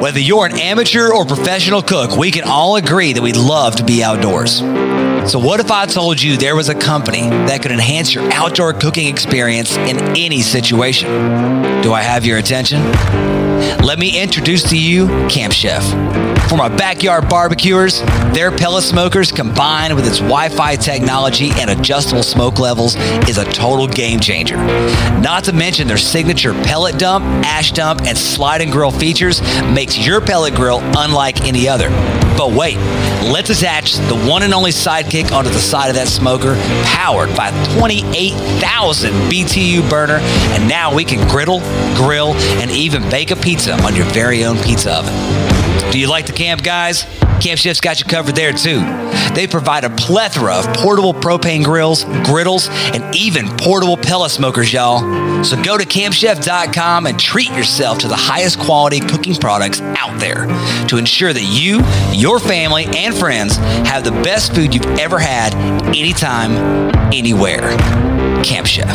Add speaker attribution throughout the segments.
Speaker 1: Whether you're an amateur or professional cook, we can all agree that we love to be outdoors. So, what if I told you there was a company that could enhance your outdoor cooking experience in any situation? Do I have your attention? Let me introduce to you Camp Chef. For my backyard barbecuers, their pellet smokers combined with its Wi Fi technology and adjustable smoke levels is a total game changer. Not to mention their signature pellet dump, ash dump, and slide and grill features makes your pellet grill unlike any other. But wait, let's attach the one and only sidekick onto the side of that smoker, powered by 28,000 BTU burner, and now we can griddle, grill, and even bake a pizza on your very own pizza oven. Do you like the camp, guys? Camp Chef's got you covered there too. They provide a plethora of portable propane grills, griddles, and even portable pellet smokers, y'all. So go to campchef.com and treat yourself to the highest quality cooking products out there to ensure that you, your family, and friends have the best food you've ever had anytime, anywhere. Camp Chef.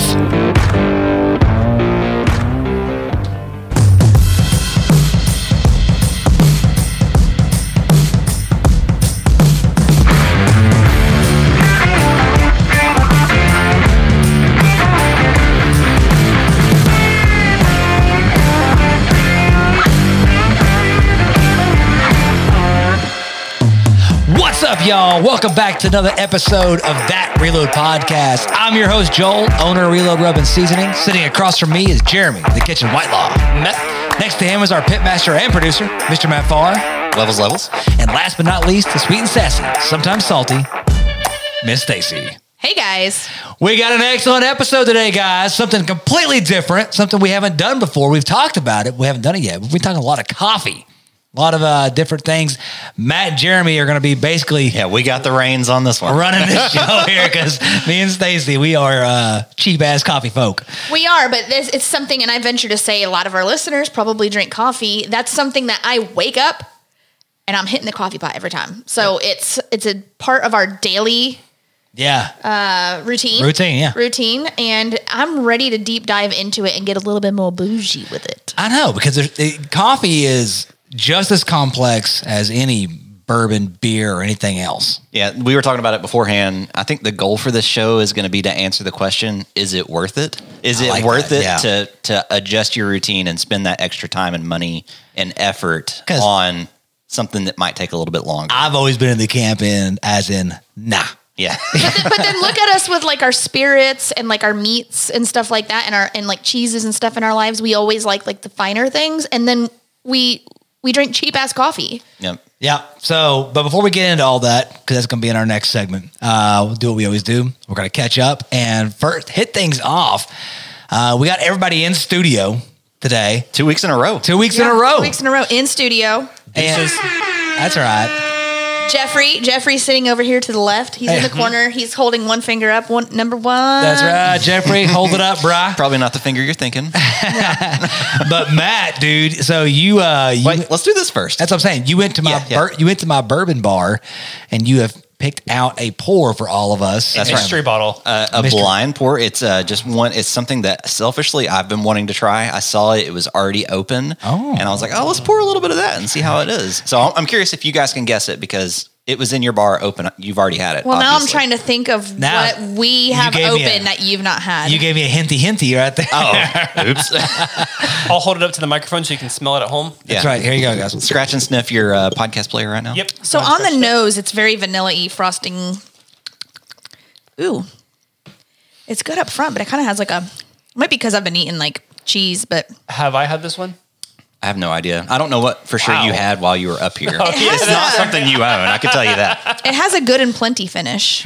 Speaker 1: What's up, y'all? Welcome back to another episode of That Reload Podcast. I'm your host, Joel, owner of Reload Rub and Seasoning. Sitting across from me is Jeremy, the kitchen whitelaw. Ne- Next to him is our pit master and producer, Mr. Matt Farr.
Speaker 2: Levels, levels.
Speaker 1: And last but not least, the sweet and sassy, sometimes salty, Miss Stacy.
Speaker 3: Hey guys.
Speaker 1: We got an excellent episode today, guys. Something completely different, something we haven't done before. We've talked about it, we haven't done it yet. We've been talking a lot of coffee, a lot of uh, different things. Matt and Jeremy are going to be basically
Speaker 2: Yeah, we got the reins on this one.
Speaker 1: running this show here because me and Stacy, we are uh, cheap ass coffee folk.
Speaker 3: We are, but this it's something and I venture to say a lot of our listeners probably drink coffee. That's something that I wake up and I'm hitting the coffee pot every time. So it's it's a part of our daily
Speaker 1: Yeah,
Speaker 3: uh, routine.
Speaker 1: Routine, yeah.
Speaker 3: Routine and I'm ready to deep dive into it and get a little bit more bougie with it.
Speaker 1: I know because there's, it, coffee is just as complex as any bourbon, beer, or anything else.
Speaker 2: Yeah, we were talking about it beforehand. I think the goal for this show is going to be to answer the question: Is it worth it? Is
Speaker 1: I
Speaker 2: it
Speaker 1: like
Speaker 2: worth
Speaker 1: that,
Speaker 2: it
Speaker 1: yeah.
Speaker 2: to to adjust your routine and spend that extra time and money and effort
Speaker 1: 'Cause-
Speaker 2: on something that might take a little bit longer?
Speaker 1: I've always been in the camp in as in nah.
Speaker 2: yeah,
Speaker 3: But, then- but then look at us with like our spirits and like our meats and stuff like that and our and like cheeses and stuff in our lives. We always like like the finer things and then we we drink cheap ass coffee.
Speaker 2: yep.
Speaker 1: Yeah. So, but before we get into all that, because that's going to be in our next segment, uh, we'll do what we always do. We're going to catch up and first hit things off. Uh, we got everybody in studio today,
Speaker 2: Two weeks in a row.
Speaker 1: two weeks in a
Speaker 3: Yeah,
Speaker 1: row.
Speaker 3: Two weeks in a row in studio.
Speaker 1: And- that's all right.
Speaker 3: Jeffrey, Jeffrey's sitting over here to the left. He's in the
Speaker 1: Hey.
Speaker 3: corner. He's holding one finger up. One number one.
Speaker 2: Uh,
Speaker 1: That's right, Jeffrey. Hold it up, brah.
Speaker 2: Probably not the finger you're thinking.
Speaker 1: But Matt, dude, so you, uh, you
Speaker 2: Wait, let's do this first.
Speaker 1: that's what I'm saying. You went to my
Speaker 2: Yeah, yeah.
Speaker 1: Bur- you went to my bourbon bar, and you have picked out a pour for all of us.
Speaker 2: That's right.
Speaker 4: mystery bottle.
Speaker 2: Uh, a
Speaker 1: Mystery.
Speaker 2: blind pour. It's uh, just one. It's something that selfishly I've been wanting to try. I saw it; it was already open,
Speaker 1: Oh.
Speaker 2: and I was like, "Oh, let's pour a little bit of that and see how it is." So I'm, I'm curious if you guys can guess it because it was in your bar open. You've already had it.
Speaker 3: Well, now I'm
Speaker 2: obviously.
Speaker 3: trying to think of
Speaker 1: Now,
Speaker 3: what we have
Speaker 1: gave me
Speaker 3: open
Speaker 1: a-
Speaker 3: that you've not had.
Speaker 1: You gave me a hinty hinty right there.
Speaker 2: Oh, oops!
Speaker 4: I'll hold it up to the microphone so you can smell it at home.
Speaker 2: yeah.
Speaker 1: that's right. Here you go, guys.
Speaker 2: Scratch and sniff your uh, podcast player right now.
Speaker 4: Yep.
Speaker 3: so on the nose, it's very vanilla y frosting. Ooh. It's good up front, but it kind of has like a. Might be because I've been eating like cheese, but
Speaker 4: Have I had this one?
Speaker 2: I have no idea. I don't know what for sure you
Speaker 4: Wow.
Speaker 2: had while you were up here.
Speaker 3: has
Speaker 2: it's not
Speaker 3: a-
Speaker 2: something you own. I can tell you that.
Speaker 3: it has a good and plenty finish.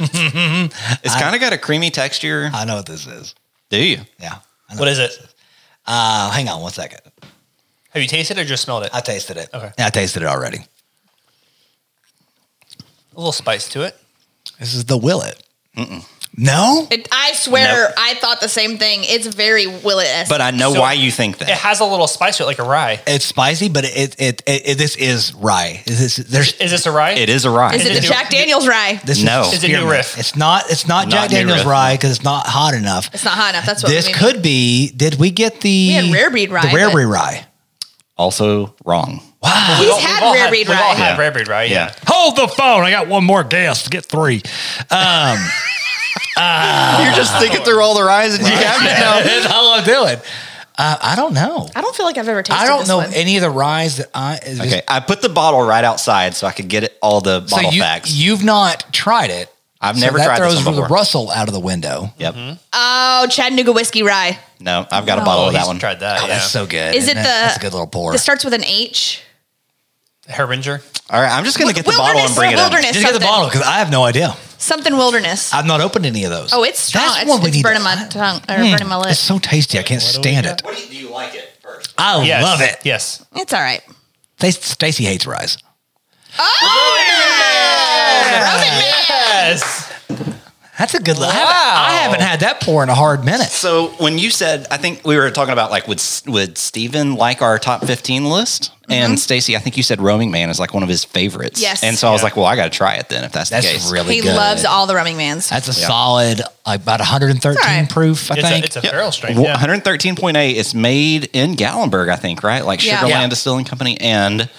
Speaker 2: It's kind of got a creamy texture.
Speaker 1: I know what this is.
Speaker 2: Do you?
Speaker 1: Yeah. I know.
Speaker 4: What is it?
Speaker 1: Uh, hang on one second.
Speaker 4: Have you tasted it or just smelled it?
Speaker 1: I tasted it.
Speaker 4: Okay.
Speaker 1: Yeah, I tasted it already.
Speaker 4: A little spice to it.
Speaker 1: This is the Willet. No.
Speaker 3: It, I swear,
Speaker 2: Nope.
Speaker 3: I thought the same thing. It's very Willet.
Speaker 2: But I know
Speaker 4: So-
Speaker 2: why you think that.
Speaker 4: It has a little spice to it, like a rye.
Speaker 1: It's spicy, but it it, it, it this is rye. This is there's
Speaker 4: Is this a rye?
Speaker 2: it is a rye.
Speaker 3: is it the
Speaker 4: Is it-
Speaker 3: Jack Daniels rye?
Speaker 1: This
Speaker 2: No.
Speaker 1: is,
Speaker 2: It's
Speaker 4: a new
Speaker 1: spearmint.
Speaker 4: riff.
Speaker 1: It's not. It's not,
Speaker 2: Not
Speaker 1: Jack
Speaker 2: new
Speaker 1: Daniel's
Speaker 2: riff.
Speaker 1: rye because it's not hot enough.
Speaker 3: It's not hot enough. That's what
Speaker 1: This
Speaker 3: we mean.
Speaker 1: could be. Did we get the
Speaker 3: We had rare breed rye,
Speaker 1: The rare
Speaker 3: but-
Speaker 1: breed rye.
Speaker 2: Also wrong.
Speaker 3: He's
Speaker 4: We've
Speaker 3: had
Speaker 4: all
Speaker 3: rare breed
Speaker 4: we've all
Speaker 3: rye.
Speaker 4: had rare breed rye. Yeah.
Speaker 1: Hold the phone. I got one more guest. Get three. Um,
Speaker 2: You're just thinking through all the rides and you have now.
Speaker 1: that's all I'm doing. Uh, I don't know.
Speaker 3: I don't feel like I've ever tasted
Speaker 1: I don't
Speaker 3: this
Speaker 1: know
Speaker 3: one.
Speaker 1: any of the ryes that I. is-
Speaker 2: Okay, I put the bottle right outside so I could get it, all the
Speaker 1: So
Speaker 2: bottle
Speaker 1: you,
Speaker 2: facts.
Speaker 1: you've not tried it.
Speaker 2: I've
Speaker 1: So
Speaker 2: never
Speaker 1: that
Speaker 2: tried
Speaker 1: throws
Speaker 2: this one before.
Speaker 1: Russell out of the window.
Speaker 2: yep.
Speaker 3: oh, Chattanooga whiskey rye.
Speaker 2: No, I've got a bottle
Speaker 4: Oh,
Speaker 2: of that
Speaker 4: he's
Speaker 2: one.
Speaker 4: tried that.
Speaker 1: Oh,
Speaker 4: yeah.
Speaker 1: that's so good.
Speaker 3: Is
Speaker 1: isn't
Speaker 3: it the
Speaker 1: That's a good little pour.
Speaker 3: This starts with an H.
Speaker 4: Herbinger.
Speaker 2: All right, I'm just gonna get the bottle
Speaker 3: Wilderness,
Speaker 2: and bring it in.
Speaker 3: wilderness,
Speaker 1: Just get the
Speaker 3: something.
Speaker 1: bottle because I have no idea.
Speaker 3: Something wilderness.
Speaker 1: I've not opened any of those.
Speaker 3: Oh, it's strong.
Speaker 1: That's
Speaker 3: it's
Speaker 1: one we
Speaker 3: it's
Speaker 1: need to- Hmm.
Speaker 3: burning my tongue or burning my
Speaker 1: It's
Speaker 3: lips.
Speaker 1: so tasty. I can't stand it.
Speaker 2: What do you, do you like it first?
Speaker 1: I
Speaker 4: Yes.
Speaker 1: love it.
Speaker 4: Yes.
Speaker 3: It's all right.
Speaker 1: They- Stacy hates rice.
Speaker 4: Yes.
Speaker 1: That's a good. Wow. I,
Speaker 4: Wow.
Speaker 1: haven't, I haven't had that pour in a hard minute.
Speaker 2: So when you said, I think we were talking about like would would Steven like our top fifteen list? And Stacy, I think you said Roaming Man is like one of his favorites.
Speaker 3: Mm-hmm. Yes.
Speaker 2: And so I was
Speaker 4: Yeah.
Speaker 2: like, well, I got to try it then if that's,
Speaker 1: That's
Speaker 2: the case.
Speaker 1: really
Speaker 3: He
Speaker 1: good.
Speaker 3: loves all the Rumming Mans.
Speaker 1: That's a
Speaker 2: Yeah.
Speaker 1: solid, like about 113
Speaker 3: It's all right.
Speaker 1: proof. I
Speaker 4: It's a,
Speaker 1: think
Speaker 4: it's a
Speaker 2: Yep.
Speaker 4: barrel strength.
Speaker 2: Well,
Speaker 4: Yeah.
Speaker 2: 113.8. It's made in Gallenberg, I think, right? Like
Speaker 3: Yeah.
Speaker 2: Sugarland
Speaker 3: Yeah.
Speaker 2: Distilling Company, and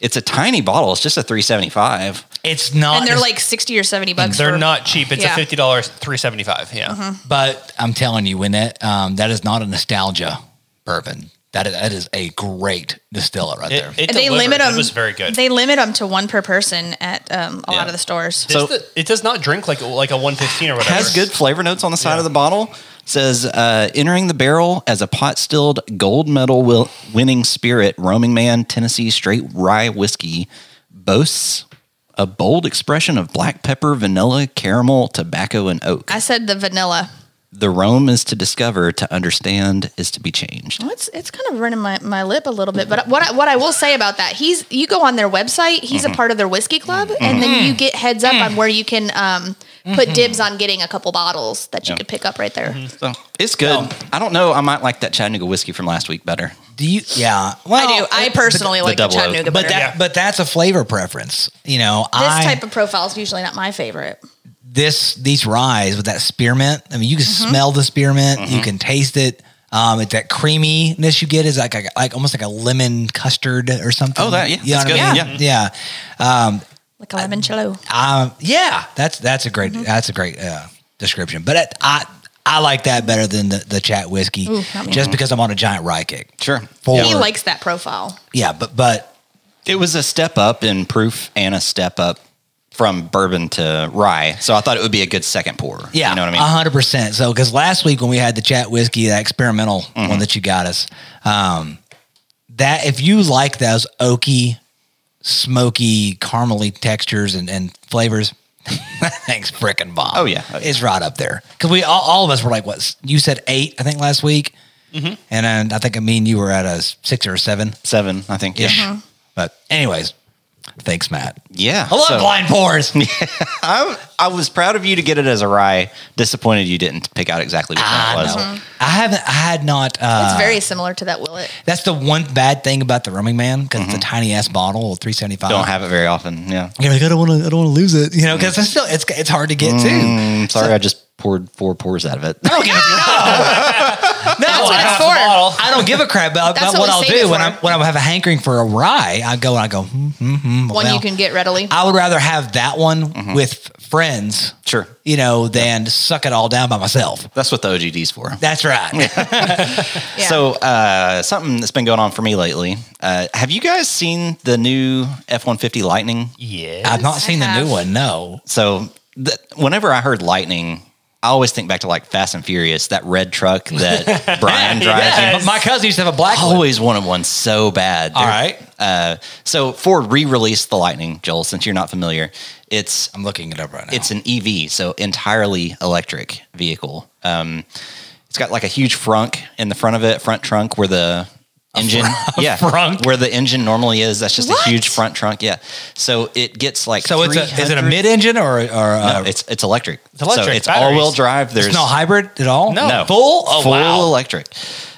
Speaker 2: it's a tiny bottle. It's just a 375.
Speaker 1: it's not.
Speaker 3: and they're
Speaker 1: as-
Speaker 3: like sixty or seventy bucks.
Speaker 4: They're
Speaker 3: for-
Speaker 4: not cheap. It's
Speaker 3: Yeah. Uh-huh.
Speaker 4: a fifty dollars, three seventy five. Yeah.
Speaker 1: but I'm telling you, when that um, that is not a nostalgia bourbon. That is, that is a great distiller right there.
Speaker 4: It, it
Speaker 3: And they
Speaker 4: delivered.
Speaker 3: limit them.
Speaker 4: It was very good.
Speaker 3: They limit them to one per person at um, a
Speaker 2: Yeah.
Speaker 3: lot of the stores.
Speaker 4: It's
Speaker 2: So-
Speaker 4: the- it does not drink like a- like a one fifteen or whatever.
Speaker 2: Has good flavor notes on the side of the bottle. It says uh, entering the barrel as a pot stilled gold medal will- winning spirit, Roaming Man Tennessee Straight Rye Whiskey boasts a bold expression of black pepper, vanilla, caramel, tobacco, and oak.
Speaker 3: I said the vanilla.
Speaker 2: The Rome is to discover, to understand is to be changed.
Speaker 3: Well, It's it's kind of running my, my lip a little bit, but what I, what I will say about that, he's you go on their website, he's
Speaker 4: Mm-hmm.
Speaker 3: a part of their whiskey club, and then you get heads up
Speaker 4: Mm.
Speaker 3: on where you can um, put
Speaker 4: Mm-hmm.
Speaker 3: dibs on getting a couple bottles that you
Speaker 2: Yeah.
Speaker 3: could pick up right there.
Speaker 2: So it's good. I don't know. I might like that Chattanooga whiskey from last week better.
Speaker 1: Do you? Yeah.
Speaker 3: I
Speaker 1: Well,
Speaker 3: do. I personally like Oh, the
Speaker 2: double oak.
Speaker 3: Chattanooga,
Speaker 1: But
Speaker 3: but
Speaker 1: that,
Speaker 3: this
Speaker 1: but that's a flavor preference. You know, I
Speaker 3: type of profile is usually not my favorite.
Speaker 1: this these ryes with that spearmint. I mean, you can
Speaker 2: Mm-hmm.
Speaker 1: smell the spearmint. You can taste it. Um, it's that creaminess you get is like a, like almost like a lemon custard or something.
Speaker 2: Oh, that- yeah,
Speaker 1: You know
Speaker 2: that's
Speaker 1: what
Speaker 2: good.
Speaker 1: I mean? yeah,
Speaker 3: Like a limoncello.
Speaker 1: yeah. Um, yeah. That's that's a great
Speaker 2: Mm-hmm.
Speaker 1: that's a great uh, description. But it, I I like that better than the, the chat whiskey,
Speaker 3: Ooh, not me.
Speaker 1: just because I'm on a giant rye kick.
Speaker 2: Sure.
Speaker 1: For,
Speaker 3: he likes that profile.
Speaker 1: yeah, but but
Speaker 2: It was a step up in proof and a step up from bourbon to rye. So I thought it would be a good second pour.
Speaker 1: yeah,
Speaker 2: You know what I mean?
Speaker 1: hundred percent. So because last week when we had the chat whiskey, that experimental
Speaker 2: Mm-hmm.
Speaker 1: one that you got us, um, that if you like those oaky, smoky, caramely textures and, and flavors, that thing's freaking bomb.
Speaker 2: Oh, yeah. Oh, yeah.
Speaker 1: it's right up there. Because we all, all of us were like, what s- you said eight, I think last week,
Speaker 2: Mm-hmm.
Speaker 1: and then I think me and you were at a s- six or a seven
Speaker 2: Seven, I think.
Speaker 1: ish. But anyways, thanks, Matt.
Speaker 2: Yeah.
Speaker 1: I love
Speaker 2: so
Speaker 1: blind pours.
Speaker 2: I, I was proud of you to get it as a rye. Disappointed you didn't pick out exactly which
Speaker 1: I
Speaker 2: one it was.
Speaker 1: know. I haven't. I had not. Uh,
Speaker 3: It's very similar to that Willet.
Speaker 1: That's the one bad thing about the Roaming Man because it's a tiny ass bottle, three seventy five.
Speaker 2: Mm-hmm. Don't have it very often. Yeah.
Speaker 1: You're like, I don't want to. I don't want to lose it. You know, because it's still it's it's hard to get to.
Speaker 2: I'm sorry. I just poured four pours out of it.
Speaker 1: I don't give a no. no,
Speaker 3: what
Speaker 1: I,
Speaker 3: it's
Speaker 1: don't-
Speaker 3: for.
Speaker 1: I don't give a crap about,
Speaker 3: That's
Speaker 1: about what
Speaker 3: what we
Speaker 1: I'll
Speaker 3: save it
Speaker 1: do when
Speaker 3: for.
Speaker 1: I when I have a hankering for a rye. I go and I go. Hmm, hmm, hmm,
Speaker 3: One
Speaker 1: well,
Speaker 3: you can get readily.
Speaker 1: I would rather have that one
Speaker 2: Mm-hmm.
Speaker 1: with friends.
Speaker 2: Sure.
Speaker 1: You know, than suck it all down by myself.
Speaker 2: That's what the OGD's for.
Speaker 1: That's right.
Speaker 3: Yeah.
Speaker 2: So, uh, something that's been going on for me lately. Uh, have you guys seen the new F 150 Lightning?
Speaker 4: Yeah.
Speaker 1: I've not
Speaker 3: I
Speaker 1: seen the
Speaker 3: have.
Speaker 1: new one. No.
Speaker 2: So, th- whenever I heard Lightning, I always think back to like Fast and Furious, that red truck that Oh, Brian drives.
Speaker 1: Yeah,
Speaker 2: in.
Speaker 1: but my cousin used to have a black
Speaker 2: I
Speaker 1: one.
Speaker 2: always wanted one so bad.
Speaker 1: All
Speaker 2: They're-
Speaker 1: right.
Speaker 2: Uh, so, Ford re released the Lightning, Joel, since you're not familiar. It's
Speaker 1: I'm looking it up right now.
Speaker 2: it's an EV, so entirely electric vehicle. Um, it's got like a huge frunk in the front of it, front trunk where the engine, yeah,
Speaker 1: frunk?
Speaker 2: where the engine normally is. That's just
Speaker 3: What?
Speaker 2: a huge front trunk, yeah. So it gets like
Speaker 1: So it's a, is it a
Speaker 2: 300
Speaker 1: mid-engine or or uh,
Speaker 2: No, it's it's electric. It's So
Speaker 4: electric,
Speaker 2: it's
Speaker 4: batteries.
Speaker 2: all-wheel drive. There's
Speaker 1: it's no hybrid at all?
Speaker 4: No.
Speaker 2: no.
Speaker 1: full. Oh
Speaker 2: full
Speaker 1: wow.
Speaker 2: electric.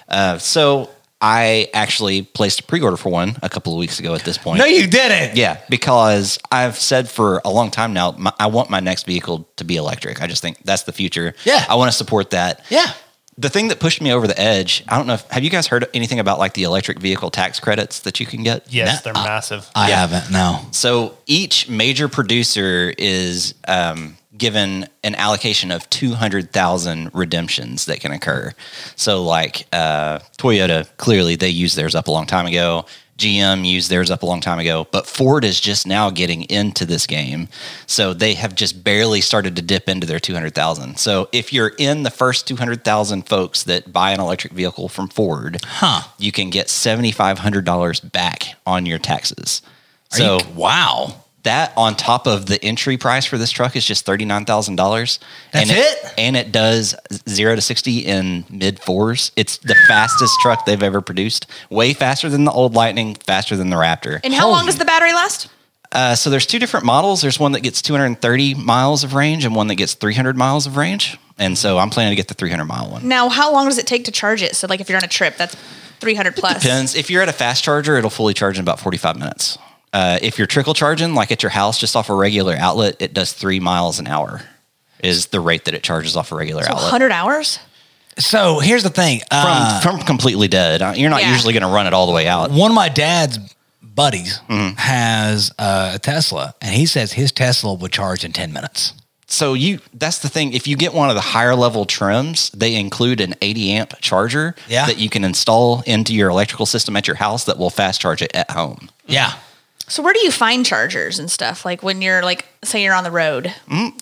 Speaker 2: Uh, so I actually placed a pre-order for one a couple of weeks ago. At this point,
Speaker 1: No, you didn't.
Speaker 2: yeah, because I've said for a long time now, my, I want my next vehicle to be electric. I just think that's the future.
Speaker 1: Yeah.
Speaker 2: I want to support that.
Speaker 1: Yeah.
Speaker 2: the thing that pushed me over the edge, I don't know. If, have you guys heard anything about like the electric vehicle tax credits that you can get?
Speaker 4: Yes,
Speaker 5: Nah,
Speaker 4: they're massive.
Speaker 5: I haven't. No.
Speaker 2: So each major producer is um, given an allocation of 200,000 redemptions that can occur. So, like uh, Toyota, clearly they used theirs up a long time ago. GM used theirs up a long time ago, but Ford is just now getting into this game. So they have just barely started to dip into their 200,000. So if you're in the first 200,000 folks that buy an electric vehicle from Ford,
Speaker 5: Huh.
Speaker 2: you can get $7,500 back on your taxes.
Speaker 5: Are
Speaker 2: So
Speaker 5: you- wow.
Speaker 2: that on top of the entry price for this truck is just thirty nine thousand dollars.
Speaker 5: That's
Speaker 2: and
Speaker 5: it?
Speaker 2: And it does zero to sixty in mid fours. It's the fastest truck they've ever produced. Way faster than the old Lightning. Faster than the Raptor.
Speaker 3: And how
Speaker 5: Holy-
Speaker 3: long does the battery last?
Speaker 2: Uh, so there's two different models. There's one that gets two hundred and thirty miles of range, and one that gets three hundred miles of range. And so I'm planning to get the three hundred mile one.
Speaker 3: Now, how long does it take to charge it? So, like, if you're on a trip, that's 300 plus.
Speaker 2: Depends. If you're at a fast charger, it'll fully charge in about 45 minutes. Uh, if you're trickle charging, like at your house, just off a regular outlet, it does three miles an hour, is the rate that it charges off a regular
Speaker 3: So
Speaker 2: outlet.
Speaker 3: 100 hours?
Speaker 5: So here's the thing.
Speaker 2: From,
Speaker 5: Uh,
Speaker 2: from completely dead. Uh, You're not
Speaker 3: Yeah.
Speaker 2: usually going to run it all the way out.
Speaker 5: one of my dad's buddies has uh, a Tesla, and he says his Tesla would charge in 10 minutes.
Speaker 2: So you that's the thing. If you get one of the higher level trims, they include an 80 amp charger
Speaker 5: Yeah.
Speaker 2: that you can install into your electrical system at your house that will fast charge it at home.
Speaker 5: Yeah.
Speaker 3: So, where do you find chargers and stuff? Like, when you're, like, say you're on the road.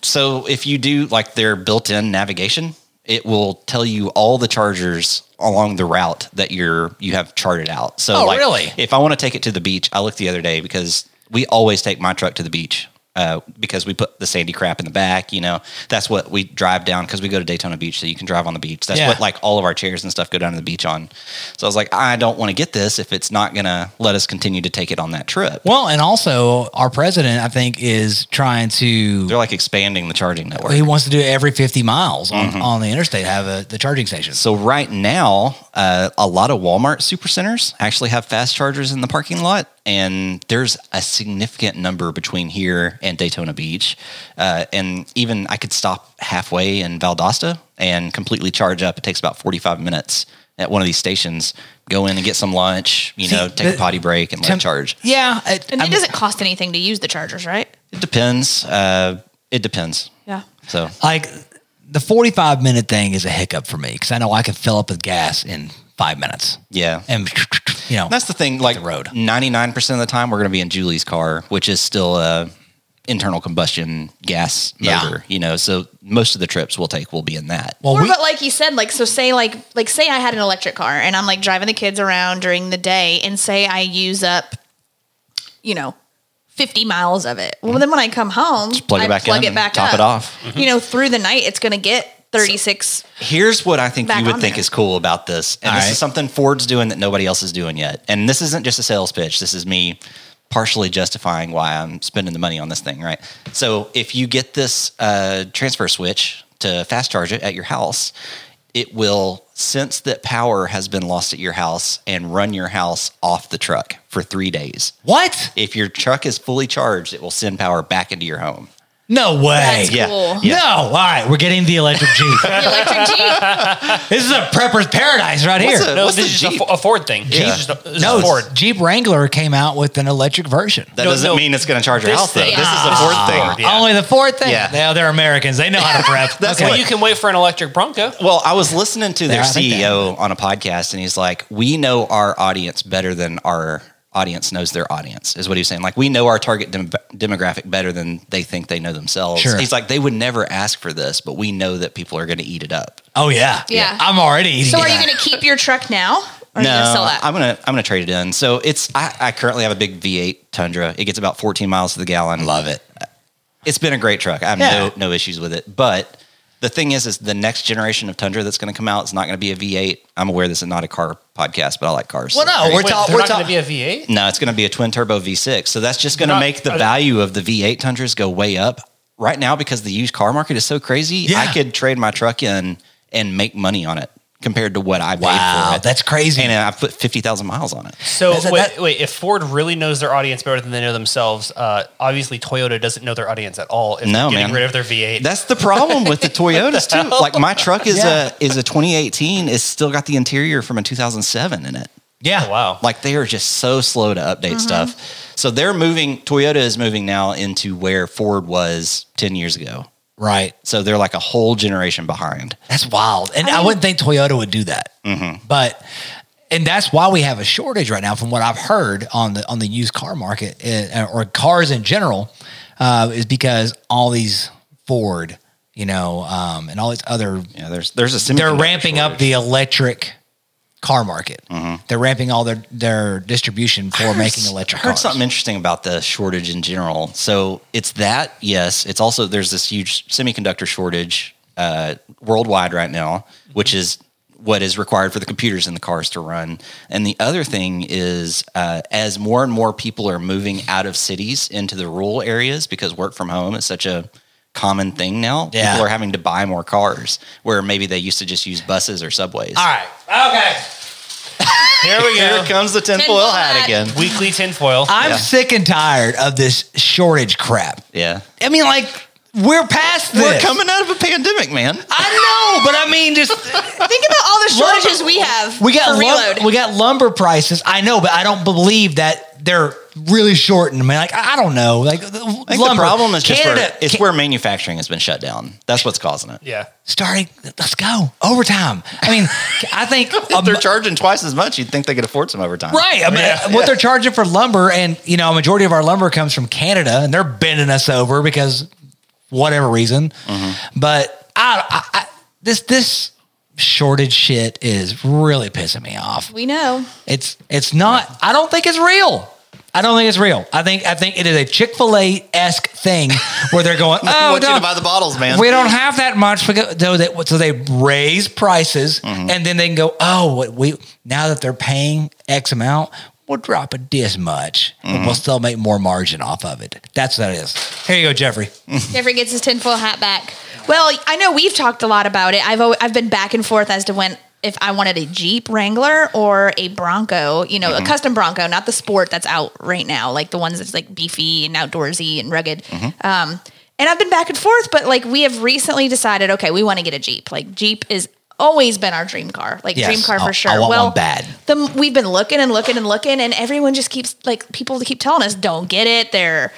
Speaker 2: So if you do like their built-in navigation, it will tell you all the chargers along the route that you're you have charted out. So
Speaker 5: Oh,
Speaker 2: like,
Speaker 5: really?
Speaker 2: if I want to take it to the beach, I looked the other day because we always take my truck to the beach. Uh, because we put the sandy crap in the back, you know, that's what we drive down because we go to Daytona Beach, so you can drive on the beach. That's
Speaker 5: Yeah.
Speaker 2: what like all of our chairs and stuff go down to the beach on. So I was like, I don't want to get this if it's not gonna let us continue to take it on that trip.
Speaker 5: Well, and also our president, I think, is trying to.
Speaker 2: They're like expanding the charging network.
Speaker 5: He wants to do it every 50 miles on, on the interstate, have a, the charging station.
Speaker 2: So right now, uh, a lot of Walmart supercenters actually have fast chargers in the parking lot, and there's a significant number between here and Daytona Beach, uh, and even I could stop halfway in Valdosta and completely charge up. It takes about 45 minutes at one of these stations. Go in and get some lunch, you
Speaker 5: See,
Speaker 2: know, take
Speaker 5: the-
Speaker 2: a potty break and let
Speaker 5: Tem-
Speaker 2: it charge.
Speaker 5: Yeah. It,
Speaker 3: And
Speaker 5: I'm-
Speaker 3: it doesn't cost anything to use the chargers, right?
Speaker 2: It depends. Uh, it depends.
Speaker 3: Yeah.
Speaker 2: So
Speaker 5: like the 45 minute thing is a hiccup for me because I know I can fill up with gas in five minutes.
Speaker 2: yeah,
Speaker 5: And, you know,
Speaker 2: That's the thing. Like
Speaker 5: the road.
Speaker 2: ninety nine percent of the time, we're going to be in Julie's car, which is still a internal combustion gas
Speaker 5: Yeah.
Speaker 2: motor. You know, so most of the trips we'll take will be in that.
Speaker 5: well,
Speaker 3: Or,
Speaker 5: we,
Speaker 3: but like you said, like so, say like like say I had an electric car and I'm like driving the kids around during the day, and say I use up, you know, fifty miles of it. Well, then when I come home,
Speaker 2: Mm-hmm. plug it
Speaker 3: I
Speaker 2: back
Speaker 3: plug
Speaker 2: in
Speaker 3: it
Speaker 2: and
Speaker 3: back
Speaker 2: top
Speaker 3: up.
Speaker 2: it off.
Speaker 3: You know, through the night, it's going to get thirty six.
Speaker 2: Here's what I think
Speaker 3: Back
Speaker 2: you would
Speaker 3: on
Speaker 2: think
Speaker 3: there.
Speaker 2: is cool about this, and
Speaker 5: All
Speaker 2: this
Speaker 5: right.
Speaker 2: is something Ford's doing that nobody else is doing yet. And this isn't just a sales pitch. This is me partially justifying why I'm spending the money on this thing, right? So if you get this uh, transfer switch to fast charge it at your house, it will sense that power has been lost at your house and run your house off the truck for three days.
Speaker 5: what?
Speaker 2: If your truck is fully charged, it will send power back into your home.
Speaker 5: No way.
Speaker 3: That's
Speaker 2: yeah.
Speaker 3: cool.
Speaker 2: Yeah.
Speaker 5: No. All right. We're getting the electric Jeep.
Speaker 3: Electric Jeep.
Speaker 5: this is a prepper's paradise right
Speaker 2: What's
Speaker 5: here.
Speaker 2: a-
Speaker 4: No,
Speaker 2: What's
Speaker 4: this
Speaker 2: the
Speaker 4: is just
Speaker 2: Jeep?
Speaker 4: a, Fo- a Ford thing. Jeep. This is just a- this
Speaker 5: No,
Speaker 4: is Ford.
Speaker 5: Jeep Wrangler came out with an electric version.
Speaker 2: That
Speaker 4: No,
Speaker 2: doesn't
Speaker 4: no.
Speaker 2: mean it's going to charge your
Speaker 4: This
Speaker 2: house, though.
Speaker 3: thing-
Speaker 2: This is the Ford thing.
Speaker 4: yeah.
Speaker 5: Only the fourth thing.
Speaker 2: Yeah.
Speaker 5: Now they're Americans. They know how to prep.
Speaker 2: That's
Speaker 4: Well,
Speaker 2: what-
Speaker 4: you can wait for an electric Bronco.
Speaker 2: Well, I was listening to their
Speaker 5: Yeah, I think they
Speaker 2: CEO on a podcast, and he's like, "We know our audience better than our audience knows their audience," is what he was saying. Like, we know our target dem- demographic better than they think they know themselves.
Speaker 5: Sure.
Speaker 2: He's like, they would never ask for this, but we know that people are going to eat it up.
Speaker 5: Oh yeah.
Speaker 3: Yeah.
Speaker 5: I'm already eating.
Speaker 3: So, are
Speaker 5: it.
Speaker 3: you going to keep your truck now, or are you going to sell that?
Speaker 2: I'm gonna I'm gonna trade it in. So it's I, I currently have a big V8 Tundra. It gets about 14 miles to the gallon. Love it. It's been a great truck. I have
Speaker 5: Yeah.
Speaker 2: no no issues with it. But the thing is, is the next generation of Tundra that's going to come out is not going to be a V8. I'm aware this is not a car podcast, but I like cars.
Speaker 5: Well, no, we're
Speaker 4: Wait,
Speaker 5: talking.
Speaker 4: they're
Speaker 5: We're
Speaker 4: not going to be
Speaker 5: talking.
Speaker 4: a V8.
Speaker 2: No, it's going to be a twin turbo V6. So that's just going to
Speaker 4: Not-
Speaker 2: make the
Speaker 4: are-
Speaker 2: value of the V8 Tundras go way up right now because the used car market is so crazy.
Speaker 5: Yeah.
Speaker 2: I could trade my truck in and make money on it compared to what I paid for
Speaker 1: Wow,
Speaker 2: it.
Speaker 1: that's crazy.
Speaker 2: and I put fifty thousand miles on it.
Speaker 4: So
Speaker 1: That's-
Speaker 4: wait,
Speaker 1: that-
Speaker 4: wait, if Ford really knows their audience better than they know themselves, uh, obviously Toyota doesn't know their audience at all. If
Speaker 2: No,
Speaker 4: they're getting
Speaker 2: man.
Speaker 4: rid of their V8.
Speaker 2: That's the problem with the Toyotas too. Like my truck is
Speaker 1: Yeah.
Speaker 2: a is a 2018. It's still got the interior from a 2007 in it.
Speaker 1: yeah.
Speaker 4: Oh, wow.
Speaker 2: Like they are just so slow to update stuff. So they're moving. Toyota is moving now into where Ford was 10 years ago.
Speaker 1: Right.
Speaker 2: So they're like a whole generation behind.
Speaker 1: That's wild. And I, wouldn't think Toyota would do that.
Speaker 2: Mm-hmm.
Speaker 1: But and that's why we have a shortage right now, from what I've heard on the on the used car market eh, or cars in general, uh, is because all these Ford, you know, um, and all these other
Speaker 2: Yeah, there's there's a
Speaker 1: they're
Speaker 2: semiconductor
Speaker 1: ramping up
Speaker 2: shortage.
Speaker 1: the electric car market. They're ramping all their their distribution for making electric
Speaker 2: I Mm-hmm. heard
Speaker 1: cars.
Speaker 2: something interesting about the shortage in general. So it's that, yes. It's also there's this huge semiconductor shortage uh, worldwide right now, which is what is required for the computers in the cars to run. And the other thing is, uh, as more and more people are moving out of cities into the rural areas because work from home is such a common thing now,
Speaker 1: Yeah.
Speaker 2: people are having to buy more cars where maybe they used to just use buses or subways.
Speaker 1: All right.
Speaker 4: Okay. Here we
Speaker 2: Here
Speaker 4: go.
Speaker 2: comes the tinfoil
Speaker 3: Tinfoil
Speaker 2: hat
Speaker 3: hat.
Speaker 2: again.
Speaker 4: Weekly tinfoil.
Speaker 1: I'm
Speaker 2: Yeah.
Speaker 1: sick and tired of this shortage crap.
Speaker 2: Yeah.
Speaker 1: I mean, like we're past this.
Speaker 2: We're coming out of a pandemic, man.
Speaker 1: I know, but I mean, just
Speaker 3: Think about all the shortages we have.
Speaker 1: we got
Speaker 3: for
Speaker 1: lum-
Speaker 3: reload.
Speaker 1: we got lumber prices. I know, but I don't believe that they're really shortened. I mean, like I I don't know, like
Speaker 2: I think
Speaker 1: lumber.
Speaker 2: the problem is just
Speaker 1: Canada.
Speaker 2: where, it's
Speaker 1: Ca-
Speaker 2: where manufacturing has been shut down. That's what's causing it.
Speaker 4: yeah.
Speaker 1: starting. Let's go overtime. I mean, I think a
Speaker 2: They're
Speaker 1: mo-
Speaker 2: charging twice as much. You'd think they could afford some overtime.
Speaker 1: Right. I mean,
Speaker 4: Yeah.
Speaker 1: what they're charging for lumber, and you know, a majority of our lumber comes from Canada, and they're bending us over because whatever reason.
Speaker 2: Mm-hmm.
Speaker 1: But I, I, I, this this shortage shit is really pissing me off.
Speaker 3: We know.
Speaker 1: It's it's not. I don't think it's real. I don't think it's real. I think I think it is a Chick Fil A esque thing where they're going.
Speaker 2: I
Speaker 1: oh,
Speaker 2: want you
Speaker 1: don't-
Speaker 2: to buy the bottles, man.
Speaker 1: we don't have that much. We go, so, they, so they raise prices,
Speaker 3: Mm-hmm.
Speaker 1: and then they can go, oh, what we now that they're paying X amount, we'll drop it this much, and
Speaker 3: Mm-hmm.
Speaker 1: we'll still make more margin off of it. That's what it is. Here you go, Jeffrey.
Speaker 3: Jeffrey gets his tinfoil hat back. Well, I know we've talked a lot about it. I've always, I've been back and forth as to when if I wanted a Jeep Wrangler or a Bronco, you know,
Speaker 1: Mm-hmm.
Speaker 3: a custom Bronco, not the sport that's out right now, like the ones that's like beefy and outdoorsy and rugged.
Speaker 1: Mm-hmm.
Speaker 3: Um, and I've been back and forth, but like we have recently decided, okay, we want to get a Jeep. Like Jeep is always been our dream car, like
Speaker 1: Yes,
Speaker 3: dream car
Speaker 1: I- I
Speaker 3: for sure.
Speaker 1: want one
Speaker 3: well,
Speaker 1: bad.
Speaker 3: the, we've been looking and looking and looking, and everyone just keeps like people keep telling us, "Don't get it. They're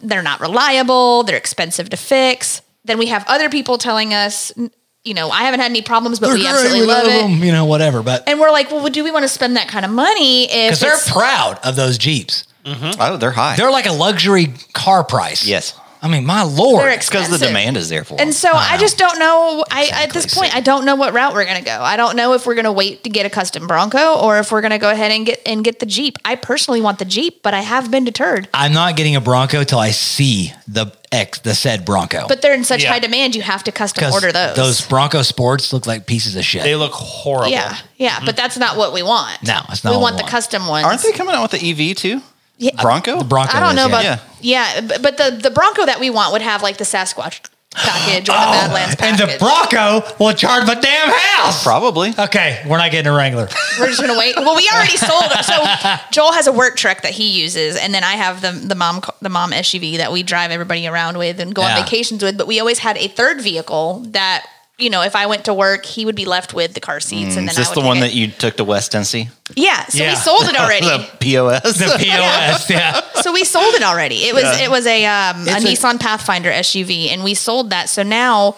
Speaker 3: they're not reliable. They're expensive to fix." Then we have other people telling us, n- you know, I haven't had any problems, but we absolutely love, it.
Speaker 1: them, you know, whatever. But
Speaker 3: And we're like, well, do we want to spend that kind of money if
Speaker 1: because they're
Speaker 3: it's-
Speaker 1: proud of those Jeeps,
Speaker 2: Oh, they're high.
Speaker 1: they're like a luxury car price.
Speaker 2: yes.
Speaker 1: I mean, my lord.
Speaker 3: they're
Speaker 2: It's because
Speaker 3: expensive?
Speaker 2: the demand is there for them.
Speaker 3: And so I just don't know. I at this
Speaker 1: Exactly.
Speaker 3: point, I don't know what route we're going to go. I don't know if we're going to wait to get a custom Bronco or if we're going to go ahead and get and get the Jeep. I personally want the Jeep, but I have been deterred.
Speaker 1: I'm not getting a Bronco till I see the X, the said Bronco.
Speaker 3: But they're in such
Speaker 4: Yeah.
Speaker 3: high demand, you have to custom
Speaker 1: 'Cause
Speaker 3: order those.
Speaker 1: Those Bronco Sports look like pieces of shit.
Speaker 4: They look horrible.
Speaker 3: yeah, yeah, but that's not what we want.
Speaker 1: Mm-hmm. No, it's not
Speaker 3: We
Speaker 1: what we
Speaker 3: want the
Speaker 1: want.
Speaker 3: custom ones.
Speaker 2: Aren't they coming out with the EV too?
Speaker 3: Yeah.
Speaker 2: Bronco?
Speaker 1: The Bronco
Speaker 3: I don't
Speaker 1: is,
Speaker 3: know
Speaker 1: yeah.
Speaker 3: about
Speaker 2: Yeah.
Speaker 3: yeah, but, but the the Bronco that we want would have like the Sasquatch package or the Badlands
Speaker 1: Oh, and
Speaker 3: package.
Speaker 1: the Bronco will charge my damn house.
Speaker 2: Probably.
Speaker 1: Okay, we're not getting a Wrangler.
Speaker 3: We're just gonna wait. Well, we already sold. So Joel has a work truck that he uses, and then I have the the mom the mom SUV that we drive everybody around with and go
Speaker 1: Yeah.
Speaker 3: on vacations with. But we always had a third vehicle that you know if I went to work, he would be left with the car
Speaker 1: Mm,
Speaker 3: seats, and then
Speaker 2: Is this
Speaker 3: I
Speaker 2: the
Speaker 3: would
Speaker 2: one
Speaker 3: take
Speaker 2: that
Speaker 3: it.
Speaker 2: you took to West Tennessee?
Speaker 3: yeah. So
Speaker 1: Yeah.
Speaker 3: we sold it already.
Speaker 2: The POS.
Speaker 1: The POS, yeah.
Speaker 3: so we sold it already. It was it was a um, a
Speaker 1: It's a-
Speaker 3: Nissan Pathfinder SUV, and we sold that. So now,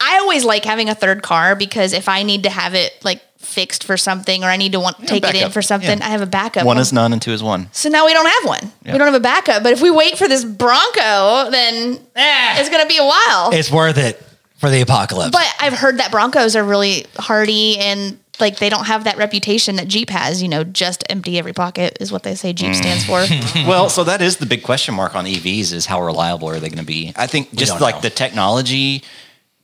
Speaker 3: I always like having a third car because if I need to have it like fixed for something, or I need to want take it in
Speaker 2: backup.
Speaker 3: for something,
Speaker 2: Yeah.
Speaker 3: I have a backup.
Speaker 2: one is none and two is one.
Speaker 3: so now we don't have one. We don't have a backup. But if we wait for this Bronco, then
Speaker 1: Eh,
Speaker 3: it's gonna be a while.
Speaker 1: It's worth it for the apocalypse.
Speaker 3: but I've heard that Broncos are really hardy and. Like they don't have that reputation that Jeep has, you know. Just empty every pocket is what they say Jeep stands for.
Speaker 2: well, so that is the big question mark on EVs is how reliable are they going to be? I think just
Speaker 1: don't
Speaker 2: like
Speaker 1: know.
Speaker 2: the technology,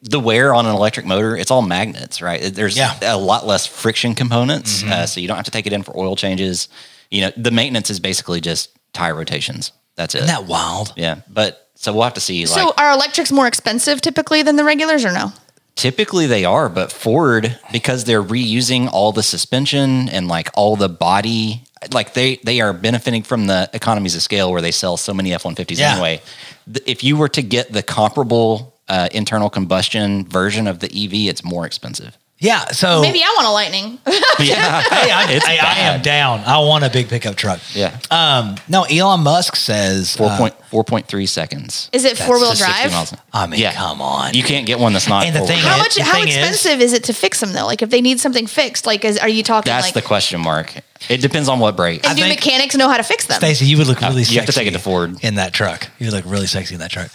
Speaker 2: the wear on an electric motor, it's all magnets, right? There's
Speaker 1: Yeah. Mm-hmm.
Speaker 2: a lot less friction components, uh, so you don't have to take it in for oil changes. You know, the maintenance is basically just tire rotations. That's it.
Speaker 1: Isn't that wild?
Speaker 2: yeah, but so we'll have to see. Like,
Speaker 3: so are electrics more expensive typically than the regulars, or no?
Speaker 2: Typically they are, but Ford because they're reusing all the suspension and like all the body like they they are benefiting from the economies of scale where they sell so many F150s
Speaker 5: Yeah.
Speaker 2: anyway. Th- If you were to get the comparable uh, internal combustion version of the EV, it's more expensive.
Speaker 5: Yeah.
Speaker 2: Oh.
Speaker 5: So
Speaker 3: Maybe I want a lightning.
Speaker 5: hey, I, hey, I am down. I want a big pickup truck.
Speaker 2: Yeah.
Speaker 5: Um, no, Elon Musk says
Speaker 2: Four
Speaker 5: uh,
Speaker 2: point four point three seconds.
Speaker 3: Is it
Speaker 2: That's
Speaker 3: four-wheel
Speaker 2: to 60
Speaker 3: drive?
Speaker 2: miles an-
Speaker 5: I mean,
Speaker 2: Yeah.
Speaker 5: come on.
Speaker 2: You can't get one that's not.
Speaker 5: And the
Speaker 2: four-wheel
Speaker 5: thing
Speaker 2: drive.
Speaker 3: How
Speaker 5: the
Speaker 3: much? How
Speaker 5: thing is-
Speaker 3: expensive is, it to fix them though? Like if they need something fixed, like is, are you talking
Speaker 2: That's
Speaker 3: like?
Speaker 2: the question mark. It depends on what brake.
Speaker 3: and do
Speaker 5: think-
Speaker 3: mechanics know how to fix them?
Speaker 5: Stacy, you would look really sexy.
Speaker 2: Uh, you have to take it to Ford.
Speaker 5: In that truck. You would look really sexy in that truck.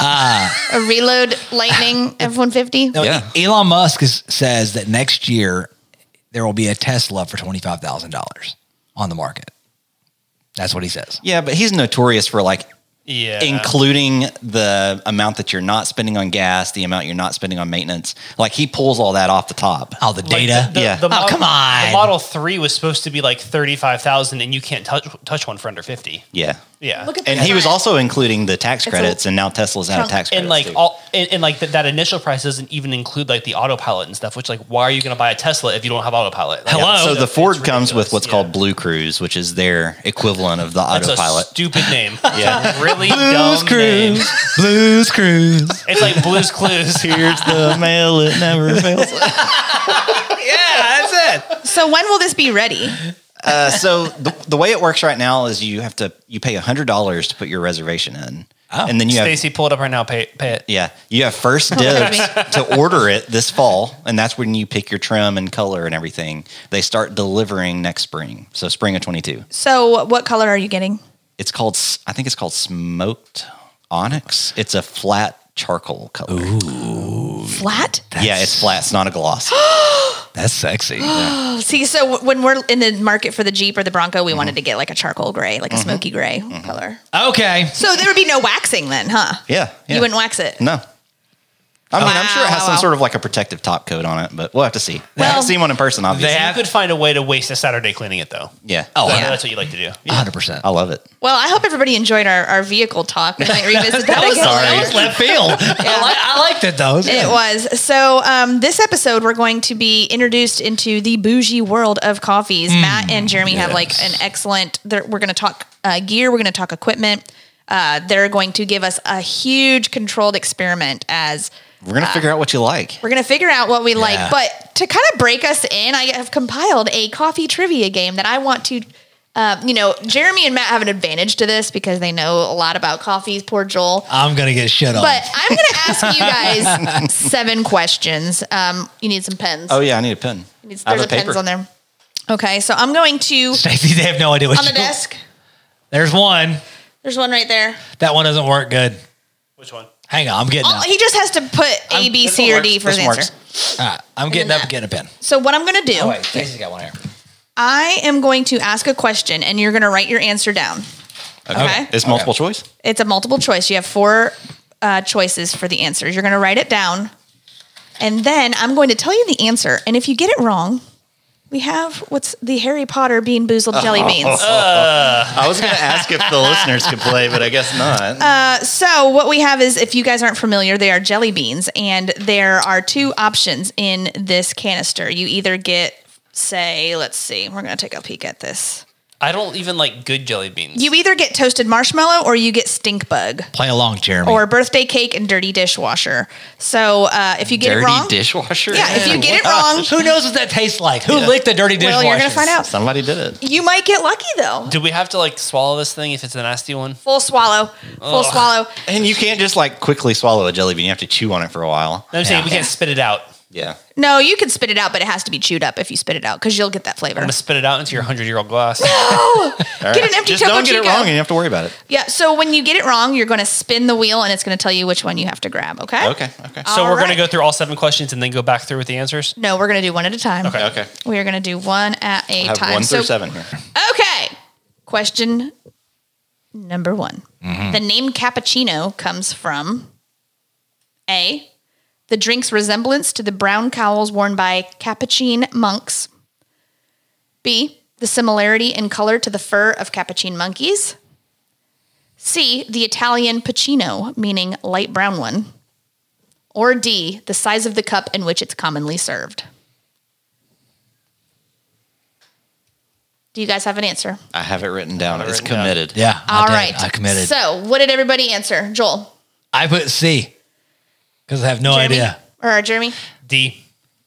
Speaker 3: A reload lightning F one fifty.
Speaker 5: No,
Speaker 2: Yeah.
Speaker 5: E- Elon Musk is, says that next year there will be a Tesla for $25,000 on the market. That's what he says.
Speaker 2: Yeah, but he's notorious for like
Speaker 4: Yeah.
Speaker 2: including the amount that you're not spending on gas, the amount you're not spending on maintenance. Like he pulls all that off the top.
Speaker 5: All the
Speaker 4: Like,
Speaker 5: data.
Speaker 4: The, the,
Speaker 2: Yeah.
Speaker 4: the
Speaker 2: Oh,
Speaker 4: mod-
Speaker 5: come on.
Speaker 4: The Model Three was supposed to be like thirty-five thousand, and you can't touch touch one for under fifty.
Speaker 2: Yeah.
Speaker 4: Yeah.
Speaker 3: Look at the
Speaker 2: And he was
Speaker 3: front.
Speaker 2: also including the tax
Speaker 3: a
Speaker 2: credits, and now Tesla's out of
Speaker 3: chunk.
Speaker 2: tax credits.
Speaker 4: and like
Speaker 2: too.
Speaker 4: all and, and like th- that initial price doesn't even include like the autopilot and stuff which like why are you going to buy a tesla if you don't have autopilot Like,
Speaker 2: Yeah,
Speaker 4: it's-
Speaker 2: So the
Speaker 4: it's
Speaker 2: Ford comes
Speaker 4: ridiculous.
Speaker 2: with what's
Speaker 4: Yeah.
Speaker 2: called Blue Cruise, which is their equivalent of the
Speaker 4: That's
Speaker 2: autopilot.
Speaker 4: a stupid name yeah really
Speaker 2: Blues
Speaker 4: dumb name.
Speaker 2: Cruise, Blues Cruise.
Speaker 4: it's like blues clues
Speaker 2: Here's the mail; it never fails.
Speaker 5: yeah, that's it.
Speaker 3: So when will this be ready?
Speaker 2: Uh, so the, the way it works right now is you have to you pay hundred dollars to put your reservation in,
Speaker 5: Oh.
Speaker 2: and then you have
Speaker 4: stacy pull it up right now pay, pay it
Speaker 2: yeah you have first dibs to order it this fall, and that's when you pick your trim and color and everything. They start delivering next spring, so spring of twenty two.
Speaker 3: So what color are you getting?
Speaker 2: It's called s- I think it's called smoked onyx. It's a flat charcoal color.
Speaker 3: Flat.
Speaker 2: Yeah, it's flat. It's not a gloss.
Speaker 5: That's sexy.
Speaker 3: Oh, see, so w- when we're in the market for the Jeep or the Bronco, we
Speaker 2: Mm-hmm.
Speaker 3: wanted to get like a charcoal gray, like a smoky gray color.
Speaker 5: Okay.
Speaker 3: So there would be no waxing then, huh?
Speaker 2: Yeah, yeah.
Speaker 3: You wouldn't wax it.
Speaker 2: No. I mean, I'm sure it has
Speaker 3: Wow,
Speaker 2: some
Speaker 3: wow.
Speaker 2: sort of like a protective top coat on it, but we'll have to see. we
Speaker 3: Well-
Speaker 2: haven't seen one in person, obviously.
Speaker 5: They
Speaker 4: you
Speaker 5: have-
Speaker 4: could find a way to waste a saturday cleaning it though
Speaker 2: yeah. Uh,
Speaker 5: Oh,
Speaker 4: That-
Speaker 5: yeah.
Speaker 4: that's what you like to do yeah.
Speaker 5: 100%.
Speaker 2: I love it.
Speaker 3: Well, I hope everybody enjoyed our, our vehicle talk. We might revisit that, again.
Speaker 5: That was left field. I, like, I liked it though.
Speaker 3: It was. So, um, this episode, we're going to be introduced into the bougie world of coffees.
Speaker 5: Mm.
Speaker 3: Matt and Jeremy have like an excellent, they're- we're going to talk uh, gear, we're going to talk equipment. Uh, they're going to give us a huge controlled experiment as
Speaker 2: We're going to figure out what you like.
Speaker 3: we're going to figure out what we
Speaker 5: Yeah.
Speaker 3: like. But to kind of break us in, I have compiled a coffee trivia game that I want to. Uh, you know, Jeremy and Matt have an advantage to this because they know a lot about coffees. Poor Joel.
Speaker 5: I'm going to get shit on.
Speaker 3: But I'm going to ask you guys seven questions. Um, you need some pens.
Speaker 2: Oh, yeah, I need a pen.
Speaker 3: You need-
Speaker 2: I have
Speaker 3: There's a, pens on there. Okay, so I'm going to
Speaker 5: Stacy, they have no idea what
Speaker 3: on the
Speaker 5: you-
Speaker 3: desk.
Speaker 5: There's one.
Speaker 3: There's one right there.
Speaker 5: That one doesn't work good.
Speaker 4: which one
Speaker 5: Hang on, I'm getting
Speaker 3: Oh,
Speaker 5: up.
Speaker 3: he just has to put A, B,
Speaker 2: this
Speaker 3: C,
Speaker 2: one
Speaker 3: or D
Speaker 2: works.
Speaker 3: for his
Speaker 2: This
Speaker 3: answer.
Speaker 2: works.
Speaker 5: All right, I'm getting
Speaker 3: then
Speaker 5: up and getting a pen.
Speaker 3: So what I'm going to do,
Speaker 5: Oh, wait, Stacy's got one here.
Speaker 3: I am going to ask a question, and you're going to write your answer down. Okay.
Speaker 2: It's multiple choice.
Speaker 3: It's a multiple choice. You have four uh, choices for the answers. You're going to write it down, and then I'm going to tell you the answer. And if you get it wrong, we have what's the Harry Potter bean boozled jelly beans.
Speaker 2: I was going to ask if the listeners could play, but I guess not.
Speaker 3: Uh, So what we have is, if you guys aren't familiar, they are jelly beans, and there are two options in this canister. You either get, say, let's see, we're going to take a peek at this.
Speaker 4: i don't even like good jelly beans
Speaker 3: You either get toasted marshmallow or you get stink bug.
Speaker 5: Play along, Jeremy.
Speaker 3: Or birthday cake and dirty dishwasher. So uh, if you get
Speaker 2: Dirty
Speaker 3: it wrong,
Speaker 2: dishwasher?
Speaker 3: yeah, if you get it wrong,
Speaker 5: Who knows what that tastes like? Who licked the dirty dishwasher?
Speaker 3: well, you're going to find out.
Speaker 2: Somebody did it.
Speaker 3: You might get lucky though.
Speaker 4: do we have to like swallow this thing if it's a nasty one
Speaker 3: Full swallow, full swallow.
Speaker 2: And you can't just like quickly swallow a jelly bean. You have to chew on it for a while.
Speaker 4: i'm saying we
Speaker 3: Yeah.
Speaker 4: can't spit it out
Speaker 2: Yeah.
Speaker 3: No, you can spit it out, but it has to be chewed up if you spit it out because you'll get that flavor.
Speaker 4: i'm gonna spit it out into your 100 year old glass
Speaker 3: Get an empty
Speaker 2: Just
Speaker 3: Topo
Speaker 2: don't get it
Speaker 3: Chico.
Speaker 2: wrong and you have to worry about it.
Speaker 3: Yeah. So when you get it wrong, you're going to spin the wheel and it's going to tell you which one you have to grab. Okay.
Speaker 2: Okay. Okay.
Speaker 4: so
Speaker 3: All
Speaker 4: we're
Speaker 3: right.
Speaker 4: gonna go through all seven questions and then go back through with the answers
Speaker 3: No, we're going to do one at a time.
Speaker 4: Okay.
Speaker 2: Okay.
Speaker 3: We are going to do one at a
Speaker 2: I have
Speaker 3: time.
Speaker 2: one
Speaker 3: So-
Speaker 2: through seven here.
Speaker 3: Okay. Question number one. The name cappuccino comes from A, the drink's resemblance to the brown cowls worn by Capuchin monks. B, the similarity in color to the fur of Capuchin monkeys. C, the Italian pacino, meaning light brown one. Or D, the size of the cup in which it's commonly served. Do you guys have an answer?
Speaker 2: I have it written down.
Speaker 4: it
Speaker 2: It's
Speaker 4: written down.
Speaker 2: committed.
Speaker 1: Yeah. I
Speaker 3: All
Speaker 1: did.
Speaker 3: right.
Speaker 1: I committed.
Speaker 3: So, what did everybody answer? Joel,
Speaker 1: I put C because I have no
Speaker 3: Jeremy,
Speaker 1: idea.
Speaker 3: or uh, Jeremy,
Speaker 4: D.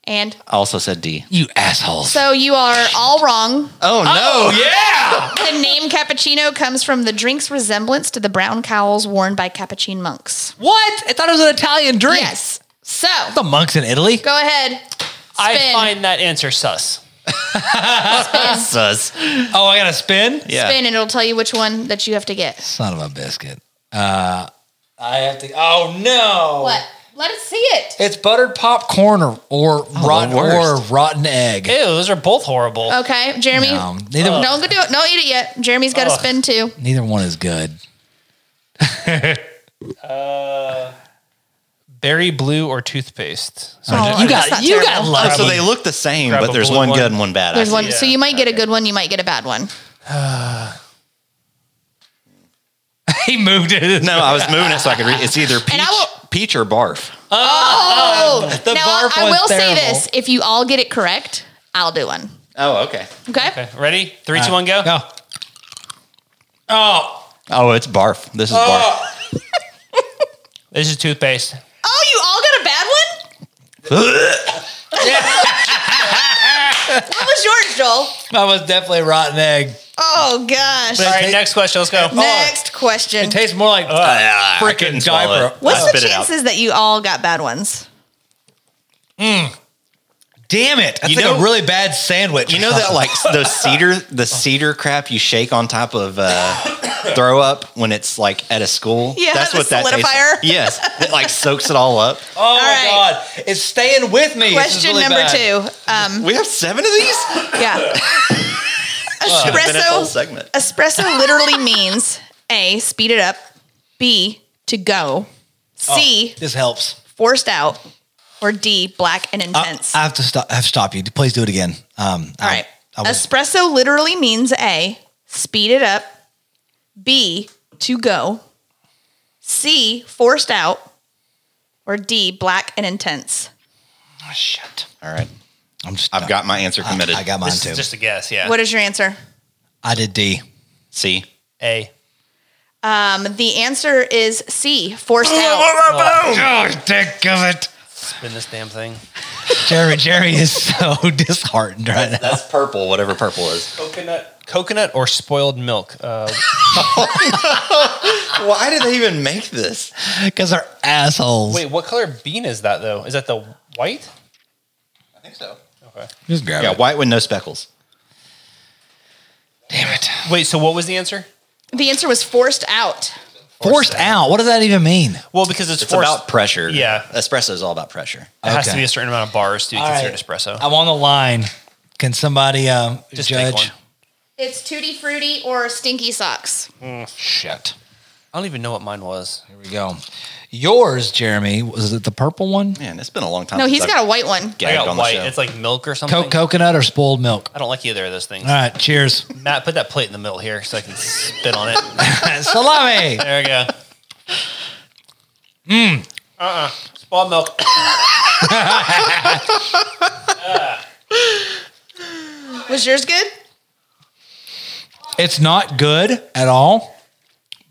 Speaker 3: and
Speaker 2: I also said D.
Speaker 1: You assholes.
Speaker 3: so you are all wrong.
Speaker 2: Oh, no.
Speaker 4: yeah.
Speaker 3: The name cappuccino comes from the drink's resemblance to the brown cowls worn by Capuchin monks.
Speaker 1: what? I thought it was an Italian drink.
Speaker 3: Yes. So,
Speaker 1: The monks in Italy.
Speaker 3: go ahead.
Speaker 4: I
Speaker 3: Spin.
Speaker 4: find that answer sus.
Speaker 2: Sus.
Speaker 1: Oh, I got to spin?
Speaker 2: Yeah.
Speaker 3: Spin and it'll tell you which one that you have to get.
Speaker 1: Son of a biscuit. Uh, I have to. Oh, no.
Speaker 3: What? Let us see it.
Speaker 1: It's buttered popcorn or, or, rotten, or
Speaker 2: worst.
Speaker 1: rotten egg.
Speaker 4: Ew, those are both horrible.
Speaker 3: Okay, Jeremy. Oh,
Speaker 1: No, neither,
Speaker 3: Don't go do it. Don't eat it yet. Jeremy's got to
Speaker 4: Ugh.
Speaker 3: spin too.
Speaker 1: neither one is good.
Speaker 4: Berry blue or toothpaste. So I
Speaker 3: Oh,
Speaker 4: just-
Speaker 1: you
Speaker 3: that's
Speaker 1: got
Speaker 3: not
Speaker 1: you got
Speaker 3: terrible.
Speaker 1: lucky.
Speaker 2: Oh, so they look the same,
Speaker 4: Grab
Speaker 2: but
Speaker 4: a
Speaker 2: there's
Speaker 4: blue
Speaker 2: one,
Speaker 4: one.
Speaker 2: good and one bad. I
Speaker 3: There's
Speaker 2: see.
Speaker 3: one.
Speaker 4: yeah,
Speaker 3: So you might get a good one. You might get a bad one.
Speaker 1: he moved it.
Speaker 2: No, I was moving it so I could read. It's either peach,
Speaker 3: I will-
Speaker 2: peach or barf.
Speaker 3: Oh,
Speaker 1: the
Speaker 3: now
Speaker 1: barf
Speaker 3: I, I
Speaker 1: one's
Speaker 3: will say
Speaker 1: terrible.
Speaker 3: this: if you all get it correct, I'll do one.
Speaker 2: Oh, okay.
Speaker 3: Okay.
Speaker 4: Okay, ready? Three, two, one, go.
Speaker 1: Go. Oh,
Speaker 2: Oh, it's barf. This is
Speaker 4: This is toothpaste.
Speaker 3: Oh, you all got a bad one.
Speaker 2: barf.
Speaker 3: What was yours, Joel?
Speaker 1: that was definitely rotten egg.
Speaker 3: Oh gosh.
Speaker 4: All right,
Speaker 1: take-
Speaker 4: next question. Let's go. Oh,
Speaker 3: Next question.
Speaker 1: It tastes more like
Speaker 2: couldn't
Speaker 1: freaking
Speaker 2: swallow
Speaker 1: diaper.
Speaker 2: it.
Speaker 3: What's the
Speaker 2: spit it out.
Speaker 3: chances that you all got bad ones?
Speaker 1: Damn it! That's
Speaker 2: You
Speaker 1: like
Speaker 2: know-
Speaker 1: a really bad sandwich.
Speaker 2: You know that like those cedar, the cedar crap you shake on top of uh, throw up when it's like at a school.
Speaker 3: Yeah, the
Speaker 2: tastes like.
Speaker 3: solidifier.
Speaker 2: Yes, it like soaks it all up.
Speaker 1: Oh my
Speaker 3: right.
Speaker 1: god, it's staying with me. This is
Speaker 3: Question
Speaker 1: really
Speaker 3: number
Speaker 1: bad.
Speaker 3: two. Um,
Speaker 2: We have seven of these.
Speaker 3: yeah.
Speaker 2: Should've been a whole
Speaker 3: Espresso.
Speaker 2: segment.
Speaker 3: Espresso literally means a speed it up, b to go, c
Speaker 1: This helps.
Speaker 3: forced out, or d black and
Speaker 1: I-
Speaker 3: intense.
Speaker 1: I have to stop. I have to stop you. Please do it again. Um,
Speaker 3: All right.
Speaker 1: I was-
Speaker 3: Espresso literally means A, speed it up, B, to go, C, forced out, or D, black and intense.
Speaker 2: Oh, shit. All right.
Speaker 1: I'm just.
Speaker 2: I've got my answer committed.
Speaker 1: I got mine
Speaker 4: This
Speaker 1: too.
Speaker 4: is just a guess. Yeah.
Speaker 3: What is your answer?
Speaker 1: I did D.
Speaker 2: C.
Speaker 4: A.
Speaker 3: Um, the answer is C, forced out.
Speaker 1: Oh, dick of it.
Speaker 4: Spin this damn thing.
Speaker 1: Jeremy, Jeremy is so disheartened right now.
Speaker 2: That's purple, whatever purple is.
Speaker 4: Coconut. Coconut or spoiled milk. Uh,
Speaker 2: Why did they even make this?
Speaker 1: Because they're assholes.
Speaker 4: wait, what color bean is that though? Is that the white?
Speaker 2: I think so.
Speaker 4: Okay.
Speaker 1: just grab
Speaker 2: Yeah, white with no speckles.
Speaker 1: Damn it.
Speaker 4: Wait. So what was the answer?
Speaker 3: The answer was forced out.
Speaker 1: Forced out. What does that even mean?
Speaker 4: Well, because it's,
Speaker 2: It's
Speaker 4: forced.
Speaker 2: about pressure.
Speaker 4: Yeah.
Speaker 2: Espresso is all about pressure.
Speaker 4: it has
Speaker 1: Okay.
Speaker 4: to be a certain amount of bars to be considered
Speaker 1: right.
Speaker 4: espresso.
Speaker 1: I'm on the line. Can somebody um,
Speaker 4: Just pick
Speaker 1: judge?
Speaker 4: one.
Speaker 3: It's tutti frutti or stinky socks.
Speaker 1: Shit.
Speaker 4: I don't even know what mine was.
Speaker 1: Here we go. Yours, Jeremy, was it the purple one?
Speaker 2: Man, it's been a long
Speaker 1: Oh,
Speaker 2: time.
Speaker 3: No,
Speaker 2: since
Speaker 3: he's
Speaker 2: I've
Speaker 3: got a white one.
Speaker 4: I
Speaker 2: gagged
Speaker 4: got
Speaker 2: on the
Speaker 4: white.
Speaker 2: show.
Speaker 4: It's like milk or something.
Speaker 1: Co- coconut or spoiled milk?
Speaker 4: I don't like either of those things.
Speaker 1: All right, cheers.
Speaker 4: Matt, put that plate in the middle here so I can spit on it.
Speaker 1: Salami.
Speaker 4: There we go. Mmm. Uh. uh Spoiled milk.
Speaker 3: Was yours good?
Speaker 1: It's not good at all,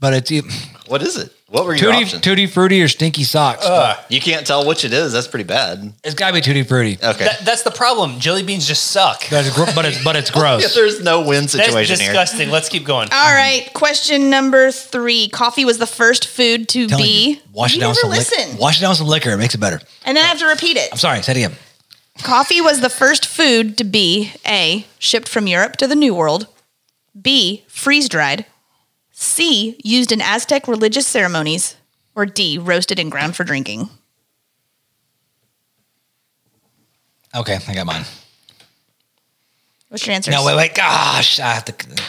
Speaker 1: but it's e-
Speaker 2: what is it? What were your
Speaker 1: tutti,
Speaker 2: options?
Speaker 1: tutti frutti or stinky socks.
Speaker 2: you can't tell which it is. That's pretty bad.
Speaker 1: it's got to be tutti frutti.
Speaker 2: Okay.
Speaker 4: That, that's the problem. Jelly beans just suck.
Speaker 1: But it's, gr- but it's but it's
Speaker 2: Yeah,
Speaker 1: gross.
Speaker 2: there's no win
Speaker 4: That's
Speaker 2: situation here.
Speaker 4: disgusting. Let's keep going.
Speaker 3: All right. Question number three. Coffee was the first food to
Speaker 1: Telling
Speaker 3: be.
Speaker 1: you, wash it
Speaker 3: You
Speaker 1: down with
Speaker 3: never
Speaker 1: some
Speaker 3: listen.
Speaker 1: liquor. Wash it down with some liquor. It makes it better.
Speaker 3: And then I have to repeat it.
Speaker 1: I'm sorry. Say it again.
Speaker 3: Coffee was the first food to be A, shipped from Europe to the New World, B, freeze dried, C, used in Aztec religious ceremonies, or D, roasted and ground for drinking.
Speaker 1: Okay, I got mine.
Speaker 3: What's your answer?
Speaker 1: No, wait, wait. Gosh, I have to.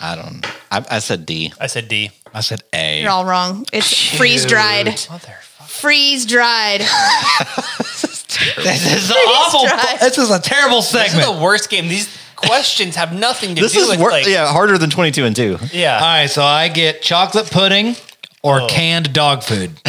Speaker 2: I don't. I, I said D.
Speaker 4: I said D.
Speaker 1: I said A.
Speaker 3: You're all wrong. It's freeze dried. Freeze dried.
Speaker 1: This is awful.
Speaker 3: try.
Speaker 1: This is a terrible
Speaker 4: This is
Speaker 1: segment.
Speaker 4: the worst game. These questions have nothing to
Speaker 2: This
Speaker 4: do
Speaker 2: is
Speaker 4: with
Speaker 2: wor-
Speaker 4: like
Speaker 2: yeah harder than twenty two and two.
Speaker 4: yeah.
Speaker 1: All right, so I get chocolate pudding, or canned dog food.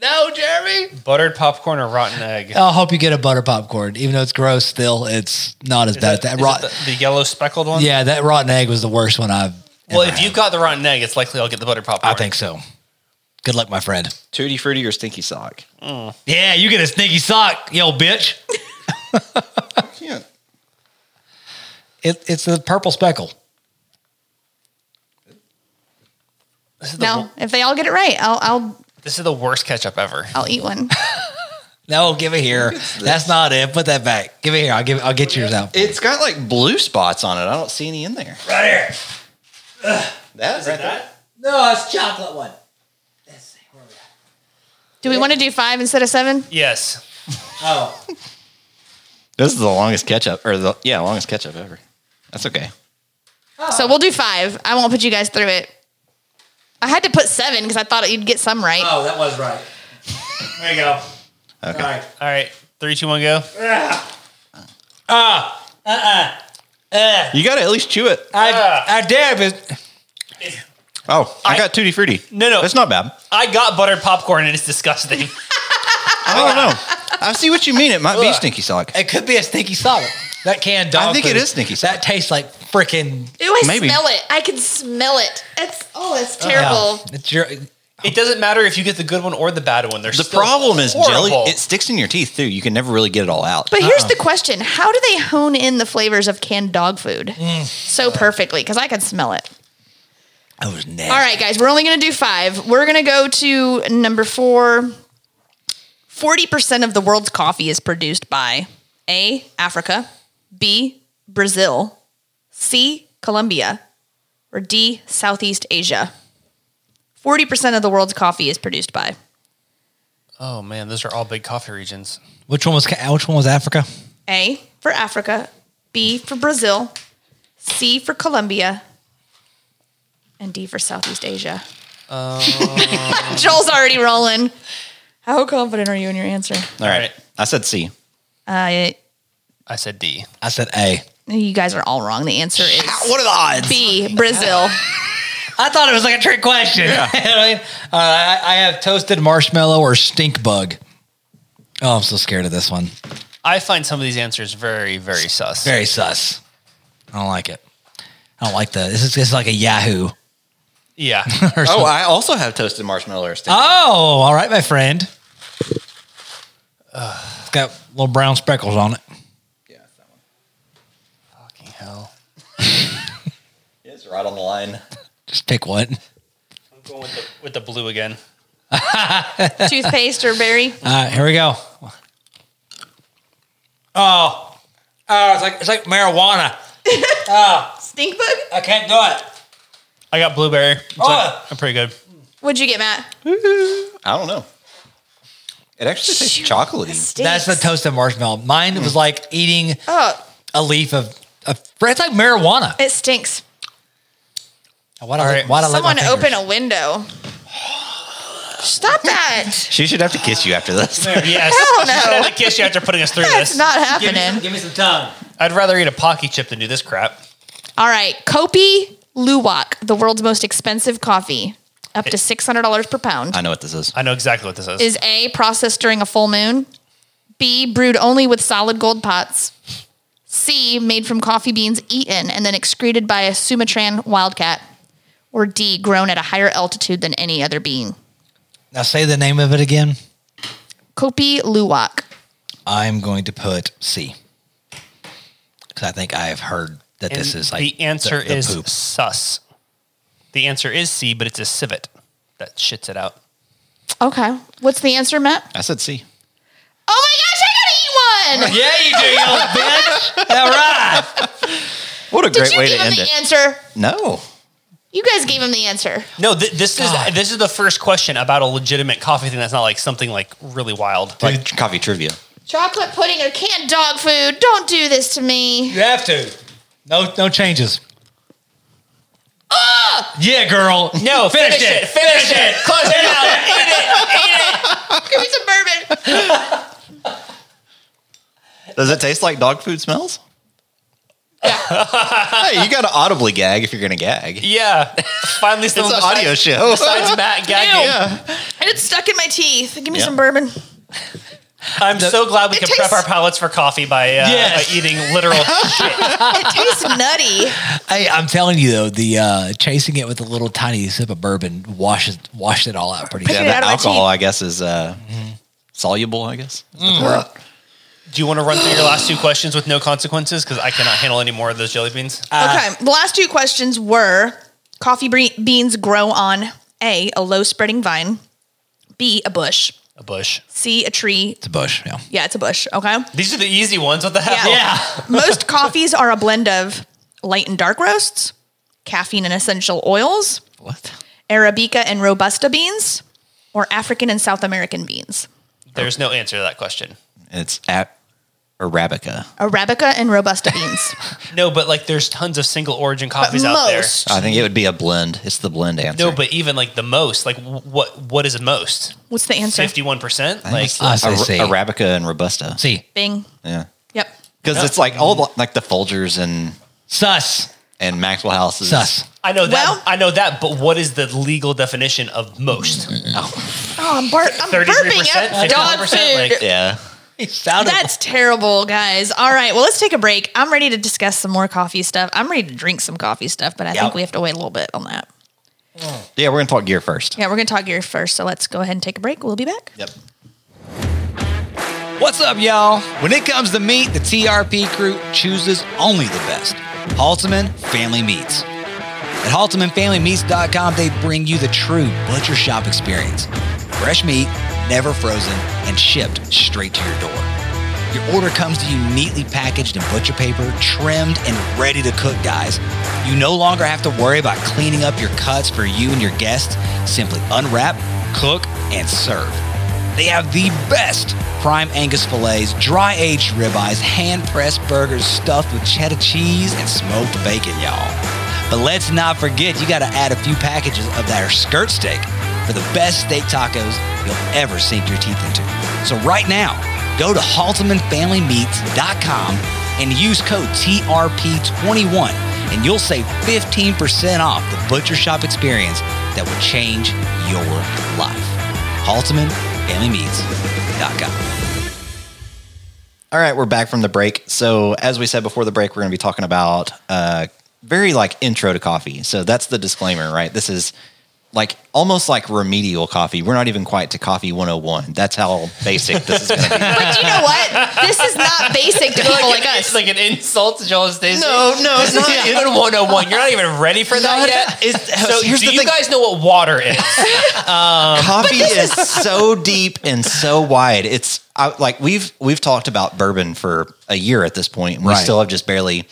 Speaker 1: no, Jeremy.
Speaker 4: Buttered popcorn or rotten egg?
Speaker 1: I'll hope you get a butter popcorn, even though it's gross. Still, it's not as bad. as that
Speaker 4: is
Speaker 1: rot,
Speaker 4: it the, the yellow speckled one?
Speaker 1: yeah, that rotten egg was the worst one I've.
Speaker 4: Well,
Speaker 1: ever
Speaker 4: if
Speaker 1: had.
Speaker 4: you got the rotten egg, it's likely I'll get the buttered popcorn.
Speaker 1: I think so. Good luck, my friend.
Speaker 2: Tutti Frutti or Stinky Sock?
Speaker 1: Yeah, you get a sneaky sock, yo bitch.
Speaker 2: Yeah.
Speaker 1: It, it's the purple speckle.
Speaker 4: This is, the,
Speaker 3: No, if they all get it right, I'll I'll
Speaker 4: this is the worst ketchup ever.
Speaker 3: I'll eat one.
Speaker 1: No, give it here. That's not it. Put that back. Give it here. I'll give. I'll get yours out.
Speaker 2: It's got like blue spots on it. I don't see any in there. Right here. That's right there.
Speaker 1: No, it's chocolate one.
Speaker 3: Do we want to do five instead of seven?
Speaker 4: Yes.
Speaker 1: Oh,
Speaker 2: This is the longest ketchup, or the yeah, longest ketchup ever. That's okay.
Speaker 3: So we'll do five. I won't put you guys through it. I had to put seven because I thought you'd get some right.
Speaker 1: oh, that was right.
Speaker 4: There you go.
Speaker 2: Okay.
Speaker 1: right.
Speaker 4: All right. Three, two, one, go.
Speaker 2: You got to at least chew it.
Speaker 1: I, I dare it.
Speaker 2: Oh, I, got Tutti Frutti.
Speaker 4: No, no.
Speaker 2: It's not bad.
Speaker 4: I got buttered popcorn and it's disgusting.
Speaker 2: I don't know. I see what you mean. It might be
Speaker 1: Look.
Speaker 2: Stinky Sock.
Speaker 1: It could be a stinky solid. That canned dog.
Speaker 2: I think it
Speaker 1: food,
Speaker 2: is stinky
Speaker 1: That
Speaker 2: solid.
Speaker 1: tastes like freaking
Speaker 3: Ooh, I
Speaker 2: Maybe.
Speaker 3: smell it. I can smell it. It's oh, it's
Speaker 1: Uh-huh.
Speaker 3: terrible.
Speaker 1: It's your.
Speaker 4: it doesn't matter if you get the good one or the bad one. They're
Speaker 2: The
Speaker 4: still
Speaker 2: problem is
Speaker 4: horrible.
Speaker 2: jelly. It sticks in your teeth too. You can never really get it all out.
Speaker 3: But here's the question: How do they hone in the flavors of canned dog food so perfectly? Because I could smell it.
Speaker 1: I was nasty.
Speaker 3: All right, guys, we're only going to do five. We're going to go to number four. 40% of the world's coffee is produced by A, Africa, B, Brazil, C, Colombia, or D, Southeast Asia. 40% of the world's coffee is produced by.
Speaker 4: oh man, those are all big coffee regions.
Speaker 1: Which one was? ca- Which one was Africa?
Speaker 3: A for Africa, B for Brazil, C for Colombia, and D for Southeast Asia.
Speaker 1: Um,
Speaker 3: Joel's already rolling. How confident are you in your answer?
Speaker 2: all right.
Speaker 4: right.
Speaker 2: I said C.
Speaker 3: Uh,
Speaker 4: I said D.
Speaker 1: I said A.
Speaker 3: you guys are all wrong. The answer is
Speaker 2: What are the odds?
Speaker 3: B, Brazil.
Speaker 1: I thought it was like a trick question. You know what I, mean? All right, Uh, I, I have toasted marshmallow or stink bug. Oh, I'm so scared of this one.
Speaker 4: I find some of these answers very, very sus.
Speaker 1: Very sus. I don't like it. I don't like the. This is this is like a Yahoo.
Speaker 4: Yeah.
Speaker 1: Or
Speaker 2: Oh,
Speaker 1: oh,
Speaker 2: I also have toasted marshmallow or stinky.
Speaker 1: oh, all right, my friend. It's got little brown speckles on it.
Speaker 2: yeah, it's that one.
Speaker 4: Fucking hell.
Speaker 2: It's right on the line.
Speaker 1: Just pick one.
Speaker 4: I'm going with the, with the blue again.
Speaker 3: Toothpaste or berry?
Speaker 1: All right, here we go. Oh, oh, it's like it's like marijuana.
Speaker 3: Stink bug?
Speaker 1: I can't do it.
Speaker 4: I got blueberry. So
Speaker 1: Oh.
Speaker 4: I'm pretty good.
Speaker 3: What'd you get, Matt?
Speaker 2: I don't know. It actually tastes chocolatey.
Speaker 1: That's the
Speaker 3: Stinks.
Speaker 1: toasted marshmallow. Mine was like eating
Speaker 3: Oh,
Speaker 1: a leaf of. of it's like marijuana.
Speaker 3: it stinks.
Speaker 1: Why'd I,
Speaker 4: All
Speaker 1: lick-
Speaker 4: right.
Speaker 1: why'd I lick my
Speaker 3: Someone open
Speaker 1: fingers?
Speaker 3: a window. Stop that.
Speaker 2: She should have to kiss you after this.
Speaker 4: Yes.
Speaker 3: Hell Oh,
Speaker 4: I
Speaker 3: no.
Speaker 4: had to kiss you after putting us through
Speaker 3: That's
Speaker 4: this.
Speaker 3: not happening.
Speaker 1: Give me some tongue.
Speaker 4: I'd rather eat a pocky chip than do this crap.
Speaker 3: All right, Kopi Luwak, the world's most expensive coffee, up to six hundred dollars per pound,
Speaker 2: I know what this is.
Speaker 4: I know exactly what this is.
Speaker 3: is a processed during a full moon, b brewed only with solid gold pots, c made from coffee beans eaten and then excreted by a Sumatran wildcat, or d grown at a higher altitude than any other bean.
Speaker 1: Now say the name of it again.
Speaker 3: Kopi Luwak.
Speaker 1: I'm going to put C because I think I have heard that this
Speaker 4: And
Speaker 1: is like
Speaker 4: the answer
Speaker 1: the
Speaker 4: is
Speaker 1: poop.
Speaker 4: sus. The answer is C, but it's a civet that shits it out.
Speaker 3: Okay, what's the answer, Matt?
Speaker 2: I said C.
Speaker 3: Oh my gosh, I gotta eat one.
Speaker 1: Yeah, you do, you old bitch. All right.
Speaker 2: What a
Speaker 3: Did
Speaker 2: great
Speaker 3: you
Speaker 2: way
Speaker 3: give
Speaker 2: to
Speaker 3: him
Speaker 2: end
Speaker 3: the
Speaker 2: it.
Speaker 3: answer?
Speaker 2: No.
Speaker 3: You guys gave him the answer.
Speaker 4: No, th- this
Speaker 1: God.
Speaker 4: is this is the first question about a legitimate coffee thing that's not like something like really wild.
Speaker 2: Like coffee trivia.
Speaker 3: Chocolate pudding or canned dog food. Don't do this to me.
Speaker 1: You have to. No, no changes. Ah! Yeah, girl.
Speaker 4: No,
Speaker 1: Finish it.
Speaker 4: Finish it. Close it out.
Speaker 3: Give me some bourbon.
Speaker 2: Does it taste like dog food smells? hey, you got to audibly gag if you're going to gag.
Speaker 4: Yeah. Finally,
Speaker 2: It's
Speaker 4: someone
Speaker 2: an
Speaker 4: besides-
Speaker 2: audio show.
Speaker 4: Besides Matt gagging.
Speaker 2: Yeah.
Speaker 3: And it's stuck in my teeth. Give me
Speaker 2: Yeah.
Speaker 3: some bourbon.
Speaker 4: I'm so glad we
Speaker 3: It
Speaker 4: can
Speaker 3: tastes-
Speaker 4: prep our palates for coffee by, uh,
Speaker 1: Yes.
Speaker 4: by eating literal shit.
Speaker 3: It tastes nutty.
Speaker 1: I, I'm telling you though, the uh, chasing it with a little tiny sip of bourbon washes washed it all out pretty
Speaker 3: Pick
Speaker 1: good.
Speaker 2: Yeah,
Speaker 3: it
Speaker 2: that
Speaker 3: out of my
Speaker 2: alcohol,
Speaker 3: teeth.
Speaker 2: I guess, is uh,
Speaker 5: Mm-hmm.
Speaker 2: soluble, I guess.
Speaker 5: Mm.
Speaker 4: Do you want to run through your last two questions with no consequences? Because I cannot handle any more of those jelly beans.
Speaker 1: Uh,
Speaker 3: okay. The last two questions were coffee bre- beans grow on A, a low spreading vine, B, a bush,
Speaker 4: A bush.
Speaker 3: C, a tree.
Speaker 1: It's a bush. Yeah.
Speaker 3: Yeah, it's a bush. Okay.
Speaker 4: These are the easy ones. What the hell?
Speaker 1: Yeah.
Speaker 3: Most coffees are a blend of light and dark roasts, caffeine and essential oils,
Speaker 1: What?
Speaker 3: Arabica and Robusta beans, or African and South American beans.
Speaker 4: There's no answer to that question.
Speaker 2: It's at Arabica.
Speaker 3: Arabica and Robusta beans.
Speaker 4: No, but like there's tons of single origin
Speaker 3: but
Speaker 4: coffees out there.
Speaker 3: most.
Speaker 2: I think it would be a blend. It's the blend answer.
Speaker 4: No, but even like the most, like wh- what what is the most?
Speaker 3: What's the answer?
Speaker 4: Fifty one percent. Like
Speaker 2: it's
Speaker 1: Us, I
Speaker 2: Ara-
Speaker 1: see.
Speaker 2: Arabica and Robusta.
Speaker 1: See,
Speaker 3: Bing.
Speaker 2: Yeah.
Speaker 3: Yep.
Speaker 2: Because it's like all the, like the Folgers and
Speaker 1: sus,
Speaker 2: and Maxwell Houses.
Speaker 1: sus.
Speaker 4: I know that.
Speaker 3: Well-
Speaker 4: I know that. But what is the legal definition of most?
Speaker 3: Oh, I'm, bar- I'm
Speaker 4: Thirty three
Speaker 3: burping
Speaker 4: percent.
Speaker 3: up
Speaker 4: Fifty one
Speaker 3: dog
Speaker 4: percent.
Speaker 3: food.
Speaker 4: Like
Speaker 2: Yeah.
Speaker 1: It sounded.
Speaker 3: That's terrible, guys. All right, well, let's take a break. I'm ready to discuss some more coffee stuff. I'm ready to drink some coffee stuff, but I think we have to wait a little bit on that.
Speaker 2: Yeah, we're going to talk gear first.
Speaker 3: Yeah, we're going to talk gear first, so let's go ahead and take a break. We'll be back.
Speaker 2: Yep.
Speaker 5: What's up, y'all? When it comes to meat, the TRP crew chooses only the best. Halterman Family Meats. At HaltermanFamilyMeats.com, they bring you the true butcher shop experience. Fresh meat, never frozen, and shipped straight to your door. Your order comes to you neatly packaged in butcher paper, trimmed, and ready to cook, guys. You no longer have to worry about cleaning up your cuts for you and your guests. Simply unwrap, cook, and serve. They have the best prime Angus fillets, dry aged ribeyes, hand pressed burgers stuffed with cheddar cheese and smoked bacon, y'all. But let's not forget, you got to add a few packages of that skirt steak for the best steak tacos you'll ever sink your teeth into. So, right now, go to HaltermanFamilyMeats.com and use code TRP21 and you'll save 15% off the butcher shop experience that will change your life. HaltmanFamilyMeats.com.
Speaker 2: All right, we're back from the break. So, as we said before the break, we're going to be talking about uh, very like intro to coffee. So that's the disclaimer, right? This is like almost like remedial coffee. We're not even quite to coffee 101. That's how basic this is going to be.
Speaker 3: But you know what? This is not basic to people like
Speaker 4: It's
Speaker 3: us.
Speaker 4: like an insult to Joel Stacy.
Speaker 2: No, no,
Speaker 4: this
Speaker 2: it's
Speaker 4: is
Speaker 2: not.
Speaker 4: even 101. You're not even ready for that yet. so,
Speaker 2: here's
Speaker 4: do
Speaker 2: the
Speaker 4: you
Speaker 2: thing.
Speaker 4: guys know what water is?
Speaker 2: Um, coffee is so deep and so wide. It's I, like we've we've talked about bourbon for a year at this point, and we
Speaker 1: Right.
Speaker 2: still have just barely.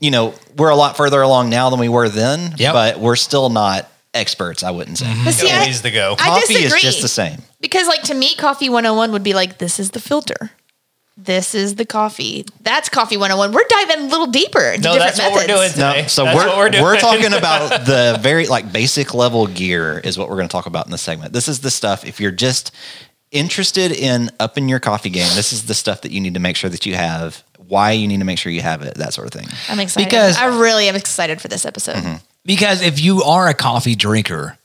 Speaker 2: You know, we're a lot further along now than we were then,
Speaker 1: Yep.
Speaker 2: but we're still not experts. I wouldn't say
Speaker 3: But see, I,
Speaker 4: Ways to go.
Speaker 3: I
Speaker 2: coffee
Speaker 3: disagree.
Speaker 2: is just the same.
Speaker 3: Because, like, to me, Coffee 101 would be like, this is the filter. This is the coffee. That's Coffee 101. We're diving a little deeper into
Speaker 4: No,
Speaker 3: different
Speaker 4: that's
Speaker 3: methods.
Speaker 4: what we're doing
Speaker 2: No,
Speaker 4: today.
Speaker 2: so
Speaker 4: That's
Speaker 2: we're
Speaker 4: what we're doing.
Speaker 2: we're talking about the very like basic level gear is what we're going to talk about in this segment. This is the stuff if you're just interested in upping your coffee game. This is the stuff that you need to make sure that you have. Why you need to make sure you have it, that sort of thing.
Speaker 3: I'm excited.
Speaker 1: Because-
Speaker 3: I really am excited for this episode.
Speaker 1: Because if you are a coffee drinker,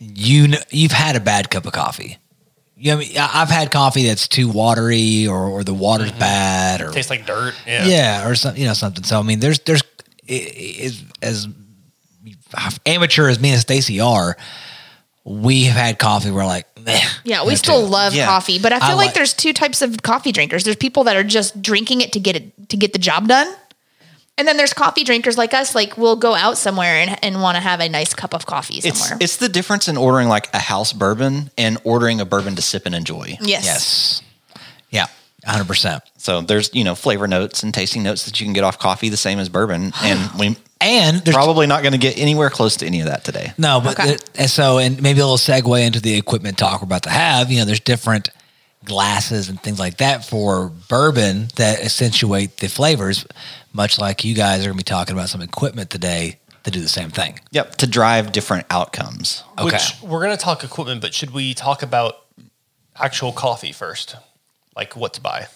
Speaker 1: you kn- you've had a bad cup of coffee. You know, what I mean? I- I've had coffee that's too watery, or, or the water's bad, or
Speaker 4: Tastes like dirt. Yeah.
Speaker 1: yeah, or something, you know, something. So I mean, there's there's i- i- is as amateur as me and Stacy are, we have had coffee. We're like, "Meh."
Speaker 3: Yeah, we
Speaker 1: Me
Speaker 3: still
Speaker 1: too.
Speaker 3: love
Speaker 2: Yeah.
Speaker 3: coffee, but I feel
Speaker 1: I
Speaker 3: like,
Speaker 1: like-
Speaker 3: there's two types of coffee drinkers. There's people that are just drinking it to get it to get the job done. And then there's coffee drinkers like us, like we'll go out somewhere and, and want to have a nice cup of coffee
Speaker 2: It's
Speaker 3: somewhere.
Speaker 2: it's the difference in ordering like a house bourbon and ordering a bourbon to sip and enjoy.
Speaker 3: yes.
Speaker 1: yes, yeah, hundred percent.
Speaker 2: So there's you know flavor notes and tasting notes that you can get off coffee the same as bourbon, and we
Speaker 1: And there's
Speaker 2: probably not going to get anywhere close to any of that today.
Speaker 1: No, but
Speaker 3: Okay.
Speaker 1: the- and so and maybe a little segue into the equipment talk we're about to have. You know, there's different glasses and things like that for bourbon that accentuate the flavors, much like you guys are gonna be talking about some equipment today to do the same thing.
Speaker 2: Yep, to drive different outcomes.
Speaker 1: Okay.
Speaker 4: Which we're gonna talk equipment, but should we talk about actual coffee first? Like what to buy?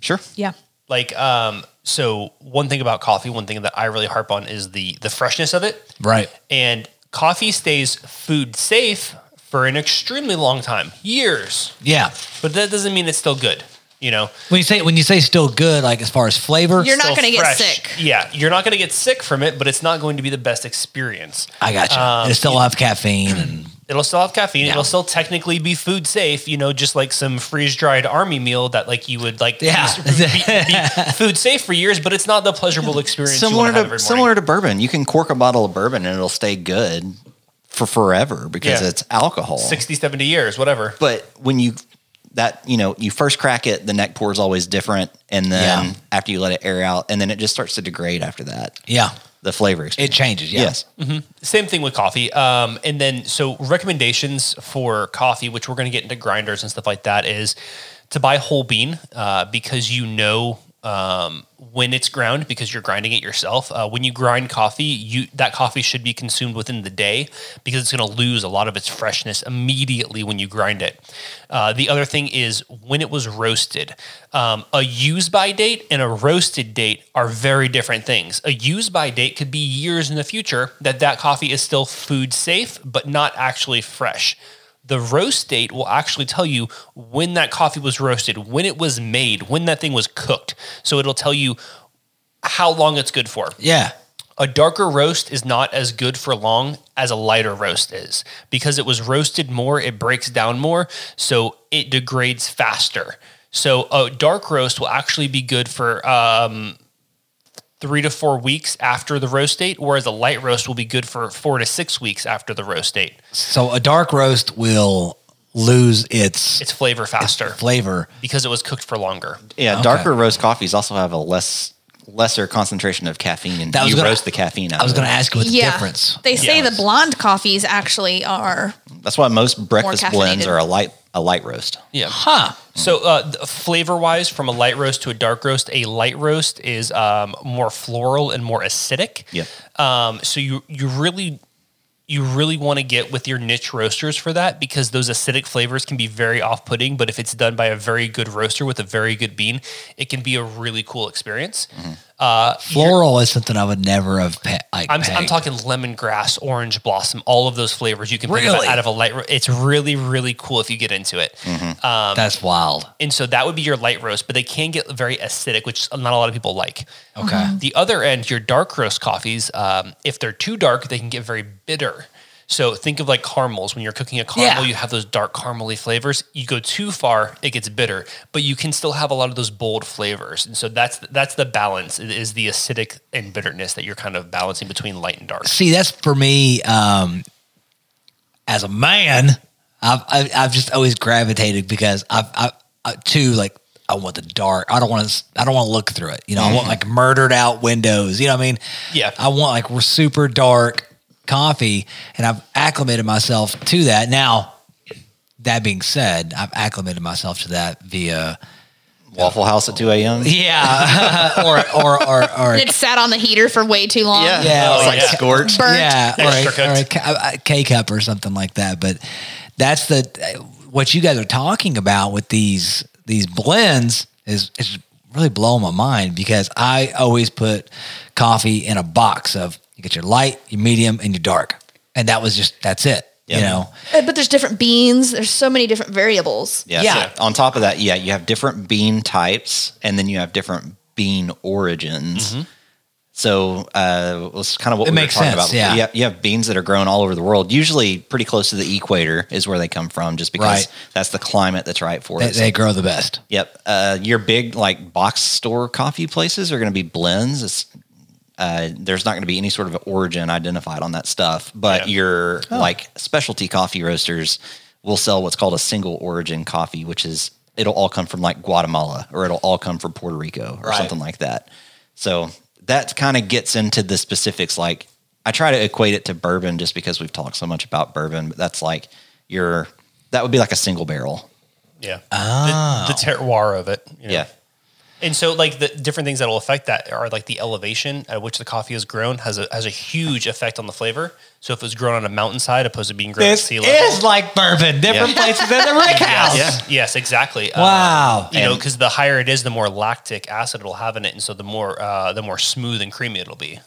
Speaker 2: Sure.
Speaker 3: Yeah.
Speaker 4: Like, um, so one thing about coffee, one thing that I really harp on is the the freshness of it.
Speaker 1: Right.
Speaker 4: And coffee stays food safe for an extremely long time, years.
Speaker 1: Yeah.
Speaker 4: But that doesn't mean it's still good. You know,
Speaker 1: When you say when you say still good, like as far as flavor,
Speaker 3: You're not
Speaker 4: Still
Speaker 3: going to get
Speaker 4: fresh.
Speaker 3: sick.
Speaker 4: Yeah, you're not going to get sick from it, but it's not going to be the best experience.
Speaker 1: I got you.
Speaker 4: Um,
Speaker 1: and it still have caffeine and
Speaker 4: It'll still have caffeine.
Speaker 1: Yeah.
Speaker 4: It'll still technically be food safe, you know, just like some freeze dried army meal that like you would like
Speaker 1: Yeah.
Speaker 4: be, be food safe for years, but it's not the pleasurable experience. you
Speaker 2: similar
Speaker 4: wanna have every
Speaker 2: to
Speaker 4: morning.
Speaker 2: similar to bourbon. You can cork a bottle of bourbon and it'll stay good for forever because
Speaker 4: Yeah.
Speaker 2: it's alcohol.
Speaker 4: 60, 70 years, whatever.
Speaker 2: But when you that you know you first crack it, the neck pour is always different, and then
Speaker 1: Yeah.
Speaker 2: after you let it air out, and then it just starts to degrade after that.
Speaker 1: yeah,
Speaker 2: The flavor
Speaker 1: it
Speaker 2: experience.
Speaker 1: changes. Yeah.
Speaker 2: Yes.
Speaker 4: Same thing with coffee. Um, and then so recommendations for coffee, which we're going to get into grinders and stuff like that, is to buy whole bean uh, because you know um, when it's ground because you're grinding it yourself. Uh, when you grind coffee, you that coffee should be consumed within the day because it's going to lose a lot of its freshness immediately when you grind it. Uh, the other thing is when it was roasted. Um, a use by date and a roasted date are very different things. A use by date could be years in the future that that coffee is still food safe, but not actually fresh. The roast date will actually tell you when that coffee was roasted, when it was made, when that thing was cooked. So it'll tell you how long it's good for
Speaker 1: Yeah.
Speaker 4: a darker roast is not as good for long as a lighter roast is because it was roasted more, it breaks down more, so it degrades faster. So a dark roast will actually be good for um, three to four weeks after the roast date, whereas a light roast will be good for four to six weeks after the roast date.
Speaker 1: So a dark roast will lose its,
Speaker 4: It's flavor faster
Speaker 1: flavor.
Speaker 4: because it was cooked for longer.
Speaker 2: Yeah.
Speaker 1: Okay.
Speaker 2: Darker roast coffees also have a less lesser concentration of caffeine, and
Speaker 1: That was
Speaker 2: you
Speaker 1: gonna-
Speaker 2: roast the caffeine. Out
Speaker 1: I was
Speaker 2: of
Speaker 1: going to
Speaker 2: it.
Speaker 1: ask you what the
Speaker 3: yeah.
Speaker 1: difference.
Speaker 3: They say
Speaker 4: Yeah.
Speaker 3: the blonde coffees actually are.
Speaker 2: That's why most breakfast blends
Speaker 3: caffeinated.
Speaker 2: are a light a light roast.
Speaker 4: Yeah.
Speaker 1: Huh.
Speaker 4: So, uh, flavor wise, from a light roast to a dark roast, a light roast is um, more floral and more acidic.
Speaker 2: Yeah.
Speaker 4: Um, so you you really you really want to get with your niche roasters for that because those acidic flavors can be very off putting. But if it's done by a very good roaster with a very good bean, it can be a really cool experience.
Speaker 1: Floral is something I would never have pe- like.
Speaker 4: I'm, I'm
Speaker 1: pegged.
Speaker 4: talking lemongrass, orange blossom, all of those flavors you can pick up
Speaker 1: Really?
Speaker 4: out of a light. ro- It's really really cool if you get into it.
Speaker 1: That's wild.
Speaker 4: And so that would be your light roast, but they can get very acidic, which not a lot of people like.
Speaker 1: Okay.
Speaker 4: The other end, your dark roast coffees, um, if they're too dark, they can get very bitter. So think of like caramels. When you're cooking a caramel,
Speaker 1: Yeah.
Speaker 4: you have those dark caramelly flavors. You go too far, it gets bitter, but you can still have a lot of those bold flavors. And so that's that's the balance it is the acidic and bitterness that you're kind of balancing between light and dark.
Speaker 1: See, that's for me. Um, as a man, I've, I've I've just always gravitated because I've I, I too like I want the dark. I don't want to. I don't want to look through it. You know, I want like murdered out windows. You know what I mean?
Speaker 4: Yeah.
Speaker 1: I want like we're super dark coffee, and I've acclimated myself to that. Now, that being said, I've acclimated myself to that via
Speaker 2: Waffle House at two a.m.
Speaker 1: yeah, or or or or
Speaker 3: It sat on the heater for way too long.
Speaker 1: Yeah,
Speaker 2: it's
Speaker 1: oh,
Speaker 2: like
Speaker 4: yeah.
Speaker 2: scorched.
Speaker 3: Burnt.
Speaker 1: Yeah, or
Speaker 4: Extra
Speaker 1: a, or
Speaker 4: cooked.
Speaker 1: a ca- a K cup or something like that. But that's the what you guys are talking about with these these blends is is really blowing my mind because I always put coffee in a box of you get your light, your medium, and your dark, and that was just that's it. You
Speaker 2: Yeah.
Speaker 1: know,
Speaker 3: Uh, But there's different beans. There's so many different variables.
Speaker 2: Yeah.
Speaker 1: Yeah.
Speaker 2: so on top of that, yeah, you have different bean types and then you have different bean origins. So uh, it's kind of what
Speaker 1: It
Speaker 2: we
Speaker 1: makes
Speaker 2: were talking
Speaker 1: sense,
Speaker 2: about.
Speaker 1: yeah.
Speaker 2: You, have, you have beans that are grown all over the world, usually pretty close to the equator is where they come from, just because
Speaker 1: Right.
Speaker 2: that's the climate that's right for
Speaker 1: they,
Speaker 2: it.
Speaker 1: they grow the best.
Speaker 2: Yep. Uh, your big like box store coffee places are going to be blends. It's, uh, there's not going to be any sort of origin identified on that stuff, but
Speaker 4: Yeah.
Speaker 2: your like specialty coffee roasters will sell what's called a single origin coffee, which is it'll all come from like Guatemala or it'll all come from Puerto Rico or
Speaker 1: Right.
Speaker 2: something like that. So that kind of gets into the specifics. Like I try to equate it to bourbon just because we've talked so much about bourbon, but that's like your that would be like a single barrel.
Speaker 4: Yeah. The, the terroir of it. you know.
Speaker 2: Yeah.
Speaker 4: And so, like the different things that will affect that are like the elevation at which the coffee is grown has a has a huge effect on the flavor. So if it was grown on a mountainside opposed to being grown at
Speaker 1: This
Speaker 4: sea level,
Speaker 1: is like bourbon. Different
Speaker 4: Yeah.
Speaker 1: places than the Rick House.
Speaker 4: yes, yes, exactly. Uh,
Speaker 1: Wow.
Speaker 4: you know, because the higher it is, the more lactic acid it'll have in it, and so the more uh, the more smooth and creamy it'll be.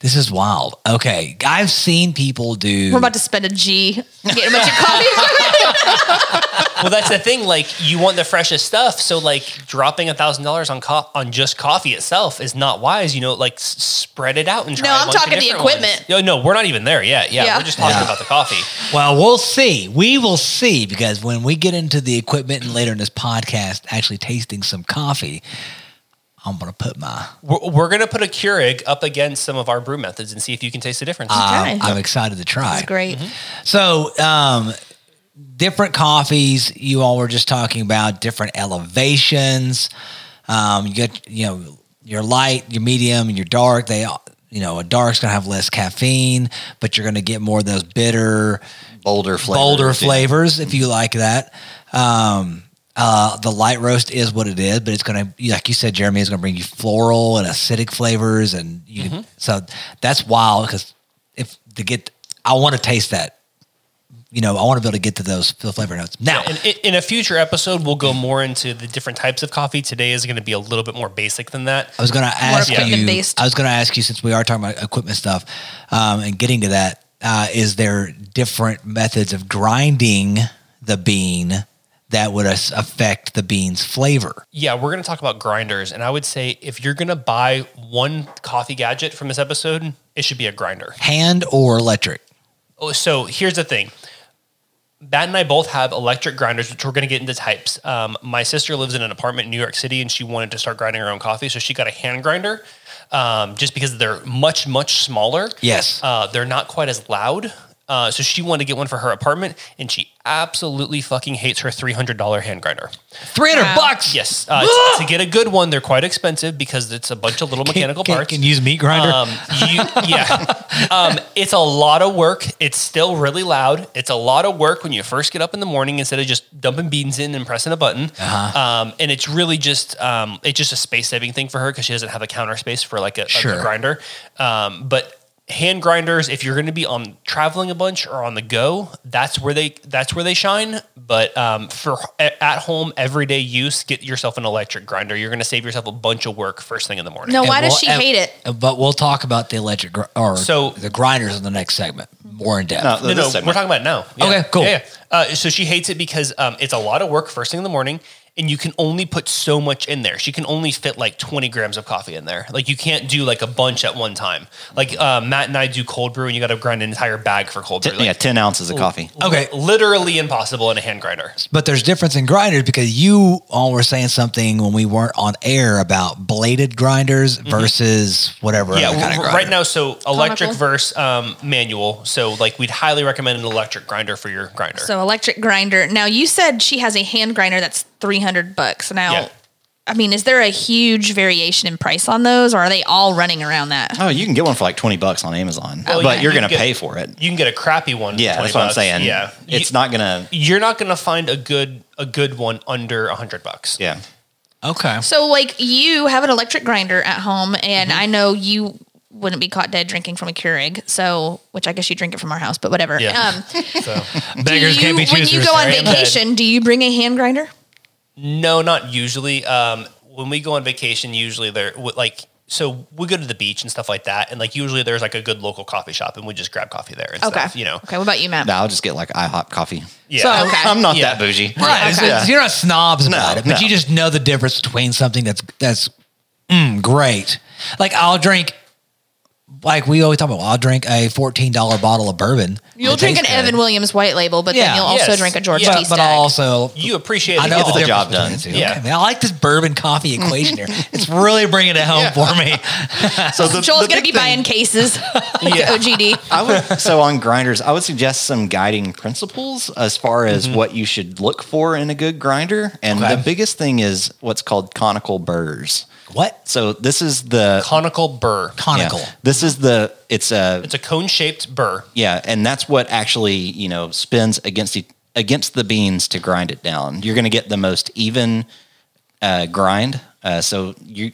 Speaker 1: This is wild. Okay, I've seen people do.
Speaker 3: We're about to spend a G getting a bunch of coffee.
Speaker 4: well, that's the thing. Like, you want the freshest stuff, so like dropping a thousand dollars on co- on just coffee itself is not wise. You know, like s- spread it out and try.
Speaker 3: No,
Speaker 4: a
Speaker 3: I'm
Speaker 4: bunch of
Speaker 3: talking the
Speaker 4: different ones.
Speaker 3: equipment.
Speaker 4: No, no, we're not even there yet. Yeah,
Speaker 3: Yeah.
Speaker 4: we're just talking
Speaker 1: Yeah.
Speaker 4: about the coffee.
Speaker 1: well, we'll see. We will see because when we get into the equipment and later in this podcast, actually tasting some coffee, I'm gonna put my.
Speaker 4: We're, we're gonna put a Keurig up against some of our brew methods and see if you can taste the difference.
Speaker 1: I'm,
Speaker 3: Okay.
Speaker 1: I'm excited to try.
Speaker 3: That's great.
Speaker 1: So, um, different coffees. You all were just talking about different elevations. Um, you get you know your light, your medium, and your dark. They all- you know a dark's gonna have less caffeine, but you're gonna get more of those bitter,
Speaker 2: Boulder flavor.
Speaker 1: bolder flavors if you like that. Um, uh, the light roast is what it is, but it's gonna like you said, Jeremy is gonna bring you floral and acidic flavors, and you can, so that's wild because if to get, I want to taste that. You know, I want to be able to get to those the flavor notes now.
Speaker 4: And in, in a future episode, we'll go more into the different types of coffee. Today is going to be a little bit more basic than that.
Speaker 1: I was going to ask you.
Speaker 3: equipment-based.
Speaker 1: I was going to ask you since we are talking about equipment stuff um, and getting to that. Uh, is there different methods of grinding the bean that would as- affect the bean's flavor?
Speaker 4: Yeah, we're going to talk about grinders. And I would say if you're going to buy one coffee gadget from this episode, it should be a grinder.
Speaker 1: Hand or electric?
Speaker 4: Oh, so here's the thing. Bat and I both have electric grinders, which we're going to get into types. Um, my sister lives in an apartment in New York City, and she wanted to start grinding her own coffee, so she got a hand grinder, um, just because they're much much smaller.
Speaker 1: Yes.
Speaker 4: uh, they're not quite as loud. Uh, so she wanted to get one for her apartment, and she absolutely fucking hates her three hundred dollar hand grinder.
Speaker 1: Three hundred bucks.
Speaker 4: Yes, uh, t- to get a good one, they're quite expensive because it's a bunch of little mechanical
Speaker 1: can,
Speaker 4: parts.
Speaker 1: Can, use meat grinder.
Speaker 4: Um, you, yeah. Um, it's a lot of work. It's still really loud. It's a lot of work when you first get up in the morning instead of just dumping beans in and pressing a button. Um, and it's really just um, it's just a space saving thing for her because she doesn't have a counter space for like a, a
Speaker 1: Sure.
Speaker 4: grinder. Um, but hand grinders, if you're going to be on traveling a bunch or on the go, that's where they that's where they shine. But um, for a- at home everyday use, get yourself an electric grinder. You're going to save yourself a bunch of work first thing in the morning.
Speaker 3: No,
Speaker 1: And
Speaker 3: Oh, why does
Speaker 1: we'll-
Speaker 3: she
Speaker 1: and-
Speaker 3: hate it?
Speaker 1: But we'll talk about the electric gr- or
Speaker 4: So-
Speaker 1: the grinders in the next segment more in depth.
Speaker 2: No,
Speaker 4: No,
Speaker 2: this
Speaker 4: no,
Speaker 2: segment.
Speaker 4: we're talking about it now. Yeah.
Speaker 1: Okay, cool.
Speaker 4: Yeah, yeah. Uh, so she hates it because um, it's a lot of work first thing in the morning, and you can only put so much in there. She can only fit like 20 grams of coffee in there. Like you can't do like a bunch at one time. Like uh, Matt and I do cold brew, and you got to grind an entire bag for cold brew.
Speaker 2: yeah,
Speaker 4: Like,
Speaker 2: ten ounces of coffee.
Speaker 1: Okay.
Speaker 4: literally impossible in a hand grinder.
Speaker 1: But there's difference in grinders because you all were saying something when we weren't on air about bladed grinders versus whatever
Speaker 4: Yeah,
Speaker 1: other kind of
Speaker 4: r-
Speaker 1: grinder.
Speaker 4: right now, so electric
Speaker 3: Conical.
Speaker 4: versus um, manual. So like we'd highly recommend an electric grinder for your grinder.
Speaker 3: So electric grinder. Now you said she has a hand grinder that's three hundred bucks. Now,
Speaker 4: Yeah.
Speaker 3: I mean, is there a huge variation in price on those, or are they all running around that?
Speaker 2: Oh, you can get one for like twenty bucks on Amazon,
Speaker 4: Well,
Speaker 2: but
Speaker 4: you-
Speaker 2: you're
Speaker 4: Oh, you
Speaker 2: gonna
Speaker 4: get-
Speaker 2: pay for it.
Speaker 4: you can get a crappy one. for
Speaker 2: Yeah,
Speaker 4: 20
Speaker 2: that's what I'm
Speaker 4: bucks.
Speaker 2: saying.
Speaker 4: Yeah,
Speaker 2: it's
Speaker 4: You-
Speaker 2: not gonna.
Speaker 4: you're not going to find a good a good one under a hundred bucks.
Speaker 2: Yeah,
Speaker 1: Okay.
Speaker 3: So, like, you have an electric grinder at home, and
Speaker 4: Mm-hmm.
Speaker 3: I know you wouldn't be caught dead drinking from a Keurig. So, which I guess you drink it from our house, but whatever.
Speaker 4: Yeah.
Speaker 3: Um,
Speaker 4: So
Speaker 3: do you, when you go on
Speaker 4: Sorry, I'm dead.
Speaker 3: vacation, do you bring a hand grinder?
Speaker 4: no, not usually. Um, when we go on vacation, usually there w- like so we go to the beach and stuff like that, and like usually there's like a good local coffee shop, and we just grab coffee there. And
Speaker 3: Okay.
Speaker 4: stuff, you know.
Speaker 3: Okay. What about you, Matt?
Speaker 2: no, I'll just get like IHOP coffee.
Speaker 4: Yeah.
Speaker 1: So-
Speaker 3: Okay.
Speaker 2: I'm not
Speaker 4: Yeah.
Speaker 2: that bougie.
Speaker 1: Right. it's- it's- You're not snobs about
Speaker 2: No,
Speaker 1: it, but
Speaker 2: no.
Speaker 1: you just know the difference between something that's that's mm, great. Like I'll drink. Like we always talk about, I'll drink a fourteen dollar bottle of bourbon.
Speaker 3: You'll
Speaker 1: It
Speaker 3: drink an
Speaker 1: tastes good.
Speaker 3: Evan Williams White Label, but
Speaker 1: Yeah.
Speaker 3: then you'll also
Speaker 4: Yes.
Speaker 3: drink a George
Speaker 4: Yeah.
Speaker 3: T.
Speaker 1: Uh, but, but
Speaker 3: Stack.
Speaker 1: I'll also
Speaker 4: you appreciate.
Speaker 1: I
Speaker 4: it.
Speaker 1: know the,
Speaker 2: the
Speaker 1: difference
Speaker 2: job
Speaker 1: between
Speaker 2: done.
Speaker 1: the two.
Speaker 4: Yeah.
Speaker 1: Okay, man, I like this bourbon coffee equation here. It's really bringing it home for me.
Speaker 2: So the,
Speaker 3: Joel's
Speaker 2: the
Speaker 3: gonna be
Speaker 2: big
Speaker 3: buying cases. like
Speaker 4: Yeah.
Speaker 3: OGD.
Speaker 2: I would so on grinders, I would suggest some guiding principles as far as
Speaker 4: Mm-hmm.
Speaker 2: what you should look for in a good grinder. And
Speaker 1: Okay.
Speaker 2: the biggest thing is what's called conical burrs.
Speaker 1: What
Speaker 2: So this is the
Speaker 4: conical burr.
Speaker 2: yeah,
Speaker 1: conical?
Speaker 2: this is the it's a
Speaker 4: It's a cone shaped burr.
Speaker 2: yeah, and that's what actually, you know, e, spins against the against the beans to grind it down. You're gonna get the most even uh, grind. Uh, so you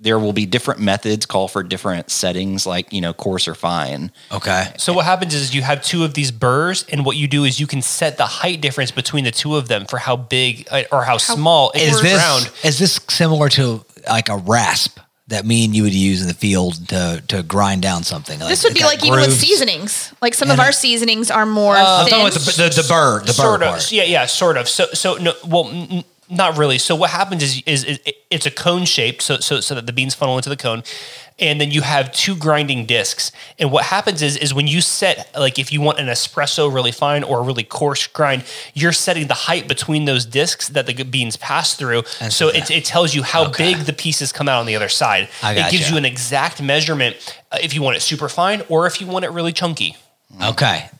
Speaker 2: there will be different methods call for different settings, like you know coarse or fine.
Speaker 1: Okay.
Speaker 4: So what happens is you have two of these burrs, and what you do is you can set the height difference between the two of them for how big uh, or how, small it is
Speaker 1: Is this
Speaker 4: round.
Speaker 1: is this similar to like a rasp that me and you would use in the field to to grind down something?
Speaker 3: This would
Speaker 1: it
Speaker 3: be
Speaker 1: got
Speaker 3: like even with
Speaker 1: grooves.
Speaker 3: seasonings. Like some of
Speaker 1: And
Speaker 3: our
Speaker 1: it-
Speaker 3: seasonings are more
Speaker 1: Uh, I'm
Speaker 3: thin.
Speaker 1: talking about the, the, the bird, the bird
Speaker 4: sort of,
Speaker 1: part.
Speaker 4: yeah, yeah, sort of. So, so no, well, n- n- not really. So what happens is, is, is it- it's a cone shaped, so so so that the beans funnel into the cone, and then you have two grinding discs. And what happens is, is when you set, like, if you want an espresso really fine or a really coarse grind, you're setting the height between those discs that the g- beans pass through. so it, it tells you how big the pieces come out on the other side.
Speaker 1: I
Speaker 4: it gives
Speaker 1: gotcha.
Speaker 4: you an exact measurement uh, if you want it super fine or if you want it really chunky.
Speaker 1: Okay.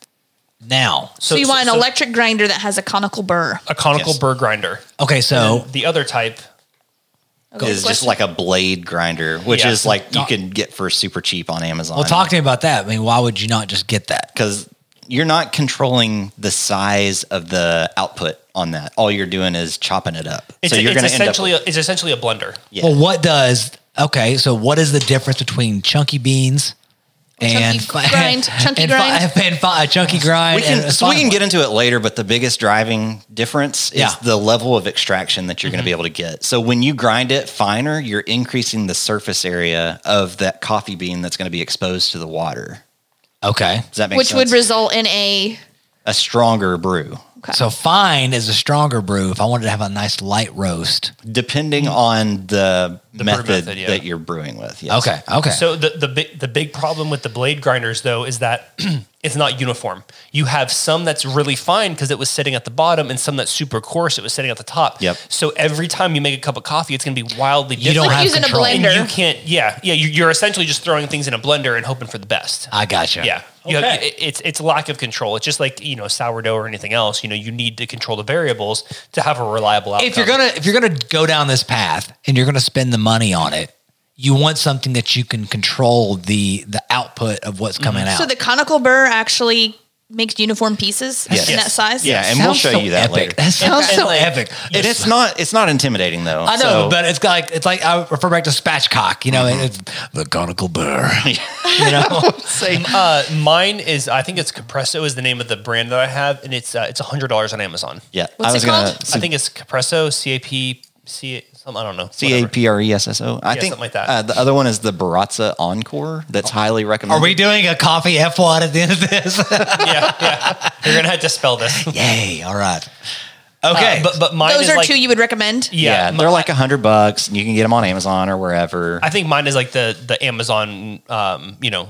Speaker 1: Now,
Speaker 3: so, you want an electric grinder that has a conical burr.
Speaker 4: a conical burr grinder.
Speaker 1: okay, so
Speaker 4: The other type,
Speaker 3: Okay,
Speaker 2: Is just
Speaker 3: question.
Speaker 2: like a blade grinder, which
Speaker 4: Yeah.
Speaker 2: is like you can get for super cheap on Amazon.
Speaker 1: well, talk to me about that. I mean, why would you not just get that?
Speaker 2: because you're not controlling the size of the output on that. All you're doing is chopping it up.
Speaker 4: it's,
Speaker 2: so you're
Speaker 4: it's
Speaker 2: going to end up.
Speaker 4: essentially a, it's essentially a blender.
Speaker 2: yeah.
Speaker 1: Well, what does okay? So, what is the difference between chunky beans and
Speaker 3: Chunky grind, chunky
Speaker 1: and, fi-
Speaker 3: grind.
Speaker 1: and fi- a chunky grind?
Speaker 2: we can,
Speaker 1: and a
Speaker 2: so we can
Speaker 1: fine
Speaker 2: get into it later, but the biggest driving difference is
Speaker 1: Yeah.
Speaker 2: the level of extraction that you're going to be able to get. So when you grind it finer, you're increasing the surface area of that coffee bean that's going to be exposed to the water.
Speaker 1: one. Okay,
Speaker 2: Does that make
Speaker 3: which
Speaker 2: sense?
Speaker 3: would result in a
Speaker 2: a stronger brew,
Speaker 1: so fine is a stronger brew. If I wanted to have a nice light roast,
Speaker 2: depending on the,
Speaker 4: brew
Speaker 2: method,
Speaker 4: method, yeah.
Speaker 2: that you're brewing with. Yes.
Speaker 1: okay, okay.
Speaker 4: So the the big the big problem with the blade grinders though is that it's not uniform. You have some that's really fine because it was sitting at the bottom, and some that's super coarse. It was sitting at the top.
Speaker 2: Yep.
Speaker 4: So every time you make a cup of coffee, it's going to be wildly
Speaker 1: You
Speaker 4: different.
Speaker 1: don't
Speaker 3: like
Speaker 1: have
Speaker 3: using a
Speaker 1: control.
Speaker 3: blender.
Speaker 4: and you can't. Yeah, yeah. you- You're essentially just throwing things in a blender and hoping for the best.
Speaker 1: I gotcha.
Speaker 4: Yeah. You have-
Speaker 1: Okay.
Speaker 4: it- it's it's lack of control. It's just like you know sourdough or anything else. You know you need to control the variables to have a reliable outcome.
Speaker 1: if you're gonna if you're gonna go down this path and you're gonna spend the money on it, you want something that you can control the the output of what's coming out.
Speaker 3: Mm. so the conical burr actually makes uniform pieces
Speaker 2: Yes.
Speaker 3: in that
Speaker 2: Yes.
Speaker 3: size.
Speaker 2: Yeah, and we'll
Speaker 1: Sounds
Speaker 2: show
Speaker 1: so
Speaker 2: you that
Speaker 1: epic.
Speaker 2: later.
Speaker 1: That sounds
Speaker 4: Okay.
Speaker 1: so
Speaker 4: Like,
Speaker 1: epic.
Speaker 2: And it's not it's not intimidating though.
Speaker 1: I know,
Speaker 2: So-
Speaker 1: but it's got like it's like I refer back to spatchcock. You know, it's the conical burr. you know,
Speaker 4: Uh, mine is I think it's Compresso is the name of the brand that I have, and it's uh, it's hundred dollars on Amazon.
Speaker 2: yeah, I
Speaker 3: What's it
Speaker 2: was gonna
Speaker 3: called?
Speaker 2: say-
Speaker 4: I think it's Compresso C A P C something I don't know
Speaker 2: C A
Speaker 4: whatever.
Speaker 2: P R E S S O. I
Speaker 4: Yeah,
Speaker 2: think
Speaker 4: something like that. Oh.
Speaker 2: Uh, the other one is the Barazza Encore. That's highly recommended.
Speaker 1: are we doing a coffee F one at the end of this?
Speaker 4: yeah, yeah. You're gonna have to spell this.
Speaker 1: Yay! All right.
Speaker 4: Okay,
Speaker 1: Okay,
Speaker 4: but but mine
Speaker 3: Those
Speaker 4: is
Speaker 3: are
Speaker 4: like,
Speaker 3: two you would recommend.
Speaker 2: Yeah,
Speaker 4: Yeah,
Speaker 2: they're like a hundred bucks, and you can get them on Amazon or wherever.
Speaker 4: I think mine is like the the Amazon um you know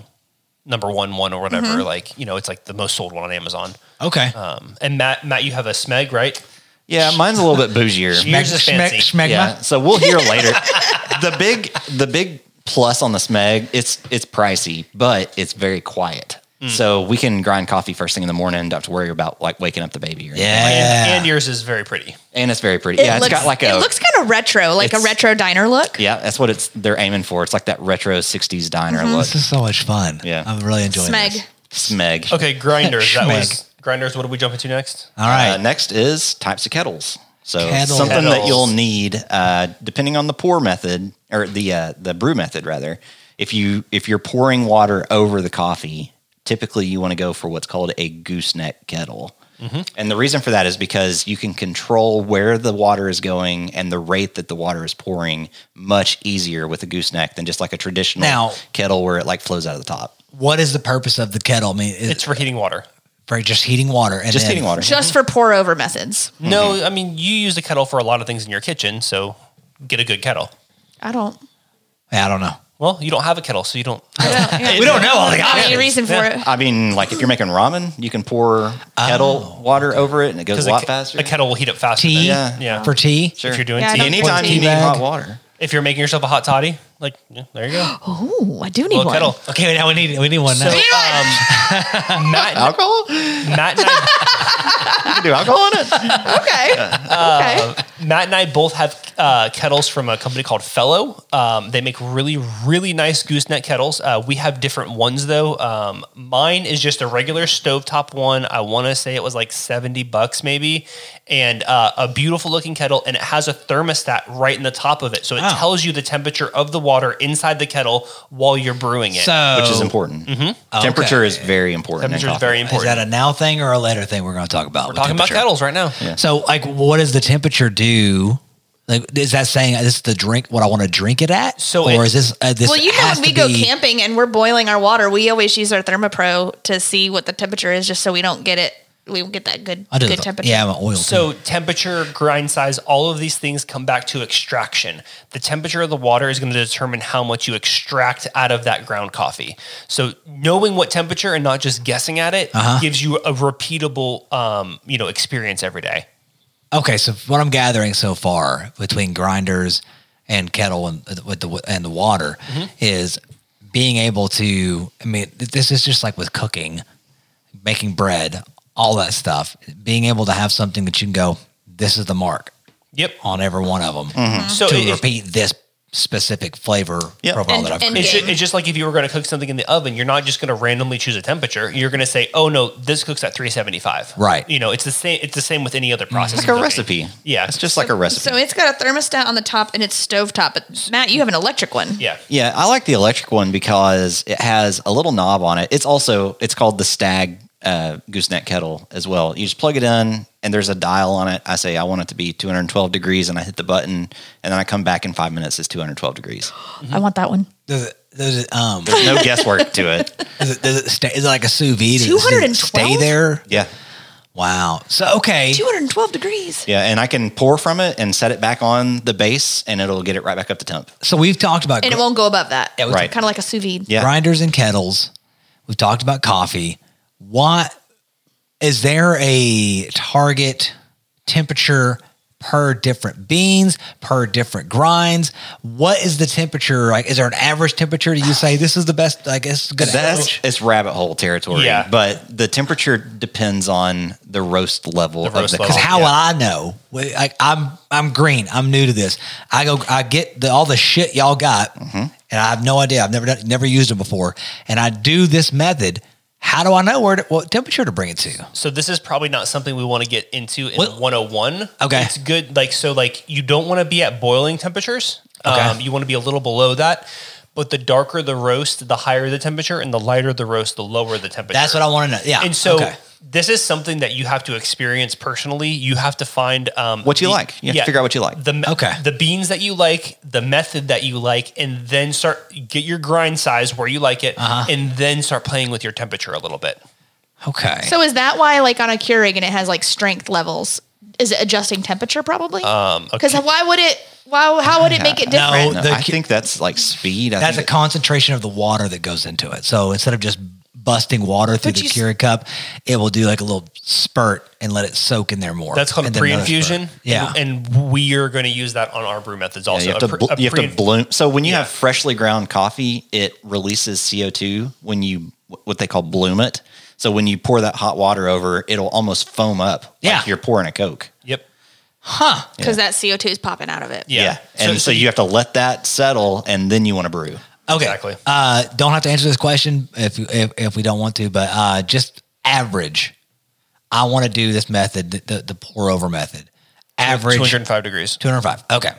Speaker 4: number one one or whatever
Speaker 3: Mm-hmm.
Speaker 4: like you know it's like the most sold one on Amazon.
Speaker 1: okay.
Speaker 4: Um, and Matt Matt you have a Smeg right?
Speaker 2: yeah, mine's a little bit bougier.
Speaker 4: Yours is fancy.
Speaker 1: Schmegma?
Speaker 2: yeah, so we'll hear later. the big, the big plus on the Smeg, it's it's pricey, but it's very quiet.
Speaker 4: Hmm.
Speaker 2: So we can grind coffee first thing in the morning. Don't have to worry about like waking up the baby. Or anything.
Speaker 1: Yeah.
Speaker 4: And, and yours is very pretty.
Speaker 2: and it's very pretty. yeah, it's got like a
Speaker 3: it looks kind of retro, like a
Speaker 2: it's-
Speaker 3: retro diner look.
Speaker 2: yeah. That's what it's they're aiming for. It's like that retro '60s diner
Speaker 3: Mm-hmm.
Speaker 2: look.
Speaker 1: This is so much fun.
Speaker 2: Yeah.
Speaker 1: I'm really enjoying
Speaker 3: Smeg.
Speaker 1: this.
Speaker 2: Smeg.
Speaker 4: Okay, grinders. that was
Speaker 1: Schmeg.
Speaker 4: grinders. What are we jumping to next?
Speaker 1: All right.
Speaker 2: Uh, next is types of kettles. So
Speaker 1: Kettles.
Speaker 2: something that
Speaker 4: Kettles.
Speaker 2: you'll need, uh, depending on the pour method or the uh, the brew method rather. If you if you're pouring water over the coffee, typically you want to go for what's called a gooseneck kettle. And the reason for that is because you can control where the water is going and the rate that the water is pouring much easier with a gooseneck than just like a traditional
Speaker 1: Now-
Speaker 2: kettle where it like flows out of the top.
Speaker 1: what is the purpose of the kettle? I mean, is
Speaker 4: It's for heating water.
Speaker 1: for just heating water. And
Speaker 2: Just
Speaker 1: then-
Speaker 2: heating water.
Speaker 3: Just for pour over methods.
Speaker 4: No, I mean you use a kettle for a lot of things in your kitchen, so get a good kettle.
Speaker 3: I don't.
Speaker 1: Yeah, I don't know.
Speaker 4: Well, you don't have a kettle, so you don't.
Speaker 3: I don't yeah.
Speaker 1: We don't know all the
Speaker 3: Not any
Speaker 1: options.
Speaker 3: reason for
Speaker 4: Yeah.
Speaker 3: it.
Speaker 2: I mean, like if you're making ramen, you can pour kettle water over it and it goes
Speaker 4: Because
Speaker 2: a lot
Speaker 4: ke-
Speaker 2: faster.
Speaker 4: Oh, a kettle will heat up faster.
Speaker 1: Tea
Speaker 4: than-
Speaker 2: Yeah.
Speaker 4: yeah.
Speaker 1: for tea.
Speaker 2: Sure.
Speaker 4: If you're doing
Speaker 3: Yeah, I
Speaker 4: tea,
Speaker 3: don't-
Speaker 2: Anytime
Speaker 3: Tea
Speaker 2: you need
Speaker 1: bag.
Speaker 2: hot water.
Speaker 4: if you're making yourself a hot toddy, like yeah, there you go.
Speaker 3: Oh, I do need
Speaker 4: Little
Speaker 3: one.
Speaker 4: kettle.
Speaker 1: Okay, now we need we need one
Speaker 4: So,
Speaker 1: now.
Speaker 4: um, Matt,
Speaker 2: Alcohol? You
Speaker 4: Matt and I,
Speaker 2: can do alcohol in it.
Speaker 3: Okay. okay.
Speaker 4: Matt and I both have uh, kettles from a company called Fellow. Um, they make really, really nice gooseneck kettles. Uh, we have different ones though. Um, mine is just a regular stovetop one. I want to say it was like 70 bucks maybe, and uh, a beautiful looking kettle. And it has a thermostat right in the top of it. So it
Speaker 1: Oh.
Speaker 4: tells you the temperature of the water inside the kettle while you're brewing it.
Speaker 1: So
Speaker 2: which is important. Temperature is very important. in
Speaker 4: temperature is
Speaker 2: coffee.
Speaker 4: Mm-hmm. very important.
Speaker 1: Is that a now thing or a later thing we're going to talk about? We're
Speaker 4: Talking about kettles right now.
Speaker 1: So, like, what does the temperature do? Like, is that saying this is the drink what I want to drink it at?
Speaker 4: So
Speaker 1: or
Speaker 4: it-
Speaker 1: is this uh, this?
Speaker 3: Well, you know,
Speaker 1: has
Speaker 3: when we
Speaker 1: to
Speaker 3: go
Speaker 1: be-
Speaker 3: camping and we're boiling our water, we always use our Thermopro to see what the temperature is, just so we don't get it. We don't get that good
Speaker 1: I do
Speaker 3: good
Speaker 1: the-
Speaker 3: temperature.
Speaker 1: Yeah, I'm an oil.
Speaker 4: So temperature, grind size, all of these things come back to extraction. The temperature of the water is going to determine how much you extract out of that ground coffee. So knowing what temperature and not just guessing at it
Speaker 2: Uh-huh.
Speaker 4: gives you a repeatable, um, you know, experience every day.
Speaker 1: Okay, so what I'm gathering so far between grinders and kettle and uh, with the and the water
Speaker 4: Mm-hmm.
Speaker 1: is being able to. I mean, th- this is just like with cooking, making bread, all that stuff. Being able to have something that you can go, this is the mark
Speaker 4: Yep.
Speaker 1: on every one of them
Speaker 4: So
Speaker 1: to
Speaker 4: it- it-
Speaker 1: repeat this specific flavor
Speaker 2: Yep.
Speaker 1: profile
Speaker 3: And-
Speaker 1: that I've
Speaker 3: and-
Speaker 1: created.
Speaker 4: It's, ju-
Speaker 3: Yeah.
Speaker 4: it's just like if you were going to cook something in the oven, you're not just going to randomly choose a temperature. You're going to say, "Oh no, this cooks at 375."
Speaker 1: Right.
Speaker 4: You know, it's the same. It's the same with any other process.
Speaker 2: It's
Speaker 4: of
Speaker 2: like a
Speaker 4: cooking.
Speaker 2: recipe.
Speaker 4: Yeah.
Speaker 2: Mm-hmm. It's just like a recipe.
Speaker 3: So it's got a thermostat on the top and it's stovetop. But Matt, you have an electric one.
Speaker 4: Yeah.
Speaker 2: Yeah, I like the electric one because it has a little knob on it. It's also it's called the Stag uh, gooseneck kettle as well. You just plug it in, and there's a dial on it. I say I want it to be 212 degrees, and I hit the button, and then I come back in five minutes. It's 212 degrees.
Speaker 4: mm-hmm.
Speaker 3: I want that one.
Speaker 1: Does it, does it, um,
Speaker 2: There's no guesswork to it.
Speaker 1: does it, does it stay, is it like a sous vide? Does it- does it stay
Speaker 3: 212?
Speaker 1: there?
Speaker 2: Yeah,
Speaker 1: Wow. So, okay.
Speaker 3: 212 degrees.
Speaker 2: yeah, and I can pour from it and set it back on the base, and it'll get it right back up to temp.
Speaker 1: So we've talked about
Speaker 3: And it
Speaker 1: gr-
Speaker 3: won't go above that.
Speaker 1: Yeah, we-
Speaker 2: Right.
Speaker 3: Kind of like a sous vide.
Speaker 2: Yeah.
Speaker 1: grinders and kettles. We've talked about coffee. What is there a target temperature per different beans, per different grinds? What is the temperature? Like, is there an average temperature? Do you say this is the best? I guess good
Speaker 2: That's
Speaker 1: average.
Speaker 2: it's rabbit hole territory.
Speaker 4: Yeah.
Speaker 2: But the temperature depends on the roast level
Speaker 4: The roast
Speaker 2: of the
Speaker 4: level.
Speaker 1: Because
Speaker 2: coffee.
Speaker 1: how will I know? Wait, Like I'm, I'm green. I'm new to this. I go, I get the, all the shit y'all got,
Speaker 4: Mm-hmm.
Speaker 1: and I have no idea. I've never done, never used it before, and I do this method. How do I know where to, what temperature to bring it to?
Speaker 4: So this is probably not something we want to get into in
Speaker 1: Well-
Speaker 4: 101.
Speaker 1: Okay.
Speaker 4: It's good like so like you don't want to be at boiling temperatures. Um, you want to be a little below that. But the darker the roast, the higher the temperature, and the lighter the roast, the lower the temperature.
Speaker 1: That's what I want to know. Yeah.
Speaker 4: And so
Speaker 1: Okay.
Speaker 4: this is something that you have to experience personally. You have to find um,
Speaker 2: What you like. You have to figure out what you like.
Speaker 4: The me-
Speaker 1: Okay.
Speaker 4: the beans that you like, the method that you like, and then start get your grind size where you like it,
Speaker 2: Uh-huh.
Speaker 4: and then start playing with your temperature a little bit.
Speaker 1: okay.
Speaker 3: So is that why, like on a Keurig, and it has like strength levels? Is it adjusting temperature probably? Um, because why would it? Why? How would it make it
Speaker 1: No,
Speaker 3: different?
Speaker 2: No,
Speaker 1: The
Speaker 2: I
Speaker 1: ki-
Speaker 2: think that's like speed. I
Speaker 1: that's a
Speaker 2: think
Speaker 1: concentration of the water that goes into it. So instead of just busting water through
Speaker 3: But
Speaker 1: the
Speaker 3: you s-
Speaker 1: Keurig cup, it will do like a little spurt and let it soak in there more.
Speaker 4: That's called a
Speaker 1: And then another
Speaker 4: pre-infusion.
Speaker 1: spurt. Yeah.
Speaker 4: and, and we are going to use that on our brew methods also.
Speaker 2: Yeah, you have
Speaker 4: A
Speaker 2: to
Speaker 4: pre-
Speaker 2: bl-
Speaker 4: a
Speaker 2: you have to
Speaker 4: pre-
Speaker 2: bloom. So when you have freshly ground coffee, it releases CO two when you what they call bloom it. So when you pour that hot water over, it'll almost foam up.
Speaker 1: Yeah.
Speaker 2: like you're pouring a Coke.
Speaker 4: Yep.
Speaker 3: Because that CO two is popping out of it.
Speaker 4: Yeah.
Speaker 2: and so, you have to let that settle, and then you want to brew.
Speaker 1: okay.
Speaker 4: Exactly.
Speaker 1: Uh, don't have to answer this question if, you- if, if we don't want to, but uh, just average. I want to do this method, the, the, the pour over method. Average
Speaker 4: 205 degrees.
Speaker 1: 205. Okay.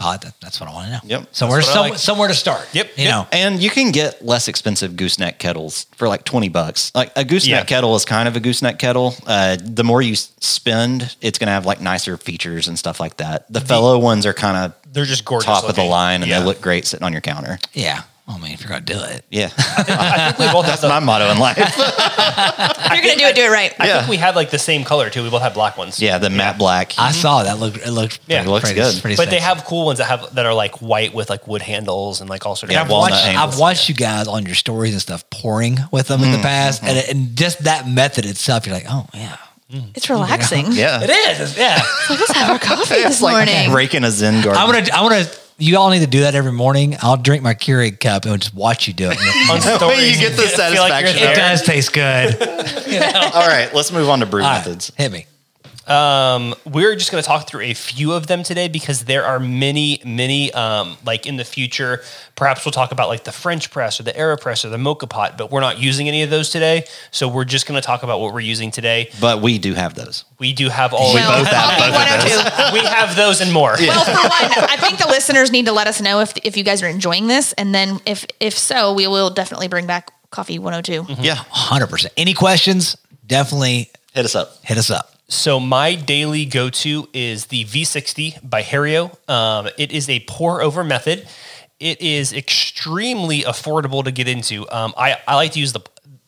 Speaker 1: Ah, that, that's what I want to know.
Speaker 2: Yep.
Speaker 1: So we're
Speaker 4: what I
Speaker 1: some,
Speaker 4: like.
Speaker 1: somewhere to start.
Speaker 4: Yep,
Speaker 1: You
Speaker 4: yep.
Speaker 1: know.
Speaker 2: And you can get less expensive gooseneck kettles for like 20 bucks. Like a gooseneck
Speaker 4: Yeah.
Speaker 2: kettle is kind of a gooseneck kettle. Uh, the more you s- spend, it's going to have like nicer features and stuff like that. The fellow ones are kind of
Speaker 4: They're just gorgeous.
Speaker 2: top of the
Speaker 4: looking.
Speaker 2: line and
Speaker 4: Yeah.
Speaker 2: they look great sitting on your counter.
Speaker 1: Yeah. Oh, Well, I mean, if you're going to do it.
Speaker 2: Yeah.
Speaker 4: I think we both have the,
Speaker 2: My motto in life.
Speaker 3: If you're gonna do it, do it right.
Speaker 4: I think we had like the same color too. We both have black ones.
Speaker 2: Yeah, the matte black.
Speaker 1: I saw that. Looked, it looked
Speaker 4: Mm-hmm. Yeah,
Speaker 1: pretty-
Speaker 4: it looks
Speaker 1: pretty,
Speaker 2: good.
Speaker 1: pretty
Speaker 4: But they
Speaker 1: sexy.
Speaker 4: have cool ones that have that are like white with like wood handles and like all sorts
Speaker 2: Yeah,
Speaker 4: of
Speaker 1: I've
Speaker 2: walnut
Speaker 1: watched,
Speaker 2: angles,
Speaker 1: I've watched you guys on your stories and stuff pouring with them in
Speaker 4: Mm-hmm.
Speaker 1: the past, and, and just that method itself, you're like, oh yeah,
Speaker 3: It's relaxing.
Speaker 2: yeah.
Speaker 1: is, it's- yeah.
Speaker 3: Let's have our coffee this morning.
Speaker 2: Raking a Zen garden.
Speaker 1: I want to, I want to. You all need to do that every morning. I'll drink my Keurig cup and just watch you do it.
Speaker 4: On stories,
Speaker 2: you get the
Speaker 4: feel like you're
Speaker 2: satisfaction
Speaker 1: it
Speaker 4: there.
Speaker 1: does taste good.
Speaker 2: All right, let's move on to brew
Speaker 1: All right,
Speaker 2: methods.
Speaker 1: hit me.
Speaker 4: Um, we're just going to talk through a few of them today because there are many, many. Um, like in the future, perhaps we'll talk about like the French press or the Aeropress or the Mocha Pot, but we're not using any of those today. So we're just going to talk about what we're using today.
Speaker 2: But we do have those.
Speaker 4: We do have all.
Speaker 3: Well,
Speaker 4: of
Speaker 2: both have
Speaker 3: Coffee
Speaker 2: both of
Speaker 3: 102.
Speaker 4: those. we have those and more.
Speaker 3: Well, for one, I think the listeners need to let us know if if you guys are enjoying this, and then if if so, we will definitely bring back Coffee 102.
Speaker 4: Mm-hmm.
Speaker 2: Yeah.
Speaker 1: 100%. Any questions? Definitely
Speaker 2: Hit us up.
Speaker 1: hit us up.
Speaker 4: So my daily go-to is the V60 by Hario. Um, it is a pour-over method. It is extremely affordable to get into. Um, I, I like to use the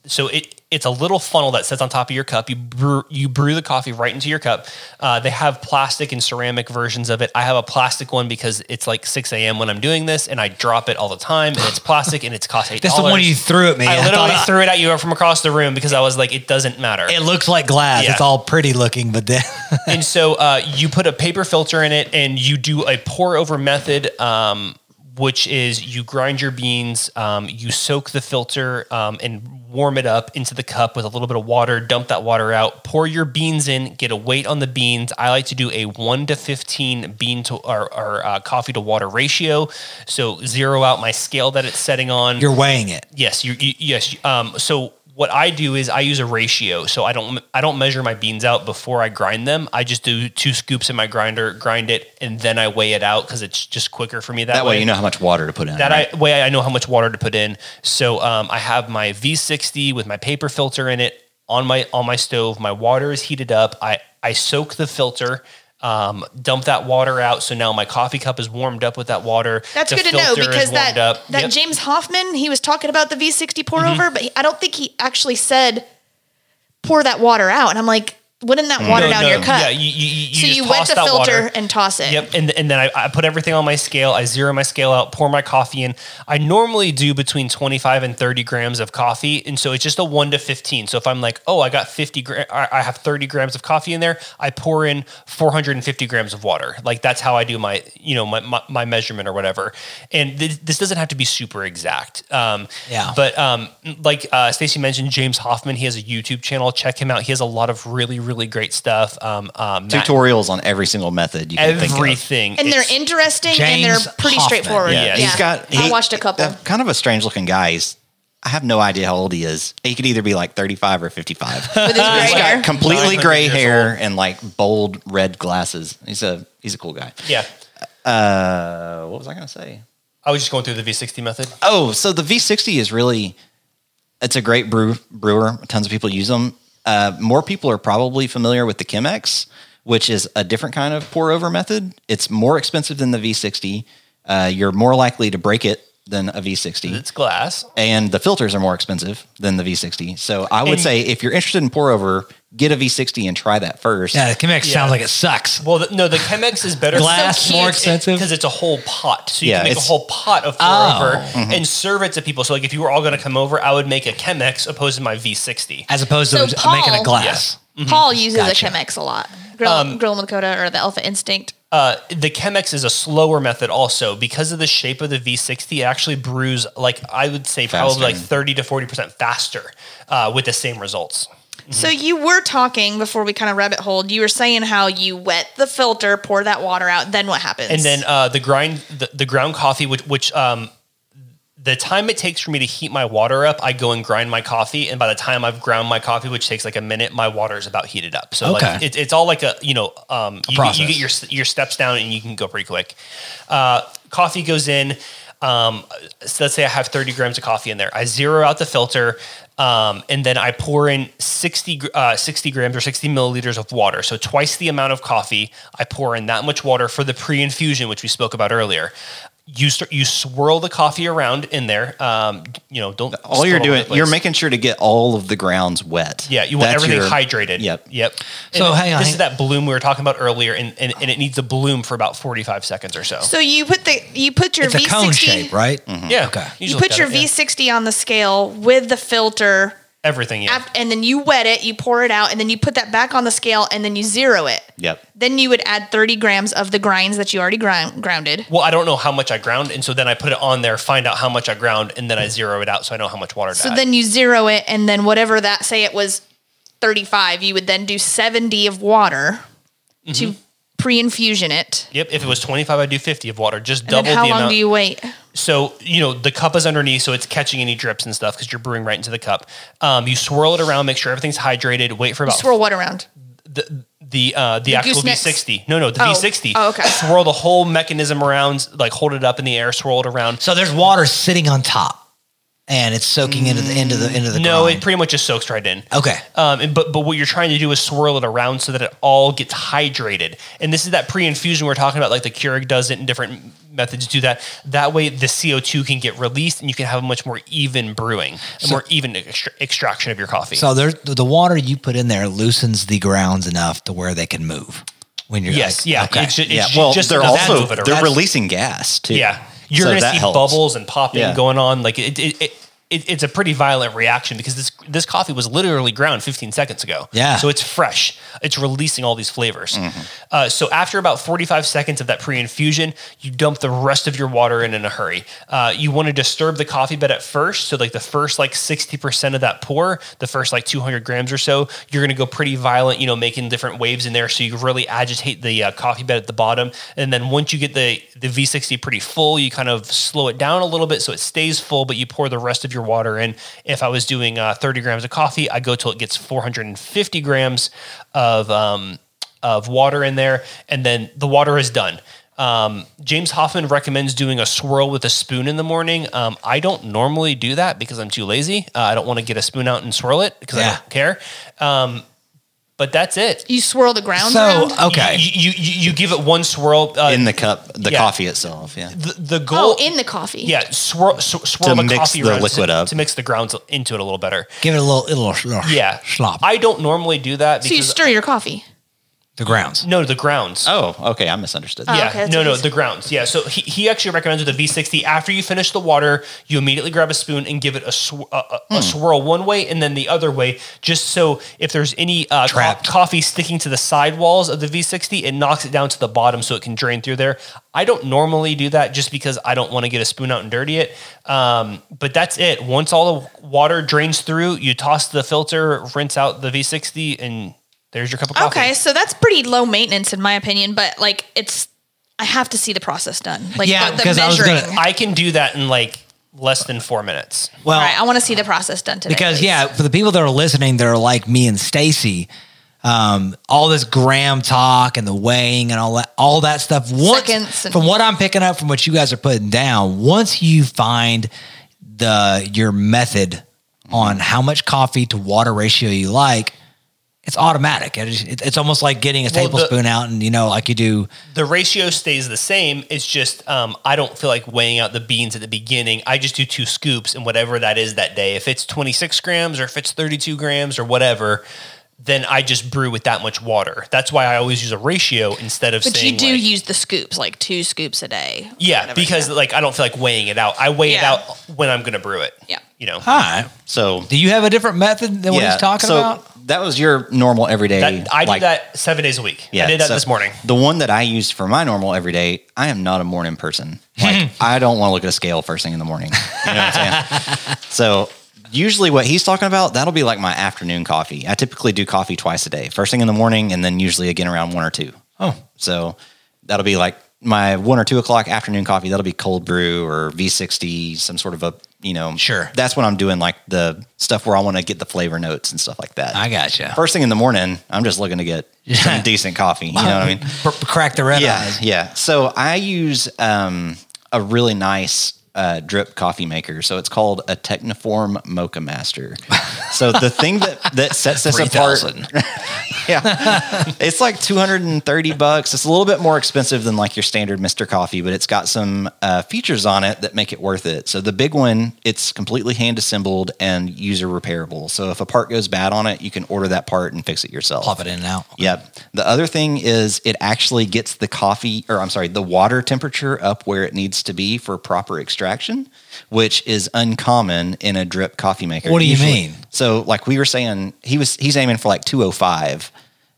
Speaker 4: so it it's a little funnel that sits on top of your cup. You brew, you brew the coffee right into your cup. Uh, they have plastic and ceramic versions of it. I have a plastic one because it's like 6 a.m. when I'm doing this, and I drop it all the time. And it's plastic, and it's cost eight.
Speaker 1: That's the one you threw at me.
Speaker 4: I
Speaker 1: I
Speaker 4: literally
Speaker 1: thought-
Speaker 4: threw it at you from across the room because I was like, it doesn't matter.
Speaker 1: It looks like glass.
Speaker 4: Yeah.
Speaker 1: It's all pretty looking, but then
Speaker 4: and so uh, you put a paper filter in it and you do a pour over method um, which is you grind your beans um, you soak the filter um, and warm it up into the cup with a little bit of water dump that water out pour your beans in get a weight on the beans i like to do a 1 to 15 bean to or, or uh, coffee to water ratio so zero out my scale that it's setting on
Speaker 1: you're weighing it.
Speaker 4: Yes, you, you yes. you- Um, so what I do is I use a ratio. So I don't I don't measure my beans out before I grind them. I just do two scoops in my grinder, grind it, and then I weigh it out because it's just quicker for me that,
Speaker 2: That way you know how much water to put in.
Speaker 4: that
Speaker 2: right?
Speaker 4: I, way I know how much water to put in. So um, I have my V60 with my paper filter in it on my on my stove. My water is heated up. I I soak the filter. Um, dump that water out. So now my coffee cup is warmed up with that water.
Speaker 3: That's
Speaker 4: The
Speaker 3: good to know
Speaker 4: filter is
Speaker 3: because that
Speaker 4: warmed up.
Speaker 3: that
Speaker 4: Yep. Mm-hmm.
Speaker 3: James Hoffman he was talking about the V60 pour over, but he, I don't think he actually said pour that water out. And I'm like, wouldn't that water
Speaker 4: Mm. No,
Speaker 3: down
Speaker 4: no,
Speaker 3: your cup?
Speaker 4: Yeah, you, you, you
Speaker 3: so
Speaker 4: just
Speaker 3: you wet
Speaker 4: toss
Speaker 3: the
Speaker 4: that
Speaker 3: filter
Speaker 4: water.
Speaker 3: and toss it.
Speaker 4: Yep, and and then I, I put everything on my scale. I zero my scale out, pour my coffee in. I normally do between twenty five and thirty grams of coffee, and so it's just a one to fifteen. So if I'm like, oh, I got fifty, gra- I I have thirty grams of coffee in there, I pour in four hundred and fifty grams of water. Like that's how I do my you know my my, my measurement or whatever. And th- this doesn't have to be super exact. Um,
Speaker 1: Yeah.
Speaker 4: but but um, like uh, Stacy mentioned, James Hoffman, he has a YouTube channel. Check him out. He has a lot of really, really great stuff. Um, um, Matt-
Speaker 2: Tutorials on every single method you can think of.
Speaker 4: everything,
Speaker 3: And
Speaker 4: It's-
Speaker 3: they're interesting and
Speaker 1: James
Speaker 3: they're pretty
Speaker 1: Hoffman.
Speaker 3: straightforward.
Speaker 4: Yeah.
Speaker 3: Yeah,
Speaker 2: He's got.
Speaker 3: I
Speaker 2: he-
Speaker 3: watched a couple.
Speaker 2: uh, kind of a strange looking guy. He's, I have no idea how old he is. He could either be like 35 or 55.
Speaker 3: with his gray
Speaker 2: He's
Speaker 3: hair.
Speaker 2: got completely
Speaker 4: 900
Speaker 2: gray
Speaker 4: years
Speaker 2: hair
Speaker 4: old.
Speaker 2: and like bold red glasses. He's a he's a cool guy.
Speaker 4: yeah.
Speaker 2: Uh, what was I gonna say?
Speaker 4: I was just going through the V60 method.
Speaker 2: Oh, so the V60 is really it's a great brew, brewer. Tons of people use them. Uh, more people are probably familiar with the Chemex, which is a different kind of pour over method. It's more expensive than the V60. Uh, you're more likely to break it than a V60
Speaker 4: It's glass.
Speaker 2: and the filters are more expensive than the V60. So I would
Speaker 4: And-
Speaker 2: say if you're interested in pour over, get a V60 and try that first.
Speaker 1: Yeah, the Uh, Chemex
Speaker 4: Yeah.
Speaker 1: sounds like it sucks.
Speaker 4: Well, the, no, the Chemex is better.
Speaker 1: Glass,
Speaker 3: so cute.
Speaker 1: more expensive.
Speaker 4: because it's a whole pot. So you
Speaker 2: Yeah,
Speaker 4: can make a
Speaker 2: it's-
Speaker 4: whole pot of pour
Speaker 1: Oh.
Speaker 4: over and serve it to people. So like if you were all going to come over, I would make a Chemex opposed to my V60.
Speaker 1: as opposed
Speaker 3: So
Speaker 1: to
Speaker 3: Paul-
Speaker 1: making a glass.
Speaker 4: Yes.
Speaker 3: Paul uses
Speaker 1: Gotcha.
Speaker 3: a Chemex a lot. Grill, Grill Dakota or the Alpha Instinct.
Speaker 4: uh, the Chemex is a slower method also because of the shape of the V60. It actually brews like I would say
Speaker 2: Faster.
Speaker 4: probably like 30 to 40 percent faster uh, with the same results.
Speaker 3: So you were talking before we kind of rabbit holed. You were saying how you wet the filter, pour that water out, then what happens?
Speaker 4: And then uh, the grind, the, the ground coffee, which which um, the time it takes for me to heat my water up, I go and grind my coffee, and by the time I've ground my coffee, which takes like a minute, my water is about heated up. So like
Speaker 1: Okay.
Speaker 4: it, it's all like a you know um, you, get- you
Speaker 1: process.
Speaker 4: get your s- your steps down and you can go pretty quick. Uh, coffee goes in. Um, so let's say I have 30 grams of coffee in there. I zero out the filter, um, and then I pour in 60, gr- uh, 60 grams or 60 milliliters of water. So twice the amount of coffee. I pour in that much water for the pre-infusion, which we spoke about earlier. You start, you swirl the coffee around in there. Um, you know, don't
Speaker 2: all you're
Speaker 4: spill over
Speaker 2: doing,
Speaker 4: the place.
Speaker 2: you're making sure to get all of the grounds wet.
Speaker 4: Yeah, you want
Speaker 2: That's
Speaker 4: everything
Speaker 2: your-
Speaker 4: hydrated.
Speaker 2: Yep.
Speaker 4: Yep.
Speaker 1: So,
Speaker 4: And
Speaker 1: hang on,
Speaker 4: This
Speaker 1: hang-
Speaker 4: is that bloom we were talking about earlier, and, and, and it needs to bloom for about 45 seconds or so.
Speaker 2: Hmm.
Speaker 3: so you put the you put your
Speaker 1: It's a
Speaker 3: V60
Speaker 1: cone shape, right?
Speaker 4: yeah.
Speaker 1: Okay.
Speaker 3: You
Speaker 4: just
Speaker 3: put
Speaker 4: look
Speaker 3: your
Speaker 4: at it, yeah.
Speaker 3: V60 on the scale with the filter,
Speaker 4: Everything, yeah.
Speaker 3: ap- and then you wet it, you pour it out, and then you put that back on the scale, and then you zero it.
Speaker 2: Yep.
Speaker 3: Then you would add 30 grams of the grinds that you already grind, grounded.
Speaker 4: well, I don't know how much I ground, and so then I put it on there, find out how much I ground, and then I zero it out so I know how much water to
Speaker 3: So
Speaker 4: add.
Speaker 3: then you zero it, and then whatever that say it was 35, you would then do 70 of water
Speaker 4: Mm-hmm.
Speaker 3: to pre-infusion it.
Speaker 4: Yep. If it was 25, I'd do 50 of water. Just
Speaker 3: And
Speaker 4: double
Speaker 3: then how
Speaker 4: the
Speaker 3: long
Speaker 4: amount.
Speaker 3: do you wait?
Speaker 4: so, you know, the cup is underneath, so it's catching any drips and stuff because you're brewing right into the cup. Um, you swirl it around, make sure everything's hydrated, wait for about
Speaker 3: Swirl what around?
Speaker 4: the the uh, the, actual
Speaker 3: goosenecks?
Speaker 4: V60. No, no, the
Speaker 3: Oh.
Speaker 4: V60.
Speaker 3: Oh, okay.
Speaker 4: Swirl the whole mechanism around, like hold it up in the air, swirl it around.
Speaker 1: So there's water sitting on top, and it's soaking into the into the into the.
Speaker 4: no,
Speaker 1: grind.
Speaker 4: it pretty much just soaks right in.
Speaker 1: okay.
Speaker 4: Um, and, but but what you're trying to do is swirl it around so that it all gets hydrated. And this is that pre-infusion we're talking about, like the Keurig does it, and different methods do that. That way, the CO2 can get released, and you can have a much more even brewing, a more even extra- extraction of your coffee.
Speaker 1: So there's the water you put in there loosens the grounds enough to where they can move when you're.
Speaker 4: yes,
Speaker 1: like-
Speaker 4: yeah,
Speaker 1: Okay.
Speaker 4: it's ju- it's
Speaker 2: yeah. Well,
Speaker 4: just
Speaker 2: they're
Speaker 4: enough to
Speaker 2: also
Speaker 4: move it
Speaker 2: they're
Speaker 4: around.
Speaker 2: releasing gas too.
Speaker 4: Yeah, you're
Speaker 2: So
Speaker 4: gonna
Speaker 2: that
Speaker 4: see
Speaker 2: helps.
Speaker 4: bubbles and popping
Speaker 2: Yeah.
Speaker 4: going on. Like it, it, it, it, it's a pretty violent reaction because this this coffee was literally ground 15 seconds ago.
Speaker 1: Yeah.
Speaker 4: so it's fresh. It's releasing all these flavors.
Speaker 2: Mm-hmm.
Speaker 4: Uh, so after about 45 seconds of that pre-infusion, you dump the rest of your water in in a hurry. Uh, you want to disturb the coffee bed at first, so like the first like 60 percent of that pour, the first like 200 grams or so, you're gonna go pretty violent. You know, making different waves in there, so you really agitate the uh, coffee bed at the bottom. And then once you get the the V60 pretty full, you kind of slow it down a little bit so it stays full, but you pour the rest of your water in. If I was doing uh, 30 grams of coffee, I go till it gets 450 grams of um, of water in there, and then the water is done. Um, James Hoffman recommends doing a swirl with a spoon in the morning. Um, I don't normally do that because I'm too lazy. Uh, I don't want to get a spoon out and swirl it because
Speaker 1: Yeah.
Speaker 4: I don't care. Um, but that's it.
Speaker 3: You swirl the grounds
Speaker 1: So
Speaker 3: around?
Speaker 1: okay.
Speaker 4: You, you, you you give it one swirl uh,
Speaker 2: in the cup, the
Speaker 4: Yeah.
Speaker 2: coffee itself. Yeah.
Speaker 4: the, the goal
Speaker 3: oh, in the coffee.
Speaker 4: yeah, swirl, sw- swirl
Speaker 2: To
Speaker 4: the
Speaker 2: mix
Speaker 4: coffee
Speaker 2: the
Speaker 4: around
Speaker 2: liquid
Speaker 4: to,
Speaker 2: up.
Speaker 4: to mix the grounds into it a little better.
Speaker 1: Give it a little, a little, little
Speaker 4: Yeah,
Speaker 1: slop.
Speaker 4: I don't normally do that because
Speaker 3: So you stir your coffee.
Speaker 1: the grounds.
Speaker 4: no the grounds.
Speaker 2: Oh, okay. I misunderstood.
Speaker 1: Uh,
Speaker 4: Yeah,
Speaker 3: okay, that's
Speaker 4: no,
Speaker 3: what
Speaker 4: no,
Speaker 3: he said.
Speaker 4: the grounds. Yeah, so he, he actually recommends with a V60. After you finish the water, you immediately grab a spoon and give it a, sw- a, a,
Speaker 3: Hmm.
Speaker 4: a swirl one way and then the other way, just so if there's any uh, co-
Speaker 1: Trapped.
Speaker 4: coffee sticking to the sidewalls of the V60, it knocks it down to the bottom so it can drain through there. I don't normally do that just because I don't want to get a spoon out and dirty it. Um, but that's it. Once all the water drains through, you toss the filter, rinse out the V60, and there's your cup of coffee.
Speaker 3: Okay, so that's pretty low maintenance in my opinion, but like it's I have to see the process done. Like
Speaker 1: Yeah,
Speaker 3: the, the
Speaker 1: because I was
Speaker 3: measuring.
Speaker 1: gonna-
Speaker 4: I can do that in like less than four minutes.
Speaker 1: Well,
Speaker 3: All right, I want to see the process done today.
Speaker 1: because
Speaker 3: please.
Speaker 1: yeah, for the people that are listening, that are like me and Stacy. Um, all this gram talk and the weighing and all that, all that stuff. Once,
Speaker 3: Seconds and-
Speaker 1: from what I'm picking up from what you guys are putting down, once you find the your method
Speaker 2: Mm-hmm.
Speaker 1: on how much coffee to water ratio you like, it's automatic. It is- it's almost like getting a
Speaker 4: Well, the-
Speaker 1: tablespoon out and you know, like you do
Speaker 4: The ratio stays the same. It's just um, I don't feel like weighing out the beans at the beginning. I just do two scoops and whatever that is that day. If it's 26 grams or if it's 32 grams or whatever, then I just brew with that much water. That's why I always use a ratio instead of
Speaker 3: But
Speaker 4: saying
Speaker 3: you do
Speaker 4: like-
Speaker 3: use the scoops, like two scoops a day.
Speaker 4: yeah,
Speaker 3: whatever,
Speaker 4: because
Speaker 3: yeah.
Speaker 4: like I don't feel like weighing it out. I weigh it
Speaker 3: Yeah.
Speaker 4: out when I'm gonna brew it.
Speaker 3: Yeah.
Speaker 4: you know.
Speaker 1: All right.
Speaker 2: So
Speaker 1: Do you have a different method than what he's talking
Speaker 2: so
Speaker 1: about?
Speaker 2: That was your normal everyday.
Speaker 4: That, I
Speaker 2: like-
Speaker 4: do that seven days a week. I did that
Speaker 2: so
Speaker 4: this morning.
Speaker 2: The one that I used for my normal everyday, I am not a morning person. Like I don't want to look at a scale first thing in the morning. You know what I'm saying? so usually what he's talking about, that'll be like my afternoon coffee. I typically do coffee twice a day. First thing in the morning and then usually again around one or two. Oh. So that'll be like my one or two o'clock afternoon coffee. That'll be cold brew or V sixty, some sort of a you know
Speaker 1: Sure.
Speaker 2: That's when I'm doing like the stuff where I want to get the flavor notes and stuff like that.
Speaker 1: I gotcha.
Speaker 2: First thing in the morning, I'm just looking to get some decent coffee. You know what I mean?
Speaker 1: Br- crack the red
Speaker 2: Yeah,
Speaker 1: eyes.
Speaker 2: yeah. So I use um, a really nice uh, drip coffee maker. So it's called a Techniform Mocha Master. so the thing that that sets this apart,
Speaker 1: 3000.
Speaker 2: yeah, it's like 230 bucks. It's a little bit more expensive than like your standard Mister Coffee, but it's got some uh, features on it that make it worth it. So the big one, it's completely hand assembled and user repairable. So if a part goes bad on it, you can order that part and fix it yourself.
Speaker 1: Pop it in and out.
Speaker 2: Yep. The other thing is it actually gets the coffee, or I'm sorry, the water temperature up where it needs to be for proper extraction, which is uncommon in a drip coffee maker.
Speaker 1: What do you mean?
Speaker 2: So, like we were saying, he was he's aiming for like 205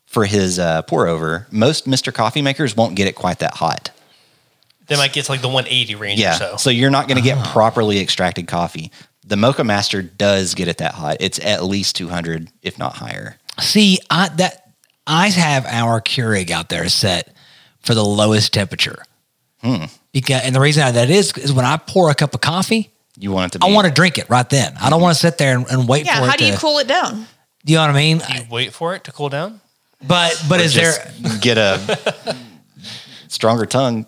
Speaker 2: for his uh, pour over. Most Mr. Coffee makers won't get it quite that hot.
Speaker 4: Then I get to like the 180 range
Speaker 2: Yeah.
Speaker 4: or so.
Speaker 2: you're not going to
Speaker 1: Oh.
Speaker 2: get properly extracted coffee. The Mocha Master does get it that hot. It's at least 200, if not higher.
Speaker 1: See, I that I have our Keurig out there set for the lowest temperature. Hmm. Because, and the reason I- that is is when I pour a cup of coffee,
Speaker 2: You want it to be.
Speaker 1: I want to drink it right then. I don't want to sit there and, and wait
Speaker 3: Yeah,
Speaker 1: for it.
Speaker 3: how do you
Speaker 1: to-
Speaker 3: cool it down?
Speaker 1: Do you know what I mean?
Speaker 4: You wait for it to cool down.
Speaker 1: But but is
Speaker 2: just
Speaker 1: there
Speaker 2: get a stronger tongue?